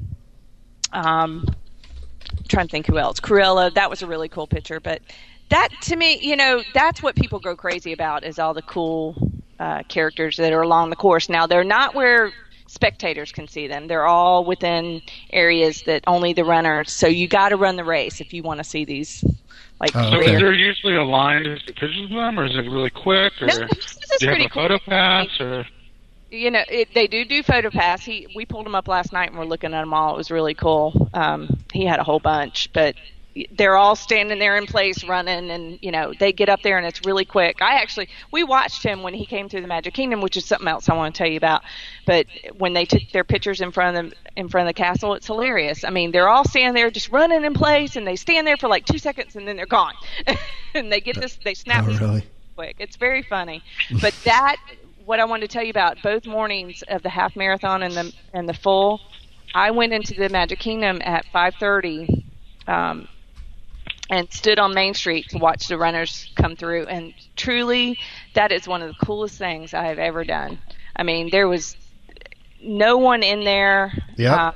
Speaker 4: um, trying to think who else. Cruella, that was a really cool picture. But that to me, you know, that's what people go crazy about is all the cool uh, characters that are along the course. Now they're not where spectators can see them. They're all within areas that only the runners. So you got to run the race if you want to see these. Like
Speaker 2: Oh,
Speaker 7: So
Speaker 2: Okay.
Speaker 7: is there usually a line to take pictures of them, or is it really quick, or
Speaker 4: No,
Speaker 7: do
Speaker 4: this is
Speaker 7: you have
Speaker 4: pretty
Speaker 7: a
Speaker 4: cool.
Speaker 7: photo pass, or
Speaker 4: you know, it, they do do photo pass. He we pulled him up last night and we're looking at them all. It was really cool. Um, he had a whole bunch, but they're all standing there in place running and you know they get up there and it's really quick i actually we watched him when he came through the magic kingdom which is something else i want to tell you about but when they took their pictures in front of them in front of the castle it's hilarious i mean they're all standing there just running in place and they stand there for like two seconds and then they're gone and they get this they snap
Speaker 2: Oh,
Speaker 4: these
Speaker 2: really?
Speaker 4: quick. It's very funny. But that, what I wanted to tell you about, both mornings of the half marathon and the and the full, I went into the Magic Kingdom at 5:30, um, and stood on Main Street to watch the runners come through. And truly, that is one of the coolest things I have ever done. I mean, there was no one in there.
Speaker 2: Yep.
Speaker 4: Uh,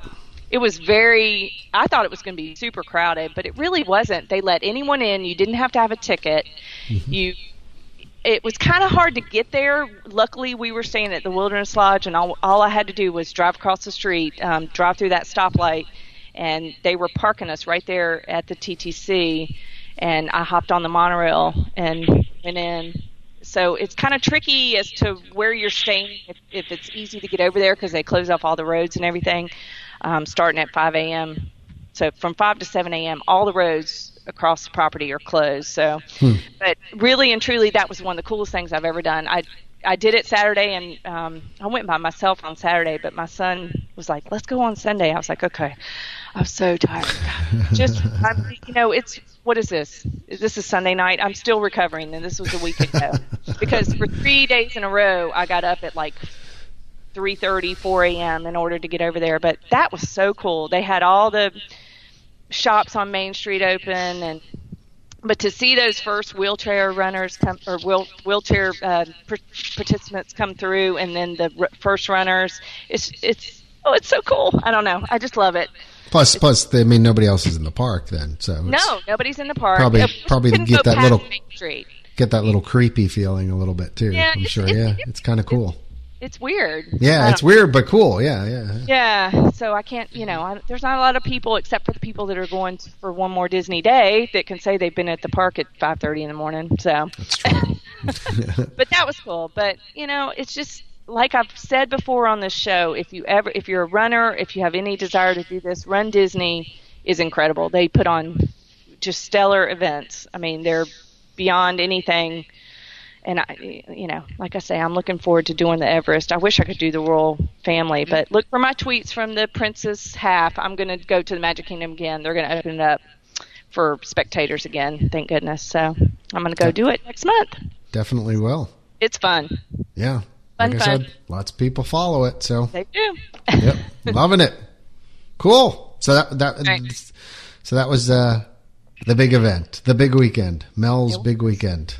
Speaker 4: it was very i thought it was going to be super crowded but it really wasn't they let anyone in you didn't have to have a ticket you it was kind of hard to get there luckily we were staying at the wilderness lodge and all, all i had to do was drive across the street um, drive through that stoplight and they were parking us right there at the ttc and i hopped on the monorail and went in so it's kind of tricky as to where you're staying if, if it's easy to get over there because they close off all the roads and everything um, starting at 5 a.m. So from 5 to 7 a.m., all the roads across the property are closed. So, but really and truly, that was one of the coolest things I've ever done. I I did it Saturday, and um, I went by myself on Saturday. But my son was like, "Let's go on Sunday." I was like, "Okay." I'm so tired. Just, I'm, you know, it's what is this? This is Sunday night. I'm still recovering, and this was a week ago because for three days in a row, I got up at like 3:30, 4 a.m. in order to get over there. But that was so cool. They had all the shops on Main Street open, and but to see those first wheelchair runners come or wheel, wheelchair uh, par- participants come through, and then the r- first runners, it's it's oh, it's so cool. I don't know. I just love it.
Speaker 2: Plus, plus, I mean, nobody else is in the park then, so it's-
Speaker 4: No, nobody's in the park.
Speaker 2: Probably-
Speaker 4: Uh,
Speaker 2: probably
Speaker 4: couldn't
Speaker 2: get
Speaker 4: go
Speaker 2: that
Speaker 4: past
Speaker 2: little-
Speaker 4: Main Street.
Speaker 2: get that little creepy feeling a little bit too.
Speaker 4: Yeah,
Speaker 2: I'm
Speaker 4: it's-
Speaker 2: sure.
Speaker 4: it's-
Speaker 2: Yeah,
Speaker 4: it's-
Speaker 2: it's kind of cool.
Speaker 4: It's weird. I
Speaker 2: Yeah,
Speaker 4: don't-
Speaker 2: it's weird but cool. Yeah, yeah.
Speaker 4: Yeah, so I can't, you know, I, there's not a lot of people except for the people that are going for one more Disney day that can say they've been at the park at 5:30 in the morning. So
Speaker 2: That's true.
Speaker 4: but that was cool. But you know, it's just like I've said before on this show. If you ever, if you're a runner, if you have any desire to do this, Run Disney is incredible. They put on just stellar events. I mean, they're beyond anything. And I, you know, like I say, I'm looking forward to doing the Everest. I wish I could do the Royal Family, but look for my tweets from the Princess Half. I'm going to go to the Magic Kingdom again. They're going to open it up for spectators again. Thank goodness. So I'm going to go do it next month.
Speaker 2: Definitely will.
Speaker 4: It's fun.
Speaker 2: Yeah.
Speaker 4: Fun,
Speaker 2: like I
Speaker 4: fun.
Speaker 2: said, lots of people follow it. So,
Speaker 4: They do.
Speaker 2: yep, loving it. Cool. So that that
Speaker 4: Right.
Speaker 2: so that was uh, the big event, the big weekend, Mel's big weekend.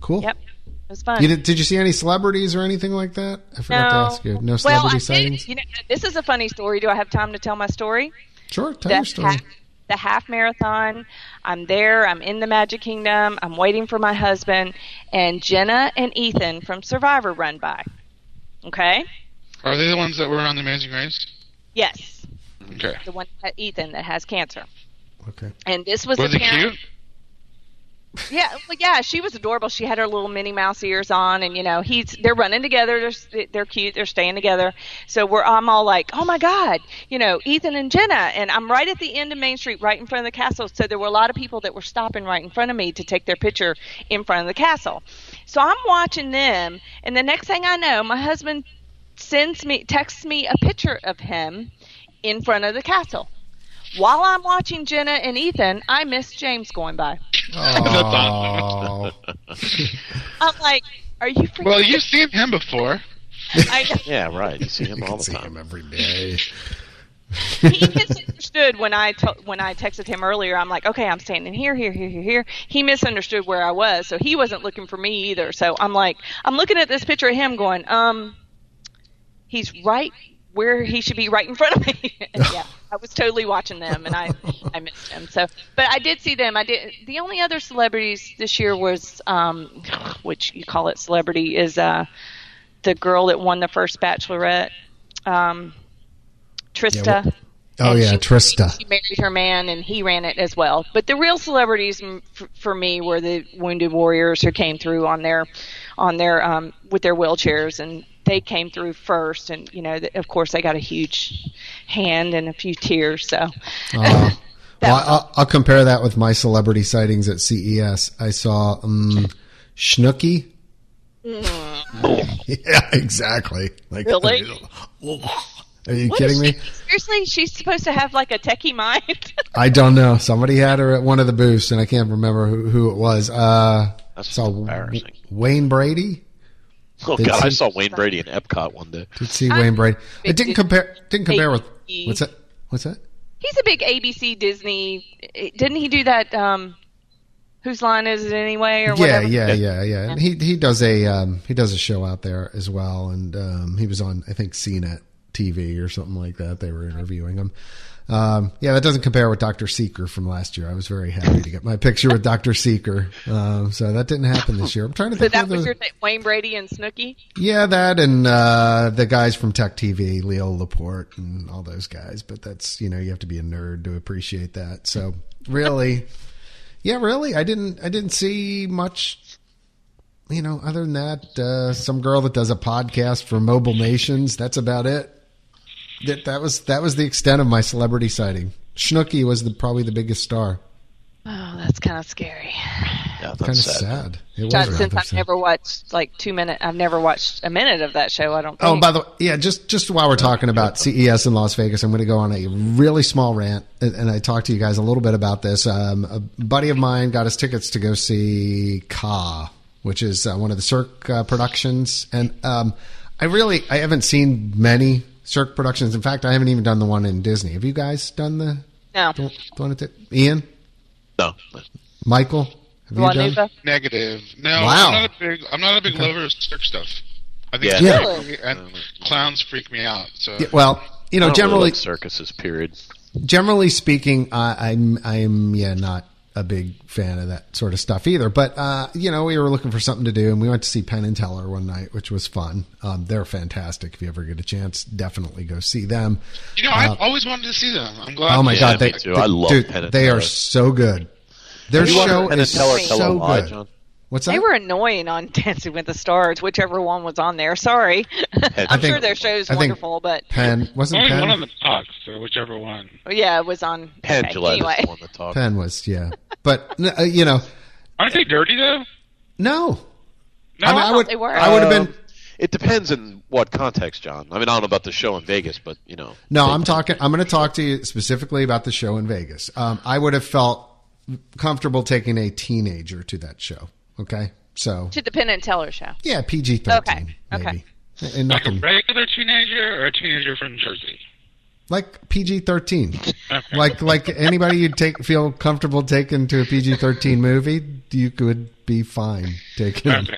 Speaker 2: Cool.
Speaker 4: Yep. It was fun.
Speaker 2: You did, did you see any celebrities or anything like that? I forgot to ask you. No celebrity
Speaker 4: well, I
Speaker 2: sightings?
Speaker 4: Did, you know, this is a funny story. Do I have time to tell my story?
Speaker 2: Sure, tell
Speaker 4: the
Speaker 2: your story.
Speaker 4: Half, the half marathon. I'm there. I'm in the Magic Kingdom. I'm waiting for my husband. And Jenna and Ethan from Survivor run by. Okay?
Speaker 5: Are they the ones that were on the Amazing Race?
Speaker 4: Yes.
Speaker 5: Okay.
Speaker 4: The one, uh, Ethan, that has cancer.
Speaker 2: Okay.
Speaker 4: And this was
Speaker 5: Were they
Speaker 4: the parent-
Speaker 5: cute?
Speaker 4: Yeah, well, yeah, she was adorable. She had her little Minnie Mouse ears on, and you know, he's they're running together. They're they're cute. They're staying together. So we're I'm all like, oh my god, you know, Ethan and Jenna, and I'm right at the end of Main Street, right in front of the castle. So there were a lot of people that were stopping right in front of me to take their picture in front of the castle. So I'm watching them, and the next thing I know, my husband sends me texts me a picture of him in front of the castle. While I'm watching Jenna and Ethan, I miss James going by.
Speaker 2: Oh,
Speaker 4: I'm like, are you freaking?
Speaker 5: Well, you've seen him before.
Speaker 4: I know.
Speaker 3: Yeah, right. You see him
Speaker 2: you can
Speaker 3: all the
Speaker 2: see him
Speaker 3: time.
Speaker 2: every day.
Speaker 4: he misunderstood when I to- when I texted him earlier. I'm like, okay, I'm standing here, here, here, here, here. He misunderstood where I was, so he wasn't looking for me either. So I'm like, I'm looking at this picture of him, going, um, he's right where he should be, right in front of me. And yeah, I was totally watching them, and I I missed him. So, but I did see them. I did. The only other celebrities this year was, um, which you call it celebrity, is uh, the girl that won the first Bachelorette. Um, Trista.
Speaker 2: Yeah, what- Oh
Speaker 4: And
Speaker 2: yeah,
Speaker 4: she-
Speaker 2: Trista.
Speaker 4: She married her man, and he ran it as well. But the real celebrities m- f- for me were the wounded warriors who came through on their, on their um, with their wheelchairs, and they came through first. And you know, th- of course, they got a huge hand and a few tears. So,
Speaker 2: Uh, well,
Speaker 4: was-
Speaker 2: I'll, I'll compare that with my celebrity sightings at CES. I saw um, Schnooky. yeah, exactly. Like
Speaker 4: Mm. Really?
Speaker 2: Are you
Speaker 4: What is
Speaker 2: kidding me?
Speaker 4: she- seriously, she's supposed to have like a techie mind.
Speaker 2: I don't know. Somebody had her at one of the booths, and I can't remember who, who it was. Uh,
Speaker 3: That's
Speaker 2: saw
Speaker 3: embarrassing.
Speaker 2: Wayne Brady.
Speaker 3: Oh
Speaker 2: Did
Speaker 3: God, I
Speaker 2: you-
Speaker 3: saw Wayne Brady in Epcot one day.
Speaker 2: Did see Wayne Brady. It didn't compare. Didn't compare with
Speaker 4: Big-
Speaker 2: what's that? What's that?
Speaker 4: He's a big ABC Disney. Didn't he do that? Um, Whose line is it anyway? Or
Speaker 2: Yeah,
Speaker 4: whatever.
Speaker 2: yeah, yeah, yeah. And he he does a um, he does a show out there as well, and um, he was on I think CNET TV or something like that. They were interviewing him. Um, yeah, that doesn't compare with Doctor Seeker from last year. I was very happy to get my picture with Doctor Seeker. Um, so that didn't happen this year. I'm trying to
Speaker 4: So
Speaker 2: think.
Speaker 4: that
Speaker 2: whether-
Speaker 4: was your thing, Wayne Brady and Snooki.
Speaker 2: yeah, that and uh, the guys from Tech TV, Leo Laporte, and all those guys. But that's you know you have to be a nerd to appreciate that. So really, yeah, really, I didn't I didn't see much. You know, other than that, uh, some girl that does a podcast for Mobile Nations. That's about it. That that was that was the extent of my celebrity sighting. Schnooky was the probably the biggest star.
Speaker 4: Oh, that's kind of scary.
Speaker 3: Yeah,
Speaker 2: Kind
Speaker 3: that's
Speaker 2: of
Speaker 3: sad.
Speaker 2: sad. It was
Speaker 4: Not
Speaker 2: rather
Speaker 4: since I've
Speaker 2: sad.
Speaker 4: never watched like two minute. I've never watched a minute of that show. I don't. Think.
Speaker 2: Oh, by the way, yeah, just just while we're talking about CES in Las Vegas, I'm going to go on a really small rant, and, and I talked to you guys a little bit about this. Um, a buddy of mine got us tickets to go see Ka, which is uh, one of the Cirque uh, productions, and um, I really I haven't seen many Cirque productions. In fact, I haven't even done the one in Disney. Have you guys done the
Speaker 4: no,
Speaker 2: the one at the, Ian,
Speaker 3: No,
Speaker 2: Michael? Have you done?
Speaker 4: Juanuva.
Speaker 5: Negative. No,
Speaker 2: Wow.
Speaker 5: I'm not a big. I'm not a big lover of circus stuff. I think
Speaker 3: Yeah.
Speaker 5: it's
Speaker 2: Yeah.
Speaker 5: creepy and clowns freak me out. So
Speaker 2: Yeah, well, you know,
Speaker 3: I don't really
Speaker 2: generally
Speaker 3: like circuses. Period.
Speaker 2: generally speaking, I, I'm I'm yeah not a big fan of that sort of stuff either. But uh, you know, we were looking for something to do, and we went to see Penn and Teller one night, which was fun. Um, they're fantastic. If you ever get a chance, definitely go see them.
Speaker 5: you know, I've always wanted to see them. I'm glad.
Speaker 2: Oh my
Speaker 3: Yeah,
Speaker 2: god,
Speaker 3: me
Speaker 2: they
Speaker 3: too. I love
Speaker 2: dude,
Speaker 3: Penn and
Speaker 2: they are
Speaker 3: Teller.
Speaker 2: so good. Their
Speaker 3: Have you watched
Speaker 2: show
Speaker 3: Penn and
Speaker 2: is
Speaker 3: Teller
Speaker 2: so
Speaker 3: Tell a Lie,
Speaker 2: good.
Speaker 3: John?
Speaker 2: What's that?
Speaker 4: They were annoying on Dancing with the Stars, whichever one was on there. Sorry, I'm
Speaker 2: think-
Speaker 4: sure their show's
Speaker 2: I think-
Speaker 4: wonderful, but
Speaker 2: Penn wasn't
Speaker 7: Only one of
Speaker 2: Penn.
Speaker 7: them talks, or whichever one.
Speaker 4: yeah, it was on.
Speaker 3: Penn
Speaker 4: okay,
Speaker 3: Jillette is
Speaker 4: anyway.
Speaker 3: the one that talks.
Speaker 2: Penn was yeah, but n- uh, you know
Speaker 7: Aren't they dirty though?
Speaker 2: no.
Speaker 7: No,
Speaker 2: I mean, I
Speaker 4: thought
Speaker 2: would
Speaker 4: they were.
Speaker 2: I would have been
Speaker 3: Um, It depends in what context, John. I mean, I don't know about the show in Vegas, but you know,
Speaker 2: No, I'm talking. I'm going to talk to you specifically about the show in Vegas. Um, I would have felt comfortable taking a teenager to that show. Okay, so
Speaker 4: to the Penn and Teller show.
Speaker 2: yeah, PG thirteen,
Speaker 4: Okay, okay.
Speaker 2: maybe, and
Speaker 7: like a
Speaker 2: nothing
Speaker 7: regular teenager or a teenager from Jersey.
Speaker 2: like PG thirteen, like like anybody you'd take feel comfortable taking to a PG thirteen movie, you could be fine taking.
Speaker 7: Okay.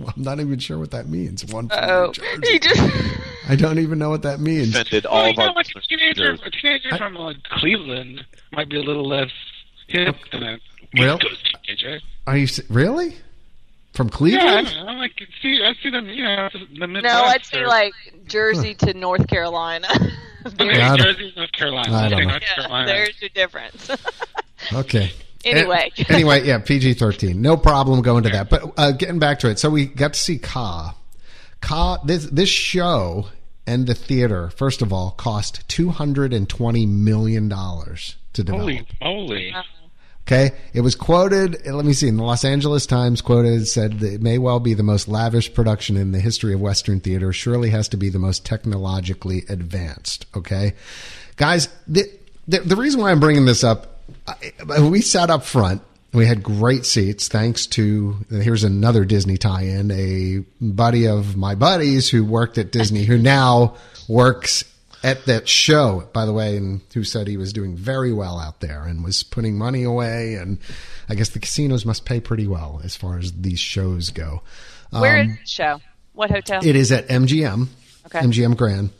Speaker 2: I'm not even sure what that means. One from
Speaker 4: Oh,
Speaker 2: New Jersey.
Speaker 4: you just
Speaker 2: I don't even know what that means.
Speaker 3: offended
Speaker 7: Well,
Speaker 3: all
Speaker 7: you
Speaker 3: of our
Speaker 7: know, like a
Speaker 3: listeners.
Speaker 7: teenager,
Speaker 3: Jersey.
Speaker 7: a teenager from like Cleveland might be a little less hip than a
Speaker 2: Well-
Speaker 7: East Coast teenager.
Speaker 2: Are you s- really from
Speaker 7: Yeah, I
Speaker 2: Cleveland?
Speaker 7: don't know. I can see. I see them. You know, the Midwest.
Speaker 4: no, I'd say
Speaker 7: or-
Speaker 4: like Jersey to North Carolina.
Speaker 7: Okay,
Speaker 2: Yeah, I don't-
Speaker 7: Jersey, North Carolina.
Speaker 2: I don't
Speaker 7: Okay,
Speaker 2: know.
Speaker 7: North
Speaker 4: yeah,
Speaker 7: Carolina.
Speaker 4: there's your difference.
Speaker 2: Okay.
Speaker 4: Anyway.
Speaker 2: A- anyway, yeah, PG 13. No problem going to that. But uh, getting back to it. So we got to see Ka. Ka, this, this show and the theater, first of all, cost $220 million to develop.
Speaker 7: Holy moly!
Speaker 2: Um, Okay. It was quoted, let me see, in the Los Angeles Times quoted, said that it may well be the most lavish production in the history of Western theater. Surely has to be the most technologically advanced. Okay. Guys, the, the, the reason why I'm bringing this up, I, we sat up front. We had great seats thanks to, here's another Disney tie in, a buddy of my buddies who worked at Disney, who now works at that show, by the way, and who said he was doing very well out there and was putting money away. And I guess the casinos must pay pretty well as far as these shows go.
Speaker 4: Where is the show? What hotel?
Speaker 2: It is at MGM,
Speaker 4: Okay.
Speaker 2: MGM Grand.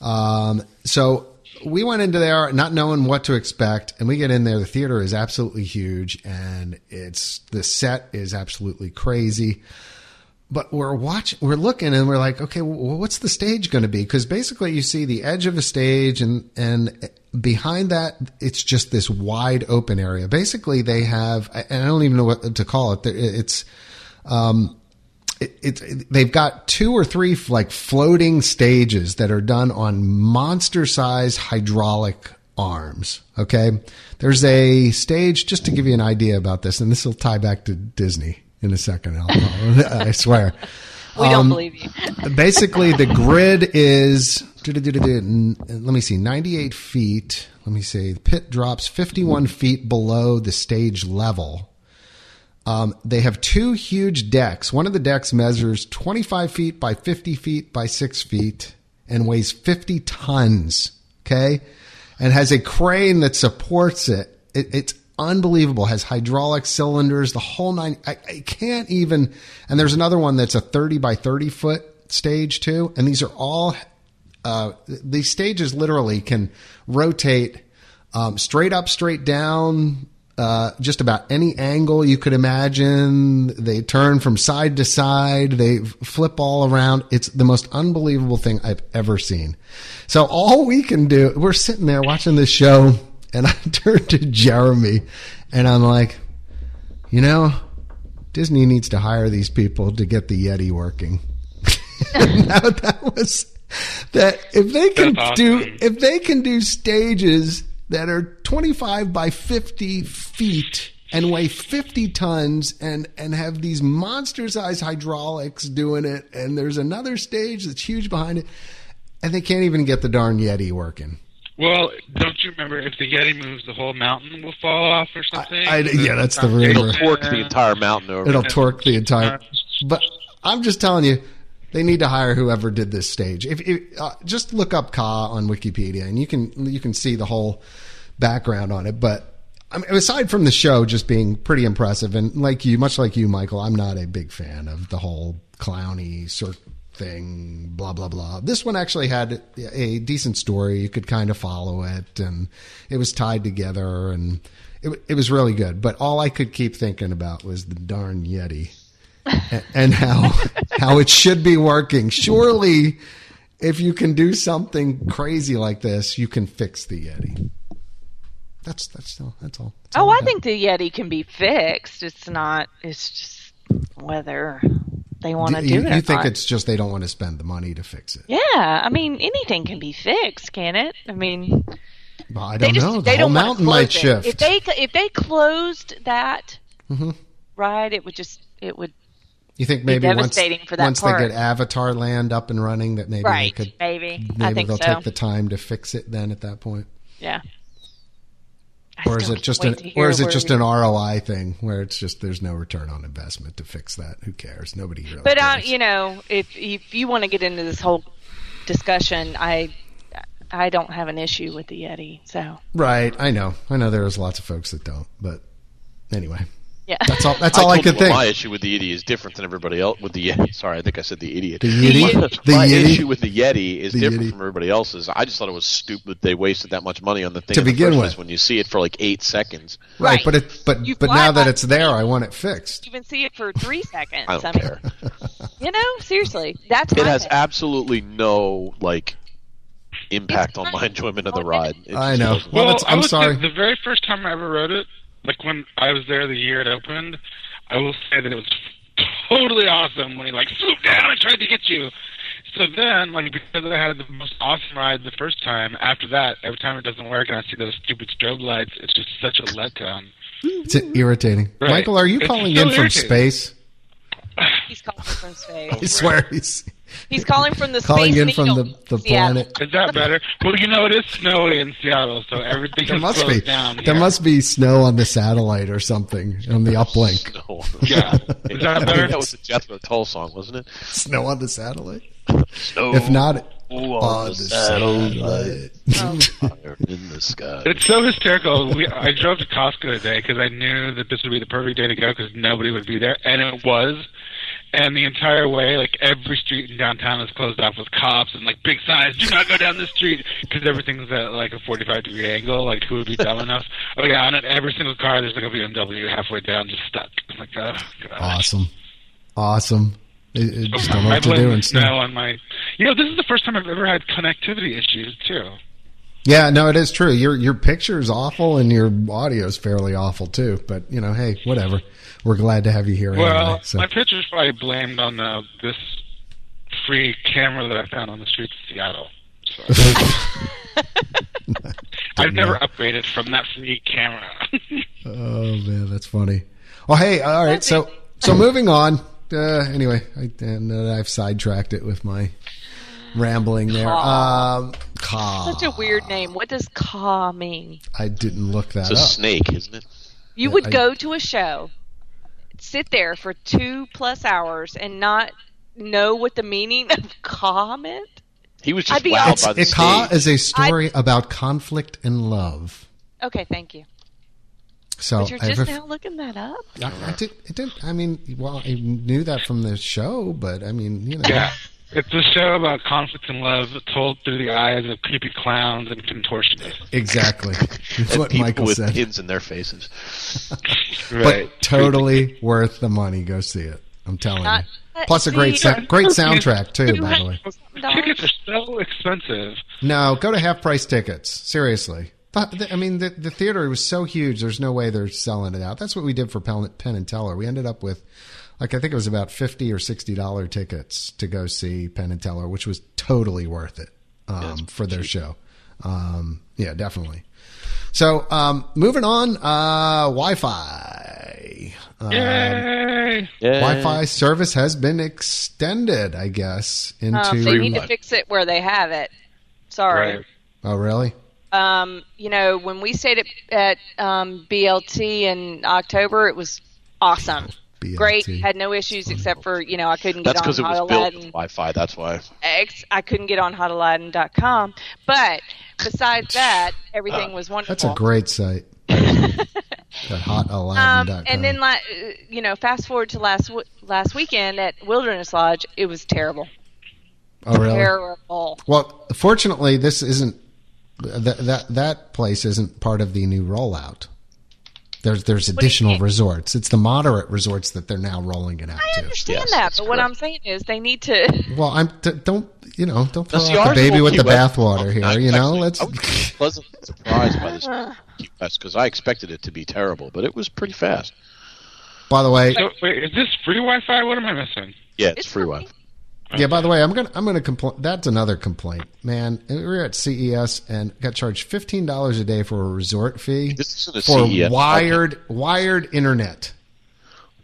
Speaker 2: Um, so we went into there not knowing what to expect, and we get in there. The theater is absolutely huge, and it's the set is absolutely crazy. But we're watching, we're looking, and we're like, okay, well, what's the stage going to be? Because basically, you see the edge of a stage, and and behind that, it's just this wide open area. Basically, they have, and I don't even know what to call it. It's it, it, they've got two or three like floating stages that are done on monster size hydraulic arms. Okay. There's a stage, just to give you an idea about this, and this will tie back to Disney in a second. I'll, I swear
Speaker 4: we
Speaker 2: um,
Speaker 4: don't believe you.
Speaker 2: basically the grid is n- let me see 98 feet let me see the pit drops 51 feet below the stage level um, they have two huge decks one of the decks measures 25 feet by 50 feet by 6 feet and weighs 50 tons okay and has a crane that supports it, it it's unbelievable has hydraulic cylinders the whole nine I, I can't even and there's another one that's a 30 by 30 foot stage too and these are all uh, these stages literally can rotate um, straight up straight down uh, just about any angle you could imagine they turn from side to side they flip all around it's the most unbelievable thing i've ever seen so all we can do we're sitting there watching this show and i turn to jeremy and i'm like you know Disney needs to hire these people to get the Yeti working. now that was that if they can
Speaker 7: That's
Speaker 2: do
Speaker 7: awesome.
Speaker 2: if they can do stages that are 25 by 50 feet and weigh 50 tons and and have these monster sized hydraulics doing it and there's another stage that's huge behind it and they can't even get the darn Yeti working.
Speaker 7: Well, don't you remember if the Yeti moves, the whole mountain will fall off or something?
Speaker 2: I- yeah, that's the rumor.
Speaker 3: It'll torque the entire mountain over.
Speaker 2: It'll torque the entire. But I'm just telling you, they need to hire whoever did this stage. If, if uh, just look up Ka on Wikipedia, and you can you can see the whole background on it. But I mean, aside from the show just being pretty impressive, and like you, much like you, Michael, I'm not a big fan of the whole clowny circ thing. Blah blah blah. This one actually had a decent story. You could kind of follow it, and it was tied together and. It, it was really good, but all I could keep thinking about was the darn Yeti a- and how how it should be working. Surely, if you can do something crazy like this, you can fix the Yeti. That's that's all. That's all. That's
Speaker 4: Oh,
Speaker 2: all
Speaker 4: I
Speaker 2: got.
Speaker 4: think the Yeti can be fixed. It's not. It's just whether they want to
Speaker 2: Do
Speaker 4: do,
Speaker 2: you,
Speaker 4: it.
Speaker 2: you
Speaker 4: or
Speaker 2: think
Speaker 4: not.
Speaker 2: it's just they don't want to spend the money to fix it?
Speaker 4: Yeah, I mean anything can be fixed, can it? I mean,
Speaker 2: Well, I
Speaker 4: they
Speaker 2: don't
Speaker 4: just
Speaker 2: know. The
Speaker 4: they
Speaker 2: whole
Speaker 4: don't wanna
Speaker 2: mountain might
Speaker 4: close it.
Speaker 2: shift.
Speaker 4: If they cl- if they closed that
Speaker 2: Mhm.
Speaker 4: ride, it would just it would
Speaker 2: you think maybe once
Speaker 4: devastating for that
Speaker 2: once
Speaker 4: park.
Speaker 2: they get Avatar Land up and running, that maybe
Speaker 4: right
Speaker 2: they could
Speaker 4: maybe.
Speaker 2: maybe
Speaker 4: I think
Speaker 2: they'll
Speaker 4: so.
Speaker 2: take the time to fix it then at that point.
Speaker 4: yeah. I
Speaker 2: Or is
Speaker 4: still
Speaker 2: it just an
Speaker 4: can't wait to
Speaker 2: or
Speaker 4: hear
Speaker 2: is it
Speaker 4: where-
Speaker 2: just an ROI thing where it's just there's no return on investment to fix that? Who cares? Nobody really.
Speaker 4: But uh,
Speaker 2: cares.
Speaker 4: you know, if if you want to get into this whole discussion, I I don't have an issue with the Yeti. So
Speaker 2: Right, I know. I know there's lots of folks that don't, but anyway.
Speaker 4: yeah,
Speaker 2: That's all that's all I,
Speaker 3: told
Speaker 2: could
Speaker 3: you what
Speaker 2: think.
Speaker 3: My issue with the Yeti is different than everybody else. With the Yeti, sorry, I think I said the idiot.
Speaker 2: The Yeti?
Speaker 3: My,
Speaker 2: The
Speaker 3: my
Speaker 2: Yeti?
Speaker 3: issue with the Yeti is
Speaker 2: The
Speaker 3: different
Speaker 2: Yeti.
Speaker 3: from everybody else's. I just thought it was stupid they wasted that much money on the thing
Speaker 2: To
Speaker 3: in the
Speaker 2: begin
Speaker 3: first
Speaker 2: with.
Speaker 3: place when you see it for like eight seconds.
Speaker 2: Right,
Speaker 4: Right.
Speaker 2: but it but
Speaker 4: You
Speaker 2: but
Speaker 4: fly
Speaker 2: now that
Speaker 4: by-
Speaker 2: it's there, I want it fixed.
Speaker 4: you can see it for three seconds.
Speaker 3: I don't
Speaker 4: mean,
Speaker 3: care.
Speaker 4: You know, seriously, that's
Speaker 3: It
Speaker 4: my
Speaker 3: has
Speaker 4: thing.
Speaker 3: absolutely no like impact on my enjoyment of the ride. It
Speaker 2: I
Speaker 3: just
Speaker 2: know.
Speaker 3: doesn't.
Speaker 2: Well,
Speaker 7: Well,
Speaker 2: that's,
Speaker 7: I
Speaker 2: I'm
Speaker 7: would say
Speaker 2: sorry.
Speaker 7: The very first time I ever rode it, like when I was there the year it opened, I will say that it was totally awesome when he like swooped down and tried to get you. So then, like because I had the most awesome ride the first time, after that, every time it doesn't work and I see those stupid strobe lights, it's just such a letdown.
Speaker 2: It's irritating.
Speaker 7: Right.
Speaker 2: Michael, are you
Speaker 7: It's
Speaker 2: calling
Speaker 7: so
Speaker 2: in from
Speaker 7: irritating. Oh,
Speaker 2: space?
Speaker 4: He's calling from space.
Speaker 2: I swear he's
Speaker 4: He's calling from the
Speaker 2: calling
Speaker 4: space
Speaker 2: in from the,
Speaker 4: needle.
Speaker 2: the
Speaker 4: Yeah.
Speaker 2: planet.
Speaker 7: Is that better? well, you know it is snowy in Seattle, so everything
Speaker 2: There
Speaker 7: is
Speaker 2: must
Speaker 7: closed
Speaker 2: be
Speaker 7: down.
Speaker 2: there
Speaker 7: here.
Speaker 2: must be snow on the satellite or something on the uplink.
Speaker 3: No.
Speaker 7: Yeah. Is that better?
Speaker 3: That was a Jethro Tull song, wasn't it?
Speaker 2: Snow on the satellite. If not on the satellite.
Speaker 3: Fire in the sky.
Speaker 7: It's so hysterical. We, I drove to Costco today because I knew that this would be the perfect day to go because nobody would be there, and it was. And the entire way, like every street in downtown is closed off with cops and like big signs, "Do not go down this street," because everything's at like a 45 degree angle. Like who would be dumb enough? Oh yeah, and at every single car, there's like a BMW halfway down, just stuck. I'm like, oh god.
Speaker 2: Awesome. Awesome. I, I just don't know
Speaker 7: I
Speaker 2: what to do
Speaker 7: blame
Speaker 2: in
Speaker 7: snow
Speaker 2: snow.
Speaker 7: on my. You know, this is the first time I've ever had connectivity issues too.
Speaker 2: Yeah, no, it is true. Your your picture is awful and your audio is fairly awful too. But you know, hey, whatever. We're glad to have you here.
Speaker 7: Well,
Speaker 2: anyway, so.
Speaker 7: my picture's probably blamed on uh, this free camera that I found on the streets of Seattle. So I've never upgraded from that free camera.
Speaker 2: Oh man, that's funny. Oh hey, all right. So so moving on. Uh, anyway, I, and uh, I've sidetracked it with my rambling there. Um, Ka.
Speaker 4: Such a weird name. What does "caw" mean?
Speaker 2: I didn't look that
Speaker 3: It's a
Speaker 2: up.
Speaker 3: snake, isn't it?
Speaker 4: You
Speaker 2: Yeah,
Speaker 4: would
Speaker 2: I-
Speaker 4: go to a show, sit there for two plus hours, and not know what the meaning of "comment."
Speaker 3: He was just
Speaker 4: I'd be
Speaker 3: wowed
Speaker 4: honest-
Speaker 3: by the
Speaker 2: It's- Ka
Speaker 3: snake.
Speaker 2: is a story about conflict and love.
Speaker 4: Okay, thank you.
Speaker 2: So
Speaker 4: But you're
Speaker 2: Oh, I,
Speaker 4: just
Speaker 2: ref-
Speaker 4: now looking that up.
Speaker 2: I, I did. It did. I mean, well, I knew that from the show, but I mean, you know,
Speaker 7: yeah. It's a show about conflict and love told through the eyes of creepy clowns and contortionists.
Speaker 2: exactly. That's
Speaker 3: And
Speaker 2: what
Speaker 3: people
Speaker 2: Michael
Speaker 3: with
Speaker 2: said.
Speaker 3: pins in their faces.
Speaker 7: Right.
Speaker 2: But totally worth the money. Go see it. I'm telling
Speaker 4: Not-
Speaker 2: you. Plus a great
Speaker 4: See,
Speaker 2: sou- great soundtrack too. By the way,
Speaker 7: Tickets are so expensive.
Speaker 2: no, go to half price tickets. Seriously. But, th- I mean, the, the theater was so huge. There's no way they're selling it out. That's what we did for Penn, Penn and Teller. We ended up with, like, I think it was about fifty or sixty dollar tickets to go see Penn and Teller, which was totally worth it um, for their show. Um, yeah, definitely. So, um, moving on, uh, Wi-Fi. Uh, Um,
Speaker 7: Yay!
Speaker 3: Yeah.
Speaker 2: Wi-Fi service has been extended, I guess, into.
Speaker 4: Um, they need to
Speaker 3: much.
Speaker 4: fix it where they have it. Sorry.
Speaker 7: Right.
Speaker 2: oh, really?
Speaker 4: Um, you know, when we stayed at, at um, BLT in October, it was awesome.
Speaker 2: BLT.
Speaker 4: Great, had no issues except for you know I couldn't get
Speaker 3: That's because it
Speaker 4: on
Speaker 3: was built with
Speaker 4: Hotaladdin.
Speaker 3: Wi-Fi. That's why.
Speaker 4: X. I couldn't get on hotaladdin.com. But besides that, everything was wonderful.
Speaker 2: That's a great site. That hot
Speaker 4: Um,
Speaker 2: Aladdin.com.
Speaker 4: and then, la- uh, you know, fast forward to last w- last weekend at Wilderness Lodge, it was terrible,
Speaker 2: oh, really?
Speaker 4: terrible.
Speaker 2: Well, fortunately, this isn't that that that place isn't part of the new rollout. There's there's
Speaker 4: do you
Speaker 2: additional
Speaker 4: mean?
Speaker 2: resorts. It's the moderate resorts that they're now rolling it out
Speaker 4: I
Speaker 2: to.
Speaker 4: understand
Speaker 3: Yes,
Speaker 4: that,
Speaker 3: that's
Speaker 4: but what
Speaker 3: correct.
Speaker 4: I'm saying is they need to.
Speaker 2: Well, I'm t- don't you know don't throw
Speaker 3: Now, see,
Speaker 2: out the
Speaker 3: ours
Speaker 2: baby
Speaker 3: will
Speaker 2: with the
Speaker 3: keep up.
Speaker 2: bathwater
Speaker 3: I'm
Speaker 2: here. You know,
Speaker 3: actually-
Speaker 2: let's
Speaker 3: I was pleasantly surprised by this. fast because I expected it to be terrible, but it was pretty fast.
Speaker 2: By the way,
Speaker 7: So, wait, is this free Wi-Fi? What am I missing?
Speaker 3: Yeah, it's,
Speaker 4: It's
Speaker 3: free
Speaker 4: free.
Speaker 3: Wi-Fi.
Speaker 2: Yeah, by the way, I'm gonna I'm gonna complain. That's another complaint, man. We were at CES and got charged fifteen dollars a day for a resort fee
Speaker 3: This isn't a E
Speaker 2: for
Speaker 3: CES.
Speaker 2: wired wired internet.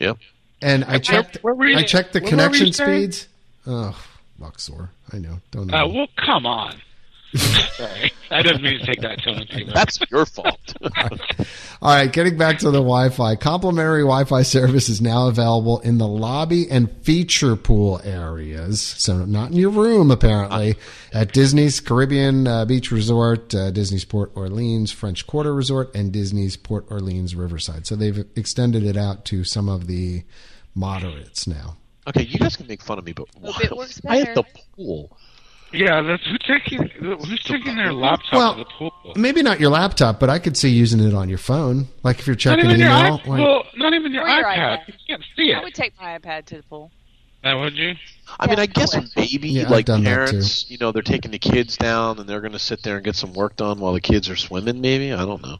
Speaker 3: Yeah.
Speaker 2: And I checked
Speaker 7: where were you-
Speaker 2: I checked the
Speaker 7: where were
Speaker 2: connection
Speaker 7: you, sir?
Speaker 2: speeds. Oh, Luxor, I know. Don't know.
Speaker 7: Uh, well, come on. Sorry, I didn't mean to take that tone. Taylor.
Speaker 3: That's your fault.
Speaker 2: All right, getting back to the Wi Fi. Complimentary Wi Fi service is now available in the lobby and feature pool areas. So, not in your room, apparently, at Disney's Caribbean uh, Beach Resort, uh, Disney's Port Orleans French Quarter Resort, and Disney's Port Orleans Riverside. So, they've extended it out to some of the moderates now.
Speaker 3: okay, you guys can make fun of me, but why?
Speaker 4: it works
Speaker 3: I at the
Speaker 4: better.
Speaker 3: pool.
Speaker 7: yeah, that's who's taking who's taking their laptop
Speaker 2: Well,
Speaker 7: to the pool.
Speaker 2: Maybe not your laptop, but I could see using it on your phone. Like if you're
Speaker 7: Not
Speaker 2: checking
Speaker 7: even your
Speaker 2: email.
Speaker 7: iPad.
Speaker 2: like-
Speaker 7: Well, not even your
Speaker 4: Or your
Speaker 7: iPad.
Speaker 4: iPad.
Speaker 7: You can't see
Speaker 4: I
Speaker 7: it.
Speaker 4: would take my iPad to the pool.
Speaker 7: Uh, would you?
Speaker 3: I mean,
Speaker 4: Yeah,
Speaker 3: I guess
Speaker 4: always.
Speaker 3: maybe
Speaker 2: Yeah, I've
Speaker 3: like
Speaker 2: done that,
Speaker 3: parents, you know, they're taking the kids down and they're going to sit there and get some work done while the kids are swimming. Maybe I don't know.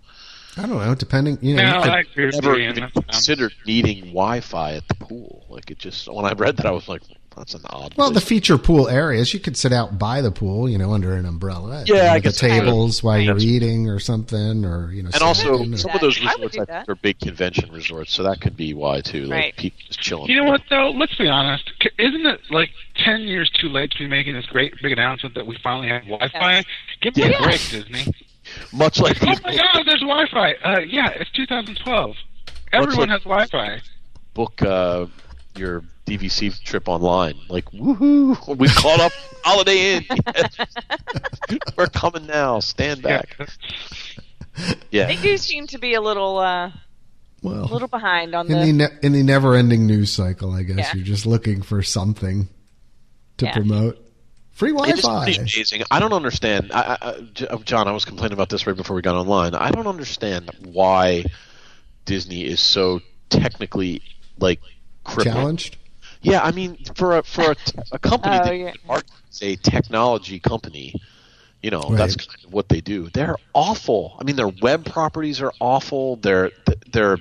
Speaker 2: I don't know, depending, you know. you
Speaker 7: No,
Speaker 2: could-
Speaker 7: I agree with
Speaker 3: Never
Speaker 7: you, Um,
Speaker 3: even
Speaker 7: Ian. That's-
Speaker 3: considered needing Wi-Fi at the pool. Like it just when I read that, I was like, that's an odd.
Speaker 2: Well, the
Speaker 3: place.
Speaker 2: feature pool areas, you could sit out by the pool, you know, under an umbrella. you
Speaker 3: Yeah,
Speaker 2: know,
Speaker 3: I
Speaker 2: the
Speaker 3: guess I
Speaker 2: tables while you're
Speaker 3: That's-
Speaker 2: eating or something, or you know,
Speaker 3: and also
Speaker 2: sitting or-
Speaker 3: some of those
Speaker 4: I would
Speaker 3: resorts
Speaker 4: do
Speaker 3: I think,
Speaker 4: that.
Speaker 3: are big convention resorts, so that could be why too. Like
Speaker 4: Right.
Speaker 3: people just chilling.
Speaker 7: You know what though? Let's be honest. C- Isn't it like ten years too late to be making this great big announcement that we finally have Wi-Fi? Give me
Speaker 3: Yeah.
Speaker 7: a break, Disney.
Speaker 3: Much like
Speaker 7: Oh
Speaker 3: these
Speaker 7: my
Speaker 3: book,
Speaker 7: God, there's Wi-Fi. Uh, yeah, it's 2012. Everyone has Wi-Fi.
Speaker 3: book uh, your DVC trip online. Like woohoo, we caught up. Holiday Inn. Yes. We're coming now. Stand back.
Speaker 7: Yeah.
Speaker 3: Yeah.
Speaker 4: They do seem to be a little uh,
Speaker 2: well,
Speaker 4: a little behind on
Speaker 2: in
Speaker 4: the.
Speaker 2: the ne- in the never-ending news cycle, I guess
Speaker 4: Yeah.
Speaker 2: you're just looking for something to
Speaker 4: Yeah.
Speaker 2: promote. Free
Speaker 3: It's
Speaker 2: Wi-Fi.
Speaker 3: pretty amazing. I don't understand. I, I- I- J- oh, John, I was complaining about this right before we got online. I don't understand why Disney is so technically like crippled.
Speaker 2: Challenged.
Speaker 3: Yeah, I mean, for a for a, t- a company
Speaker 4: Oh,
Speaker 3: that
Speaker 4: yeah.
Speaker 3: markets a technology company, you know,
Speaker 2: Right.
Speaker 3: that's kind of what they do. They're awful. I mean, their web properties are awful. They're they're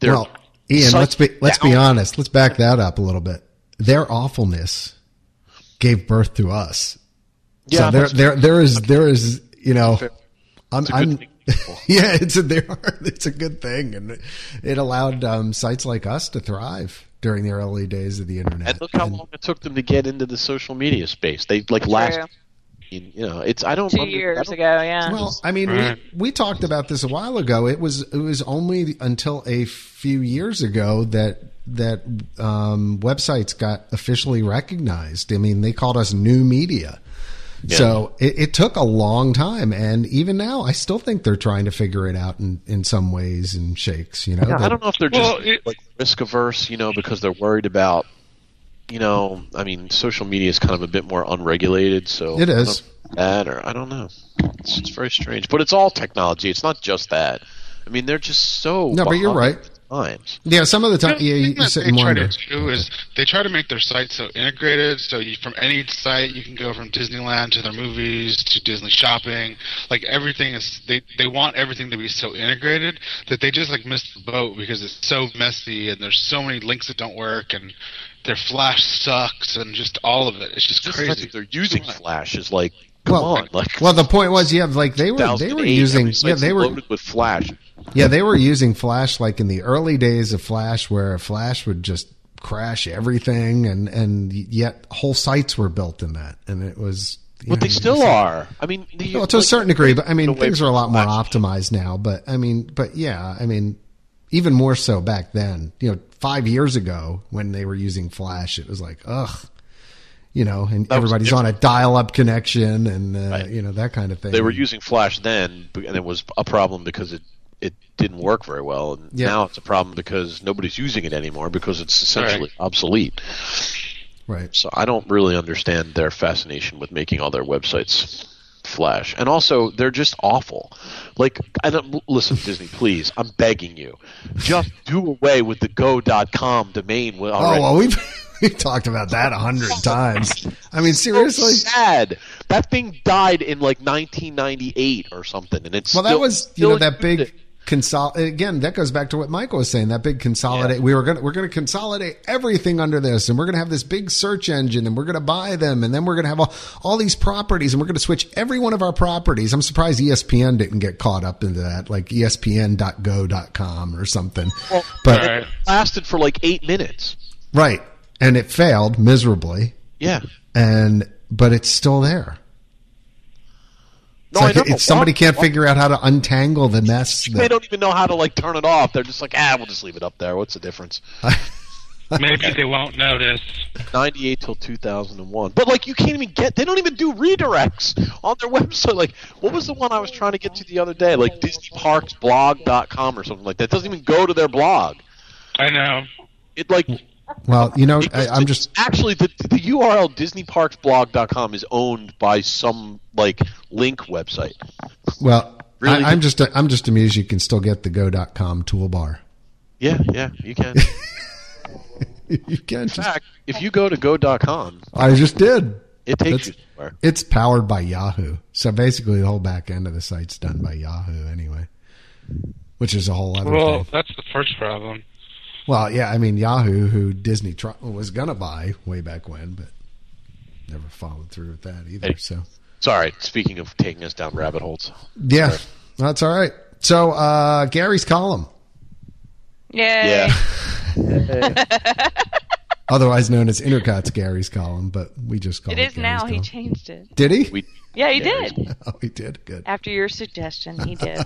Speaker 3: they're
Speaker 2: Well, Ian,
Speaker 3: Such
Speaker 2: let's be let's be
Speaker 3: down-
Speaker 2: honest. Let's back that up a little bit. Their awfulness gave birth to us.
Speaker 3: Yeah,
Speaker 2: so there,
Speaker 3: that's-
Speaker 2: there, there is, there is, you know, I'm,
Speaker 3: a good
Speaker 2: I'm
Speaker 3: thing for people.
Speaker 2: yeah, it's a, there are, it's a good thing, and it, it allowed um, sites like us to thrive during the early days of the internet.
Speaker 3: And look how long it took them to get into the social media space. They like last, you know, it's I don't
Speaker 4: Two
Speaker 3: under- I
Speaker 4: years
Speaker 3: don't-
Speaker 4: ago, yeah.
Speaker 2: Well, I mean, we,
Speaker 7: Right.
Speaker 2: we talked about this a while ago. It was it was only until a few years ago that that um, websites got officially recognized. I mean, they called us new media. So it, it took a long time, and even now, I still think they're trying to figure it out in, in some ways and shakes. You know,
Speaker 3: Yeah, I
Speaker 2: That-
Speaker 3: don't know if they're just
Speaker 7: Well, it-
Speaker 3: like risk averse, you know, because they're worried about, you know, I mean, social media is kind of a bit more unregulated, so
Speaker 2: It
Speaker 3: I
Speaker 2: is.
Speaker 3: don't- that or I don't know. It's, it's very strange, but it's all technology. It's not just that. I mean, they're just so
Speaker 2: No, but you're
Speaker 3: behind
Speaker 2: right.
Speaker 3: Times.
Speaker 2: yeah, some of the time,
Speaker 5: The
Speaker 2: yeah,
Speaker 5: thing
Speaker 2: you, you
Speaker 5: that
Speaker 2: sit
Speaker 5: they
Speaker 2: and
Speaker 5: try
Speaker 2: wonder.
Speaker 5: to do is they try to make their site so integrated, so you, from any site you can go from Disneyland to their movies to Disney shopping. Like everything is, they they want everything to be so integrated that they just like miss the boat because it's so messy and there's so many links that don't work and their Flash sucks and just all of it. It's just,
Speaker 3: Just the fact
Speaker 5: crazy.
Speaker 3: that they're using
Speaker 5: Come on.
Speaker 3: Flash is like, come
Speaker 2: Well,
Speaker 3: on, like.
Speaker 2: Well, the point was, yeah, like they were they were
Speaker 3: 2008,
Speaker 2: using
Speaker 3: every
Speaker 2: yeah
Speaker 3: site's
Speaker 2: they were
Speaker 3: loaded with Flash.
Speaker 2: Yeah, they were using Flash like in the early days of Flash, where Flash would just crash everything, and and yet whole sites were built in that, and it was. you
Speaker 3: But
Speaker 2: know,
Speaker 3: they still are. I mean, the,
Speaker 2: Well, to a
Speaker 3: like-
Speaker 2: certain degree, but I mean,
Speaker 3: away
Speaker 2: things are a
Speaker 3: from
Speaker 2: lot more
Speaker 3: Flash.
Speaker 2: optimized now. But I mean, but yeah, I mean, even more so back then. You know, five years ago when they were using Flash, it was like, ugh, you know, and
Speaker 3: That was
Speaker 2: everybody's on a dial-up connection, and uh, you know that kind of thing.
Speaker 3: they were using Flash then, b- and it was a problem because it it didn't work very well. And
Speaker 2: Yeah.
Speaker 3: now it's a problem because nobody's using it anymore because it's essentially obsolete.
Speaker 2: right.
Speaker 3: So I don't really understand their fascination with making all their websites Flash, and also they're just awful. Like, I don't listen, Disney, please. I'm begging you, just do away with the Go.com domain. Already.
Speaker 2: Oh well, we've we've talked about that a hundred times. I mean, seriously,
Speaker 3: sad. that thing died in like 1998 or something, and it's
Speaker 2: Well, that
Speaker 3: still-
Speaker 2: was you
Speaker 3: still
Speaker 2: know that big
Speaker 3: existed.
Speaker 2: consol. Again, that goes back to what Michael was saying. That big consolidate. We were gonna we're gonna consolidate everything under this, and we're gonna have this big search engine, and we're gonna buy them, and then we're gonna have all, all these properties, and we're gonna switch every one of our properties. I'm surprised E ESPN didn't get caught up into that, like E ESPN.go.com or something. but
Speaker 7: All right.
Speaker 3: lasted for like eight minutes.
Speaker 2: right, and it failed miserably,
Speaker 3: Yeah.
Speaker 2: and but it's still there.
Speaker 3: No,
Speaker 2: It's like
Speaker 3: I know.
Speaker 2: it's- somebody
Speaker 3: Why-
Speaker 2: can't
Speaker 3: why-
Speaker 2: figure out how to untangle the mess.
Speaker 3: They
Speaker 2: That,
Speaker 3: don't even know how to like turn it off. They're just like, ah, we'll just leave it up there. What's the difference?
Speaker 7: Maybe they won't notice.
Speaker 3: 98 till 2001. But like you can't even get they don't even do redirects on their website. Like what was the one I was trying to get to the other day? Like disneyparksblog.com or something like that. It doesn't even go to their blog.
Speaker 7: I know.
Speaker 3: It like
Speaker 2: well, you know, I,
Speaker 3: because
Speaker 2: I'm
Speaker 3: the-
Speaker 2: just
Speaker 3: actually the the URL disneyparksblog.com is owned by some like link website.
Speaker 2: Well,
Speaker 3: Really
Speaker 2: I, I'm just I'm just amused you can still get the go.com toolbar.
Speaker 3: Yeah, yeah, you can. In
Speaker 2: you can just,
Speaker 3: fact, if you go to go.com,
Speaker 2: I just did.
Speaker 3: it
Speaker 2: That's-
Speaker 3: takes you somewhere.
Speaker 2: It's powered by Yahoo. So basically the whole back end of the site's done by Yahoo anyway. Which is a whole other
Speaker 7: Well,
Speaker 2: thing.
Speaker 7: that's the first problem.
Speaker 2: Well, yeah, I mean Yahoo who Disney tr- was going to buy way back when, but never followed through with that either.
Speaker 3: Hey.
Speaker 2: So
Speaker 3: Sorry, speaking of taking us down rabbit holes.
Speaker 2: Yeah. That's all right. So uh Gary's column,
Speaker 4: Yay.
Speaker 2: otherwise known as Intercot's Gary's column, but we just call
Speaker 4: It
Speaker 2: it
Speaker 4: is
Speaker 2: Gary's
Speaker 4: now. He
Speaker 2: column.
Speaker 4: changed it.
Speaker 2: Did he?
Speaker 3: We
Speaker 4: Yeah, he
Speaker 3: Yeah,
Speaker 4: did.
Speaker 2: oh, he did. Good.
Speaker 4: After your suggestion, he did.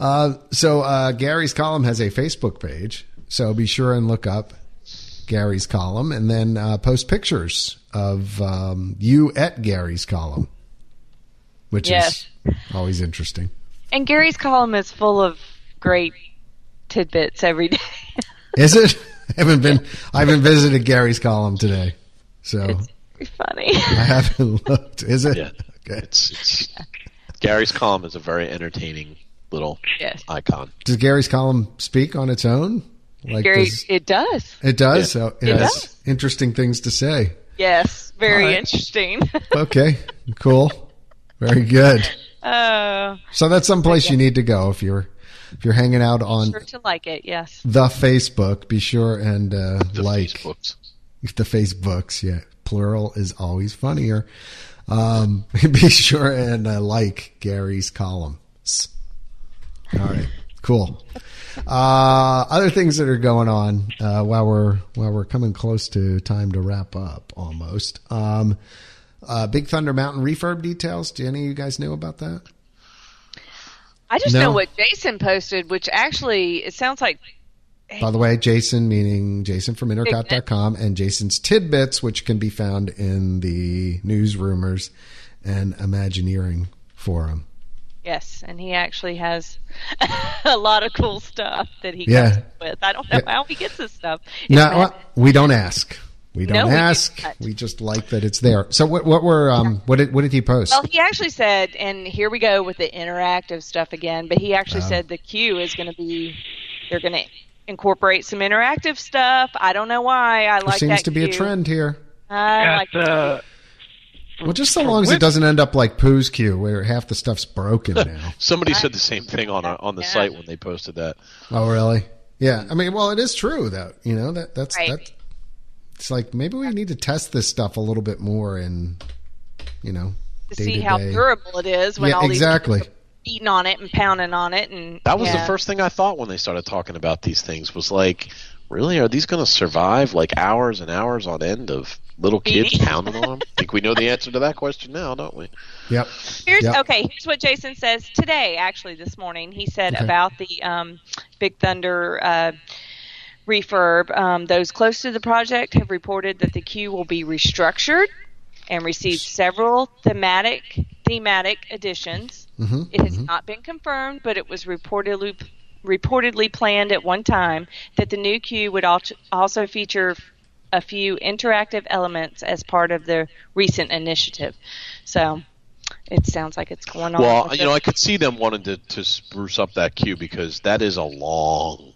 Speaker 2: So uh, Gary's column has a Facebook page, so be sure and look up Gary's column, and then uh, post pictures of um, you at Gary's column, which
Speaker 4: Yes.
Speaker 2: is always interesting.
Speaker 4: And Gary's column is full of great tidbits every day.
Speaker 2: Is it? I haven't been. I haven't visited Gary's column today, so
Speaker 4: It's funny.
Speaker 2: I haven't looked. Is it?
Speaker 3: Yeah.
Speaker 2: Okay.
Speaker 3: It's, it's Gary's column is a very entertaining little
Speaker 4: Yes.
Speaker 3: icon.
Speaker 2: Does Gary's column speak on its own? Like
Speaker 4: Gary,
Speaker 2: does-
Speaker 4: it does.
Speaker 2: it does. So it,
Speaker 4: It
Speaker 2: has
Speaker 4: does.
Speaker 2: interesting things to say.
Speaker 4: Yes, very
Speaker 2: All right.
Speaker 4: interesting.
Speaker 2: Okay, cool, very good.
Speaker 4: uh,
Speaker 2: So that's someplace you need to go if you're if you're hanging out on
Speaker 4: sure to like it. Yes.
Speaker 2: the Facebook. Be sure and uh,
Speaker 3: The
Speaker 2: like
Speaker 3: Facebooks.
Speaker 2: the Facebooks. Yeah, plural is always funnier. Um, be sure and uh, like Gary's columns. All right, cool. Uh, other things that are going on uh, while we're while we're coming close to time to wrap up almost. Um, uh, Big Thunder Mountain refurb details. Do any of you guys know about that?
Speaker 4: I just
Speaker 2: No.
Speaker 4: know what Jason posted, which actually it sounds like
Speaker 2: By the way, Jason, meaning Jason from intercot.com, and Jason's tidbits, which can be found in the news rumors and Imagineering forum.
Speaker 4: yes, and he actually has a lot of cool stuff that he
Speaker 2: Yeah.
Speaker 4: comes up with. I don't know
Speaker 2: Yeah.
Speaker 4: how he gets this stuff. It's
Speaker 2: No,
Speaker 4: mad-
Speaker 2: we don't ask. We don't
Speaker 4: No, we do
Speaker 2: ask.
Speaker 4: not.
Speaker 2: We just like that it's there. So what? What were? Um, what did? What did he post?
Speaker 4: Well, he actually said, and here we go with the interactive stuff again, but he actually
Speaker 2: Uh-huh.
Speaker 4: said the queue is going to be, they're going to incorporate some interactive stuff. I don't know why. I
Speaker 2: there
Speaker 4: like
Speaker 2: seems
Speaker 4: that
Speaker 2: to be a
Speaker 4: queue.
Speaker 2: trend here.
Speaker 4: I
Speaker 7: At
Speaker 4: like
Speaker 7: the
Speaker 2: Well, just so long as it doesn't end up like Pooh's queue, where half the stuff's broken now.
Speaker 3: Somebody said the same thing on our, on the
Speaker 4: Yeah.
Speaker 3: site when they posted that.
Speaker 2: Oh, really? Yeah. I mean, well, it is true though. You know that that's
Speaker 4: Right.
Speaker 2: that. It's like maybe we need to test this stuff a little bit more and, you know,
Speaker 4: to
Speaker 2: day
Speaker 4: see how
Speaker 2: day.
Speaker 4: durable it is when
Speaker 2: Yeah,
Speaker 4: all these
Speaker 2: exactly.
Speaker 4: people are beating on it and pounding on it and
Speaker 3: That was
Speaker 4: yeah.
Speaker 3: the first thing I thought when they started talking about these things was like, really, are these going to survive like hours and hours on end of little kids
Speaker 4: Maybe.
Speaker 3: pounding on them? I think we know the answer to that question now, don't we?
Speaker 2: Yep.
Speaker 4: Here's
Speaker 2: Yep.
Speaker 4: okay. Here's what Jason says today. Actually, this morning he said
Speaker 2: Okay.
Speaker 4: about the um, Big Thunder uh, refurb. Um, those close to the project have reported that the queue will be restructured and receive several thematic thematic additions.
Speaker 2: Mm-hmm.
Speaker 4: It
Speaker 3: Mm-hmm.
Speaker 4: has not been confirmed, but it was reportedly reportedly planned at one time that the new queue would al- also feature a few interactive elements as part of the recent initiative. So it sounds like it's going on.
Speaker 3: Well,
Speaker 4: with
Speaker 3: you
Speaker 4: the-
Speaker 3: know, I could see them wanting to, to spruce up that queue because that is a long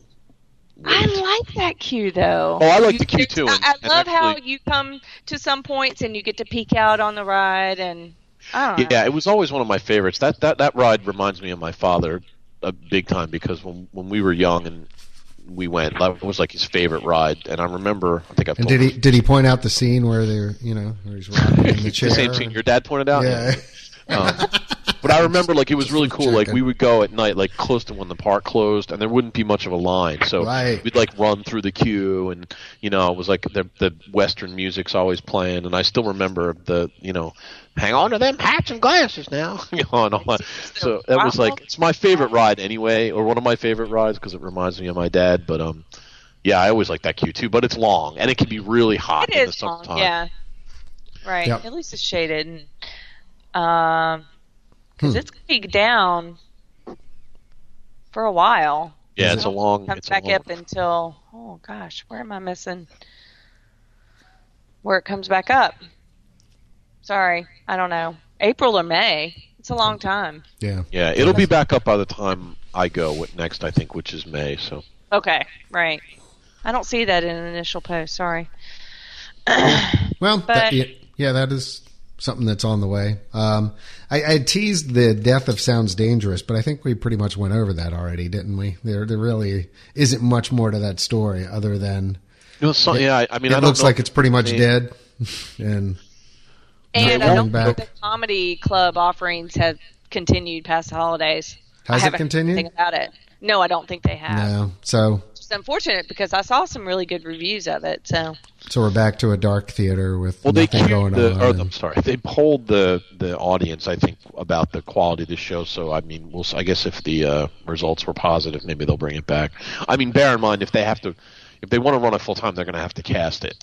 Speaker 4: I like that queue though.
Speaker 3: Oh, I like the
Speaker 4: You-
Speaker 3: queue
Speaker 4: it's
Speaker 3: too,
Speaker 4: not-
Speaker 3: and-
Speaker 4: I
Speaker 3: and
Speaker 4: love how
Speaker 3: actually-
Speaker 4: you come to some points and you get to peek out on the ride, and I don't know.
Speaker 3: Yeah, it was always one of my favorites. That that that ride reminds me of my father a big time because when when we were young and we went, that was like his favorite ride. And I remember, I think I
Speaker 2: And
Speaker 3: told
Speaker 2: did he
Speaker 3: you
Speaker 2: did he point out the scene where they're you know where he's rocking in the
Speaker 3: the
Speaker 2: chair?
Speaker 3: same thing your dad pointed out.
Speaker 2: Yeah.
Speaker 3: Um, but I remember like it was really cool. Like
Speaker 2: checking.
Speaker 3: we would go at night, like close to when the park closed, and there wouldn't be much of a line. So
Speaker 2: Right.
Speaker 3: we'd like run through the queue, and you know it was like the the western music's always playing, and I still remember the you know, hang on to them hats and glasses now. you know, and all that. So that was like it's my favorite ride anyway, or one of my favorite rides because it reminds me of my dad. But um. Yeah, I always like that queue too, but it's long and it can be really hot
Speaker 4: It
Speaker 3: in the
Speaker 4: is long,
Speaker 3: summertime.
Speaker 4: yeah. Right.
Speaker 2: Yep.
Speaker 4: At least it's shaded, and um, because it's gonna be down for a while.
Speaker 3: Yeah, it's a long.
Speaker 4: Comes
Speaker 3: It's a
Speaker 4: back
Speaker 3: long
Speaker 4: up until oh gosh, where am I missing? Where it comes back up? Sorry, I don't know. April or May. It's a long time.
Speaker 2: Yeah.
Speaker 3: Yeah, it'll be back up by the time I go what next, I think, which is May. So
Speaker 4: Okay, right. I don't see that in an initial post. Sorry.
Speaker 2: Well, that,
Speaker 4: But-
Speaker 2: yeah, yeah, that is something that's on the way. Um, I, I teased the death of sounds dangerous, but I think we pretty much went over that already, didn't we? There, there really isn't much more to that story other than
Speaker 3: you know, so, yeah, I- I mean, I
Speaker 2: it
Speaker 3: don't
Speaker 2: looks
Speaker 3: know
Speaker 2: like it's pretty much
Speaker 3: they-
Speaker 2: dead. and
Speaker 4: And
Speaker 2: Not
Speaker 4: I
Speaker 2: going
Speaker 4: don't
Speaker 2: back.
Speaker 4: think the comedy club offerings have continued past the holidays. I
Speaker 2: has it
Speaker 4: haven't heard anything
Speaker 2: continued?
Speaker 4: about it. No, I don't think they have.
Speaker 2: No. So,
Speaker 4: It's unfortunate because I saw some really good reviews of it. So
Speaker 2: so we're back to a dark theater with
Speaker 3: Well, they
Speaker 2: nothing
Speaker 3: queued
Speaker 2: going
Speaker 3: the.
Speaker 2: on.
Speaker 3: Or,
Speaker 2: and-
Speaker 3: I'm sorry, they polled the the audience. I think about the quality of the show. So I mean, we'll. s- I guess if the uh, results were positive, maybe they'll bring it back. I mean, bear in mind if they have to, if they want to run it full time, they're going to have to cast it.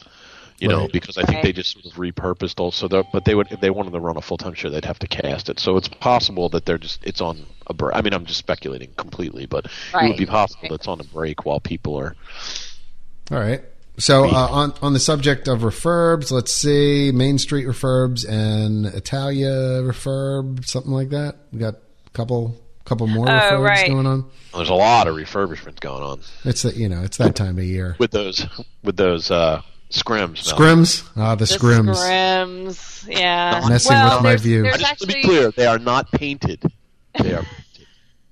Speaker 3: You know,
Speaker 2: Right.
Speaker 3: because I think
Speaker 4: Right.
Speaker 3: they just sort of repurposed also. they're- But they would, if they wanted to run a full time show, they'd have to cast it. So it's possible that they're just it's on a break. I mean, I'm just speculating completely, but it would
Speaker 4: Right.
Speaker 3: be possible that it's on a break while people are.
Speaker 2: All right. So uh, on on the subject of refurbs, let's see Main Street refurbs and Italia refurb, something like that. We got a couple couple more refurbs
Speaker 4: Oh, right.
Speaker 2: going on.
Speaker 3: There's a lot of refurbishment going on
Speaker 2: It's that you know it's that time of year.
Speaker 3: with those with those uh, scrims. Mel.
Speaker 2: Scrims, ah, the,
Speaker 4: the
Speaker 2: scrims.
Speaker 4: scrims, yeah.
Speaker 2: Messing
Speaker 4: well,
Speaker 2: with my
Speaker 4: there's-
Speaker 2: view.
Speaker 4: there's
Speaker 3: I just
Speaker 4: actually,
Speaker 3: to be clear, they are not painted. They are painted.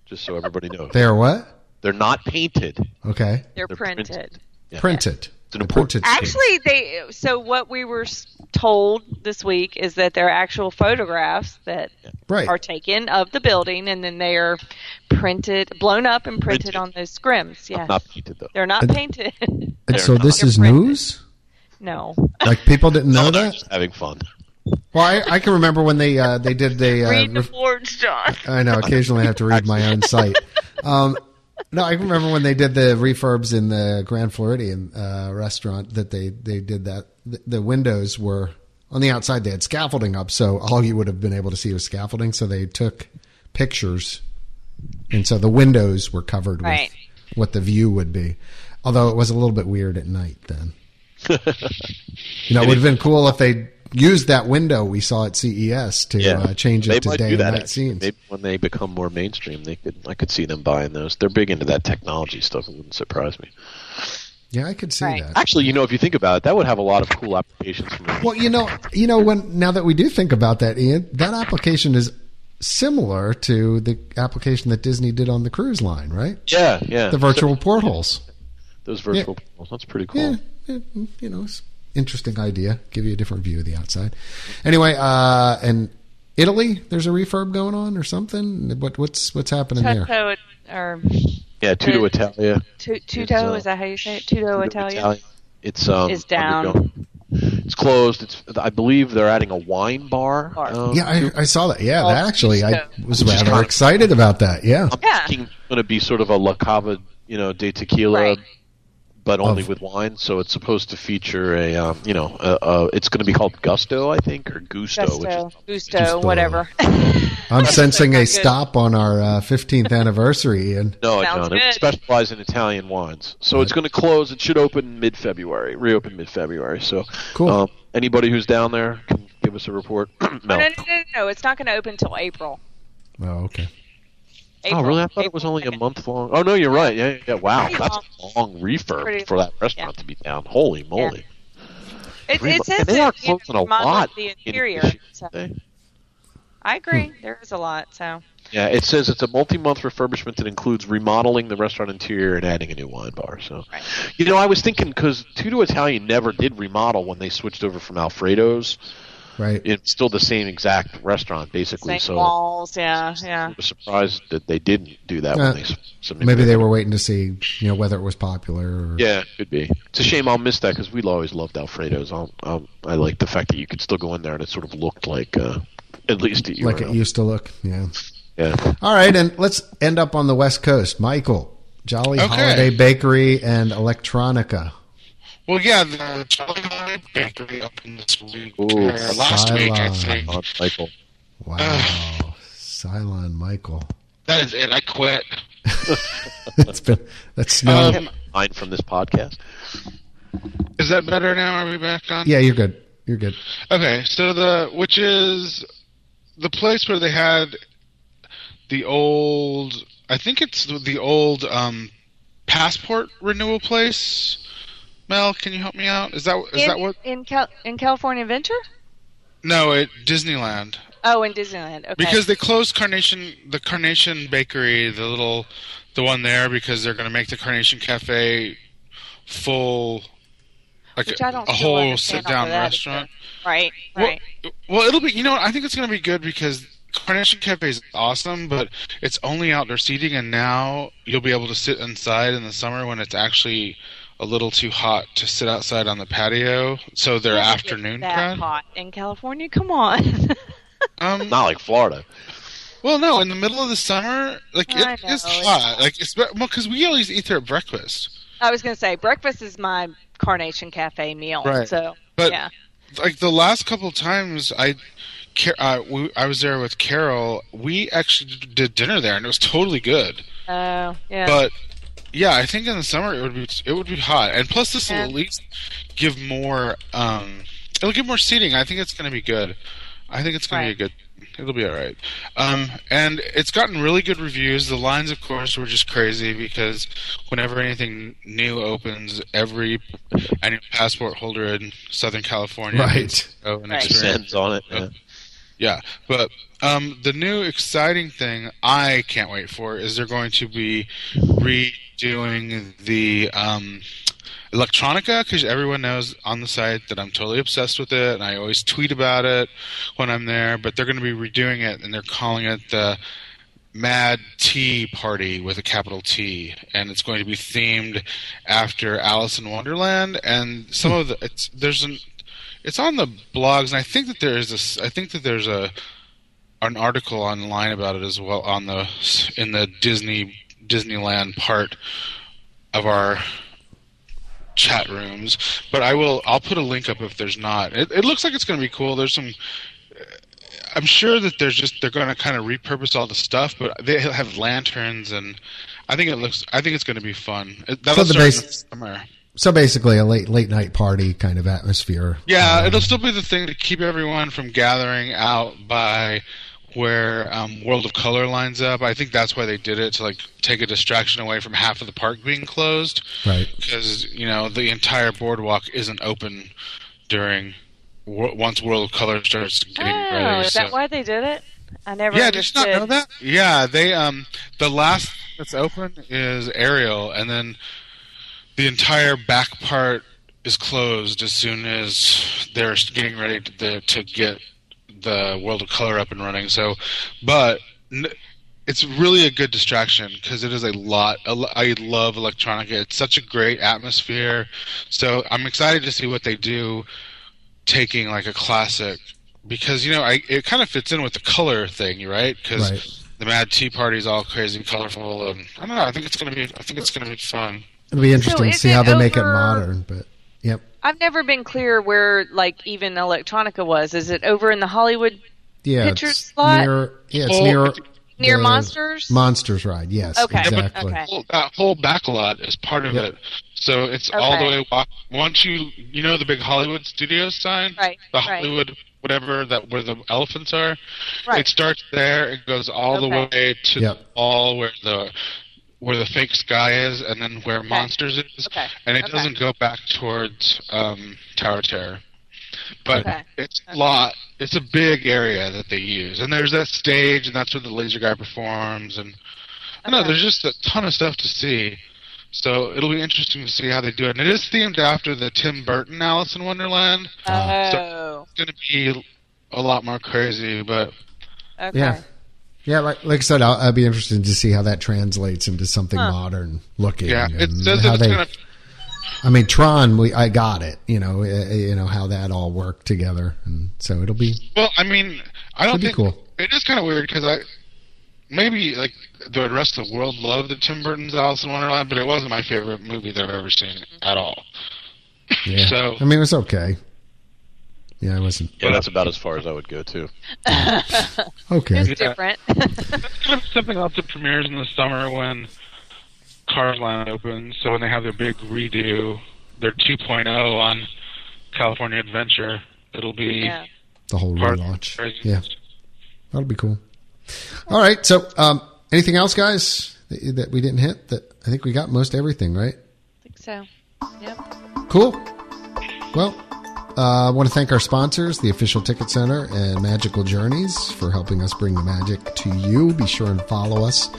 Speaker 3: just so everybody knows.
Speaker 2: They are what?
Speaker 3: They're not painted.
Speaker 2: Okay,
Speaker 4: They're
Speaker 3: they're
Speaker 4: printed.
Speaker 3: printed.
Speaker 2: print it.
Speaker 3: an
Speaker 2: The
Speaker 3: important-
Speaker 2: printed script.
Speaker 4: Actually, they. So what we were s- told this week is that there are actual photographs that
Speaker 2: right.
Speaker 4: are taken of the building, and then they are printed, blown up, and printed,
Speaker 3: Printed.
Speaker 4: on those scrims. Yeah,
Speaker 3: Not painted though.
Speaker 4: they're not
Speaker 2: And-
Speaker 4: painted.
Speaker 2: And
Speaker 3: they're
Speaker 2: so
Speaker 3: not.
Speaker 2: this
Speaker 4: They're
Speaker 2: is
Speaker 4: printed.
Speaker 2: news.
Speaker 4: no,
Speaker 2: Like people didn't know
Speaker 3: Oh, they're
Speaker 2: that.
Speaker 3: just having fun.
Speaker 2: Well, I, I can remember when they uh, they did the uh,
Speaker 4: read the
Speaker 2: ref-
Speaker 4: boards, John.
Speaker 2: I know. Occasionally, I have to read my own site. Um, no, I remember when they did the refurbs in the Grand Floridian uh, restaurant that they they did that. The, the windows were on the outside; they had scaffolding up, so all you would have been able to see was scaffolding. So they took pictures, and so the windows were covered
Speaker 4: Right.
Speaker 2: with what the view would be. Although it was a little bit weird at night then. you know, it would have been cool if they used that window we saw at CES to uh, change it
Speaker 3: they
Speaker 2: to
Speaker 3: might
Speaker 2: day
Speaker 3: do
Speaker 2: and
Speaker 3: that.
Speaker 2: night
Speaker 3: actually.
Speaker 2: scenes.
Speaker 3: Maybe when they become more mainstream, they could. I could see them buying those. They're big into that technology stuff. It wouldn't surprise me.
Speaker 2: Yeah, I could see
Speaker 4: Right.
Speaker 2: that.
Speaker 3: Actually, you know, if you think about it, that would have a lot of cool applications. For me.
Speaker 2: Well, you know, you know when now that we do think about that, Ian, that application is similar to the application that Disney did on the cruise line, right?
Speaker 3: yeah, yeah.
Speaker 2: The virtual portholes.
Speaker 3: those virtual. portals. That's pretty cool.
Speaker 2: Yeah, yeah, you know, it's interesting idea. Give you a different view of the outside. Anyway, uh, and Italy, there's a refurb going on or something. What, what's what's happening there?
Speaker 4: Toto or
Speaker 3: Yeah, Tudo Italia.
Speaker 4: tu- Tuto,
Speaker 3: uh,
Speaker 4: is that how you say it? Tuto Italia.
Speaker 3: It's um
Speaker 4: Is down.
Speaker 3: undergoing- It's closed. It's I believe they're adding a wine bar.
Speaker 4: Bar.
Speaker 3: um,
Speaker 2: Yeah, I, I saw that. Yeah, that actually, I was
Speaker 3: Just Oh,
Speaker 2: rather
Speaker 3: trying-
Speaker 2: excited about that. Yeah,
Speaker 3: I'm
Speaker 4: Yeah.
Speaker 3: thinking it's going to be sort of a La Cava, you know, de tequila,
Speaker 4: Right.
Speaker 3: but only
Speaker 2: Of-
Speaker 3: with wine. So it's supposed to feature a, um, you know, uh, uh, it's going to be called Gusto, I think, or Gusto, which
Speaker 4: Gusto,
Speaker 3: is
Speaker 4: Gusto,
Speaker 2: Gusto.
Speaker 4: whatever.
Speaker 2: I'm sensing a
Speaker 4: good.
Speaker 2: stop on our uh, 15th anniversary, and
Speaker 3: no,
Speaker 4: Sounds
Speaker 3: John. It
Speaker 4: good.
Speaker 3: specializes in Italian wines. So it's going to close. It should open mid-February, reopen mid-February. So
Speaker 2: Cool.
Speaker 3: Um, anybody who's down there can give us a report.
Speaker 4: no,
Speaker 3: Mel.
Speaker 4: no, no, no, no, it's not going to open until April.
Speaker 2: oh, okay.
Speaker 3: Oh,
Speaker 4: April.
Speaker 3: really? I thought it
Speaker 4: April
Speaker 3: was only a
Speaker 4: second.
Speaker 3: month long. Oh no, you're right. Yeah, yeah. yeah. Wow,
Speaker 4: Pretty
Speaker 3: that's
Speaker 4: long.
Speaker 3: long refurb
Speaker 4: Pretty-
Speaker 3: for that restaurant
Speaker 4: yeah.
Speaker 3: to be down. Holy moly!
Speaker 4: It,
Speaker 3: Remo-
Speaker 4: it says
Speaker 3: and they
Speaker 4: that
Speaker 3: are
Speaker 4: you
Speaker 3: closing a
Speaker 4: remodeled
Speaker 3: lot.
Speaker 4: The
Speaker 3: in
Speaker 4: interior.
Speaker 3: this year,
Speaker 4: so-
Speaker 3: eh?
Speaker 4: I agree. There is a lot. So
Speaker 3: Yeah, it says it's a multi-month refurbishment that includes remodeling the restaurant interior and adding a new wine bar. So,
Speaker 4: Right.
Speaker 3: you know, I was thinking because Tutto Italian never did remodel when they switched over from Alfredo's.
Speaker 2: right?
Speaker 3: It's still the same exact restaurant, basically.
Speaker 4: same
Speaker 3: so,
Speaker 4: walls. Yeah, yeah.
Speaker 3: I was surprised that they didn't do that
Speaker 2: Uh,
Speaker 3: when they. s- So
Speaker 2: Maybe they were waiting to see, you know, whether it was popular. Or,
Speaker 3: Yeah, could be. It's a shame I'll miss that because we always loved Alfredo's. I'll, I'll, I like the fact that you could still go in there and it sort of looked like, uh, at least at
Speaker 2: like it
Speaker 3: URL.
Speaker 2: used to look. Yeah.
Speaker 3: yeah.
Speaker 2: All right, and let's end up on the West Coast. Michael, Jolly
Speaker 5: Okay.
Speaker 2: Holiday Bakery and Electronica.
Speaker 5: Well, yeah, the Jolly Holiday Bakery opened this week.
Speaker 3: Ooh,
Speaker 5: uh, last week, I
Speaker 2: Cylon.
Speaker 5: think.
Speaker 3: Uh, Michael.
Speaker 2: Wow. Cylon Michael.
Speaker 5: That is it. I quit.
Speaker 2: that's been that's snowed.
Speaker 5: Um,
Speaker 3: Mine from this podcast.
Speaker 5: is that better now? Are we back on?
Speaker 2: yeah, you're good. You're good.
Speaker 5: Okay, so the which is the place where they had the old I think it's the- the old um passport renewal place. Mel, can you help me out? Is that is
Speaker 4: in,
Speaker 5: that what
Speaker 4: in Cal- in California Adventure?
Speaker 5: No, at Disneyland.
Speaker 4: Oh, in Disneyland. Okay.
Speaker 5: Because they closed Carnation the Carnation Bakery, the little the one there because they're going to make the Carnation Cafe full like
Speaker 4: Which I don't
Speaker 5: a
Speaker 4: still
Speaker 5: whole sit
Speaker 4: understand all
Speaker 5: down
Speaker 4: of that,
Speaker 5: restaurant.
Speaker 4: right,
Speaker 5: Well-
Speaker 4: right.
Speaker 5: Well, it'll be. You know, what, I think it's going to be good because Carnation Cafe is awesome, but it's only outdoor seating, and now you'll be able to sit inside in the summer when it's actually a little too hot to sit outside on the patio. So their
Speaker 4: Doesn't get
Speaker 5: afternoon
Speaker 4: that
Speaker 5: crowd.
Speaker 4: hot in California. Come on.
Speaker 5: Um,
Speaker 3: Not like Florida.
Speaker 5: well, no, in the middle of the summer, like
Speaker 4: I
Speaker 5: it
Speaker 4: know,
Speaker 5: is
Speaker 4: it's
Speaker 5: hot. Like it's well because we always eat there at breakfast.
Speaker 4: I was going to say breakfast is my Carnation Cafe meal.
Speaker 5: Right.
Speaker 4: So
Speaker 5: But
Speaker 4: yeah,
Speaker 5: like the last couple of times I, Ca- uh, we, I was there with Carol. We actually did dinner there, and it was totally good.
Speaker 4: oh yeah.
Speaker 5: But yeah, I think in the summer it would be it would be hot, and plus this will
Speaker 4: Yeah.
Speaker 5: at least give more. Um, it'll give more seating. I think it's going to be good. I think it's going
Speaker 4: Right.
Speaker 5: to be a good. It'll be all right. Um, and it's gotten really good reviews. The lines, of course, were just crazy because whenever anything new opens, every annual passport holder in Southern California needs
Speaker 2: Right.
Speaker 5: to go and
Speaker 4: Right.
Speaker 5: experience
Speaker 3: Descends on it. Yeah.
Speaker 5: yeah, but um, the new exciting thing I can't wait for is they're going to be redoing the um, electronica because everyone knows on the site that I'm totally obsessed with it and I always tweet about it when I'm there. But they're going to be redoing it and they're calling it the Mad Tea Party with a capital T, and it's going to be themed after Alice in Wonderland. And some of the it's there's an it's on the blogs, and I think that there is a s- I think that there's a an article online about it as well on the in the Disney Disneyland part of our chat rooms. But I will I'll put a link up if there's not. It, it looks like it's going to be cool. There's some. I'm sure that there's just they're going to kind of repurpose all the stuff, but they have lanterns and I think it looks. I think it's going to be fun. It, that'll
Speaker 2: the
Speaker 5: start in
Speaker 2: base-
Speaker 5: the summer.
Speaker 2: So basically, a late late night party kind of atmosphere.
Speaker 5: Yeah, it'll still be the thing to keep everyone from gathering out by where um, World of Color lines up. I think that's why they did it to like take a distraction away from half of the park being closed
Speaker 2: Right.
Speaker 5: because you know the entire boardwalk isn't open during wo- once World of Color starts getting
Speaker 4: oh,
Speaker 5: ready.
Speaker 4: is
Speaker 5: so-
Speaker 4: that why they did it? I never.
Speaker 5: yeah, did you
Speaker 4: understood.
Speaker 5: not know that? Yeah, they um the last that's open is Ariel, and then the entire back part is closed as soon as they're getting ready to, the, to get the World of Color up and running. So, but n- it's really a good distraction because it is a lot. a lo- I love electronica. It's such a great atmosphere. So I'm excited to see what they do, taking like a classic because you know I it kind of fits in with the color thing, right? Because
Speaker 2: Right.
Speaker 5: the Mad Tea Party is all crazy, colorful, and I don't know. I think it's gonna be. I think it's gonna be fun.
Speaker 2: It'll be interesting to
Speaker 4: is
Speaker 2: see
Speaker 4: it
Speaker 2: how they make it
Speaker 4: over-
Speaker 2: modern. But yep.
Speaker 4: I've never been clear where like even electronica was. Is it over in the Hollywood
Speaker 2: Yeah.
Speaker 4: Picture
Speaker 2: it's
Speaker 4: slot?
Speaker 2: near. Yeah, it's
Speaker 5: Oh,
Speaker 2: near
Speaker 4: near
Speaker 2: the
Speaker 4: Monsters?
Speaker 2: Monsters ride. Yes.
Speaker 4: Okay. Yeah, but-
Speaker 2: Exactly.
Speaker 4: okay.
Speaker 5: whole- that whole back lot is part of
Speaker 2: Yeah.
Speaker 5: it. So it's all the
Speaker 4: Okay.
Speaker 5: way. wa- Once you you know the big Hollywood studio sign,
Speaker 4: Right,
Speaker 5: The
Speaker 4: right.
Speaker 5: Hollywood whatever that where the elephants are.
Speaker 4: Right.
Speaker 5: It starts there and goes all the
Speaker 4: Okay.
Speaker 5: way to
Speaker 2: Yep.
Speaker 5: all where the where the fake sky is, and then where monsters is,
Speaker 4: Okay.
Speaker 5: and it
Speaker 4: Okay.
Speaker 5: doesn't go back towards um, Tower of Terror. But
Speaker 4: Okay.
Speaker 5: it's a lot. It's a big area that they use, and there's that stage, and that's where the laser guy performs, and I don't know,
Speaker 4: Okay.
Speaker 5: there's just a ton of stuff to see. So it'll be interesting to see how they do it. And it is themed after the Tim Burton Alice in Wonderland.
Speaker 2: Uh,
Speaker 4: Oh.
Speaker 5: It's going to be a lot more crazy, but
Speaker 4: Oh, Okay.
Speaker 2: Yeah. Yeah, like, like I said, I'll, I'd be interested to see how that translates into something
Speaker 4: Huh.
Speaker 2: modern looking.
Speaker 5: yeah, it
Speaker 2: and
Speaker 5: says
Speaker 2: how
Speaker 5: that it's
Speaker 2: they-
Speaker 5: going to
Speaker 2: I mean, Tron, we I got it. You know, uh, you know how that all worked together, and so it'll be
Speaker 5: Well, I mean, I don't
Speaker 2: Should be
Speaker 5: think
Speaker 2: cool.
Speaker 5: it is kind of weird because I maybe like the rest of the world loved the Tim Burton's Alice in Wonderland, but it wasn't my favorite movie that I've ever seen at all.
Speaker 2: yeah.
Speaker 5: So-
Speaker 2: I mean, it was okay. Yeah, it wasn't
Speaker 3: Yeah, that's about as far as I would go too.
Speaker 2: okay.
Speaker 4: It's different.
Speaker 7: Kind of something else that premieres in the summer when Cars Line opens. So when they have their big redo, their 2.0 on California Adventure, it'll be
Speaker 4: yeah.
Speaker 2: The whole
Speaker 7: part
Speaker 2: relaunch.
Speaker 7: of
Speaker 2: Yeah, that'll be cool. All right. So, um, anything else, guys, that, that we didn't hit? That I think we got most everything right.
Speaker 4: I think so. Yep.
Speaker 2: Cool. Well, uh, I want to thank our sponsors, the Official Ticket Center and Magical Journeys, for helping us bring the magic to you. Be sure and follow us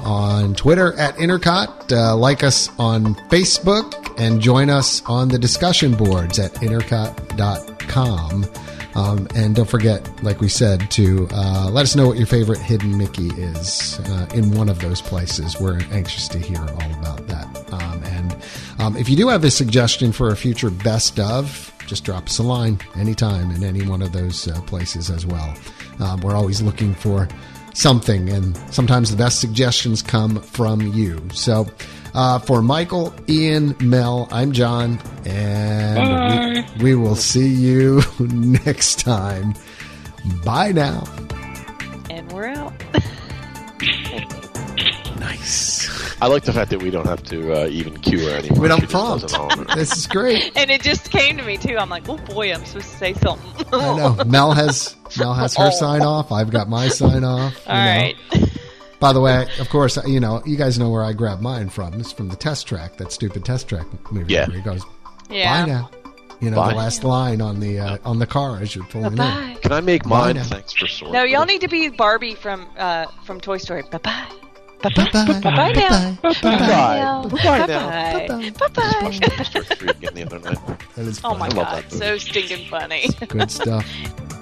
Speaker 2: on Twitter at Intercot, uh, like us on Facebook, and join us on the discussion boards at intercot.com. Um, and don't forget, like we said, to uh, let us know what your favorite hidden Mickey is uh, in one of those places. We're anxious to hear all about that. Um, and um, if you do have a suggestion for a future best of, just drop us a line anytime in any one of those uh, places as well. Um, we're always looking for something, and sometimes the best suggestions come from you. So, uh, for Michael, Ian, Mel, I'm John, and we, we will see you next time. Bye now.
Speaker 4: And we're out.
Speaker 2: Nice.
Speaker 3: I like the fact that we don't have to uh, even cue her anymore.
Speaker 2: We don't
Speaker 3: She just does it
Speaker 2: prompt.
Speaker 3: all.
Speaker 2: This is great.
Speaker 4: And it just came to me too. I'm like, oh boy, I'm supposed to say something.
Speaker 2: I know. Mel has Mel has her
Speaker 4: Oh.
Speaker 2: sign off. I've got my sign off. you
Speaker 4: All
Speaker 2: know.
Speaker 4: right.
Speaker 2: By the way, of course, you know you guys know where I grab mine from. It's from the test track, that stupid test track movie
Speaker 3: Yeah.
Speaker 2: where he goes,
Speaker 4: Yeah.
Speaker 2: "Bye now." You know
Speaker 3: Bye.
Speaker 2: the last line on the uh, on the car as you're pulling in.
Speaker 4: Bye.
Speaker 3: Can I make
Speaker 2: Why
Speaker 3: mine?
Speaker 2: not?
Speaker 3: Thanks for sorting.
Speaker 4: No, y'all need to be Barbie from uh from Toy Story. Bye bye. Bye
Speaker 2: Bye
Speaker 4: bye. Bye now.
Speaker 2: bye
Speaker 3: Bye.
Speaker 4: Bye bye.
Speaker 2: Bye-bye.
Speaker 4: Bye bye.
Speaker 3: Toy Story three again the other night.
Speaker 2: That is
Speaker 4: Oh my
Speaker 2: fun.
Speaker 3: love
Speaker 4: god,
Speaker 3: that movie.
Speaker 4: so stinking funny.
Speaker 2: good stuff.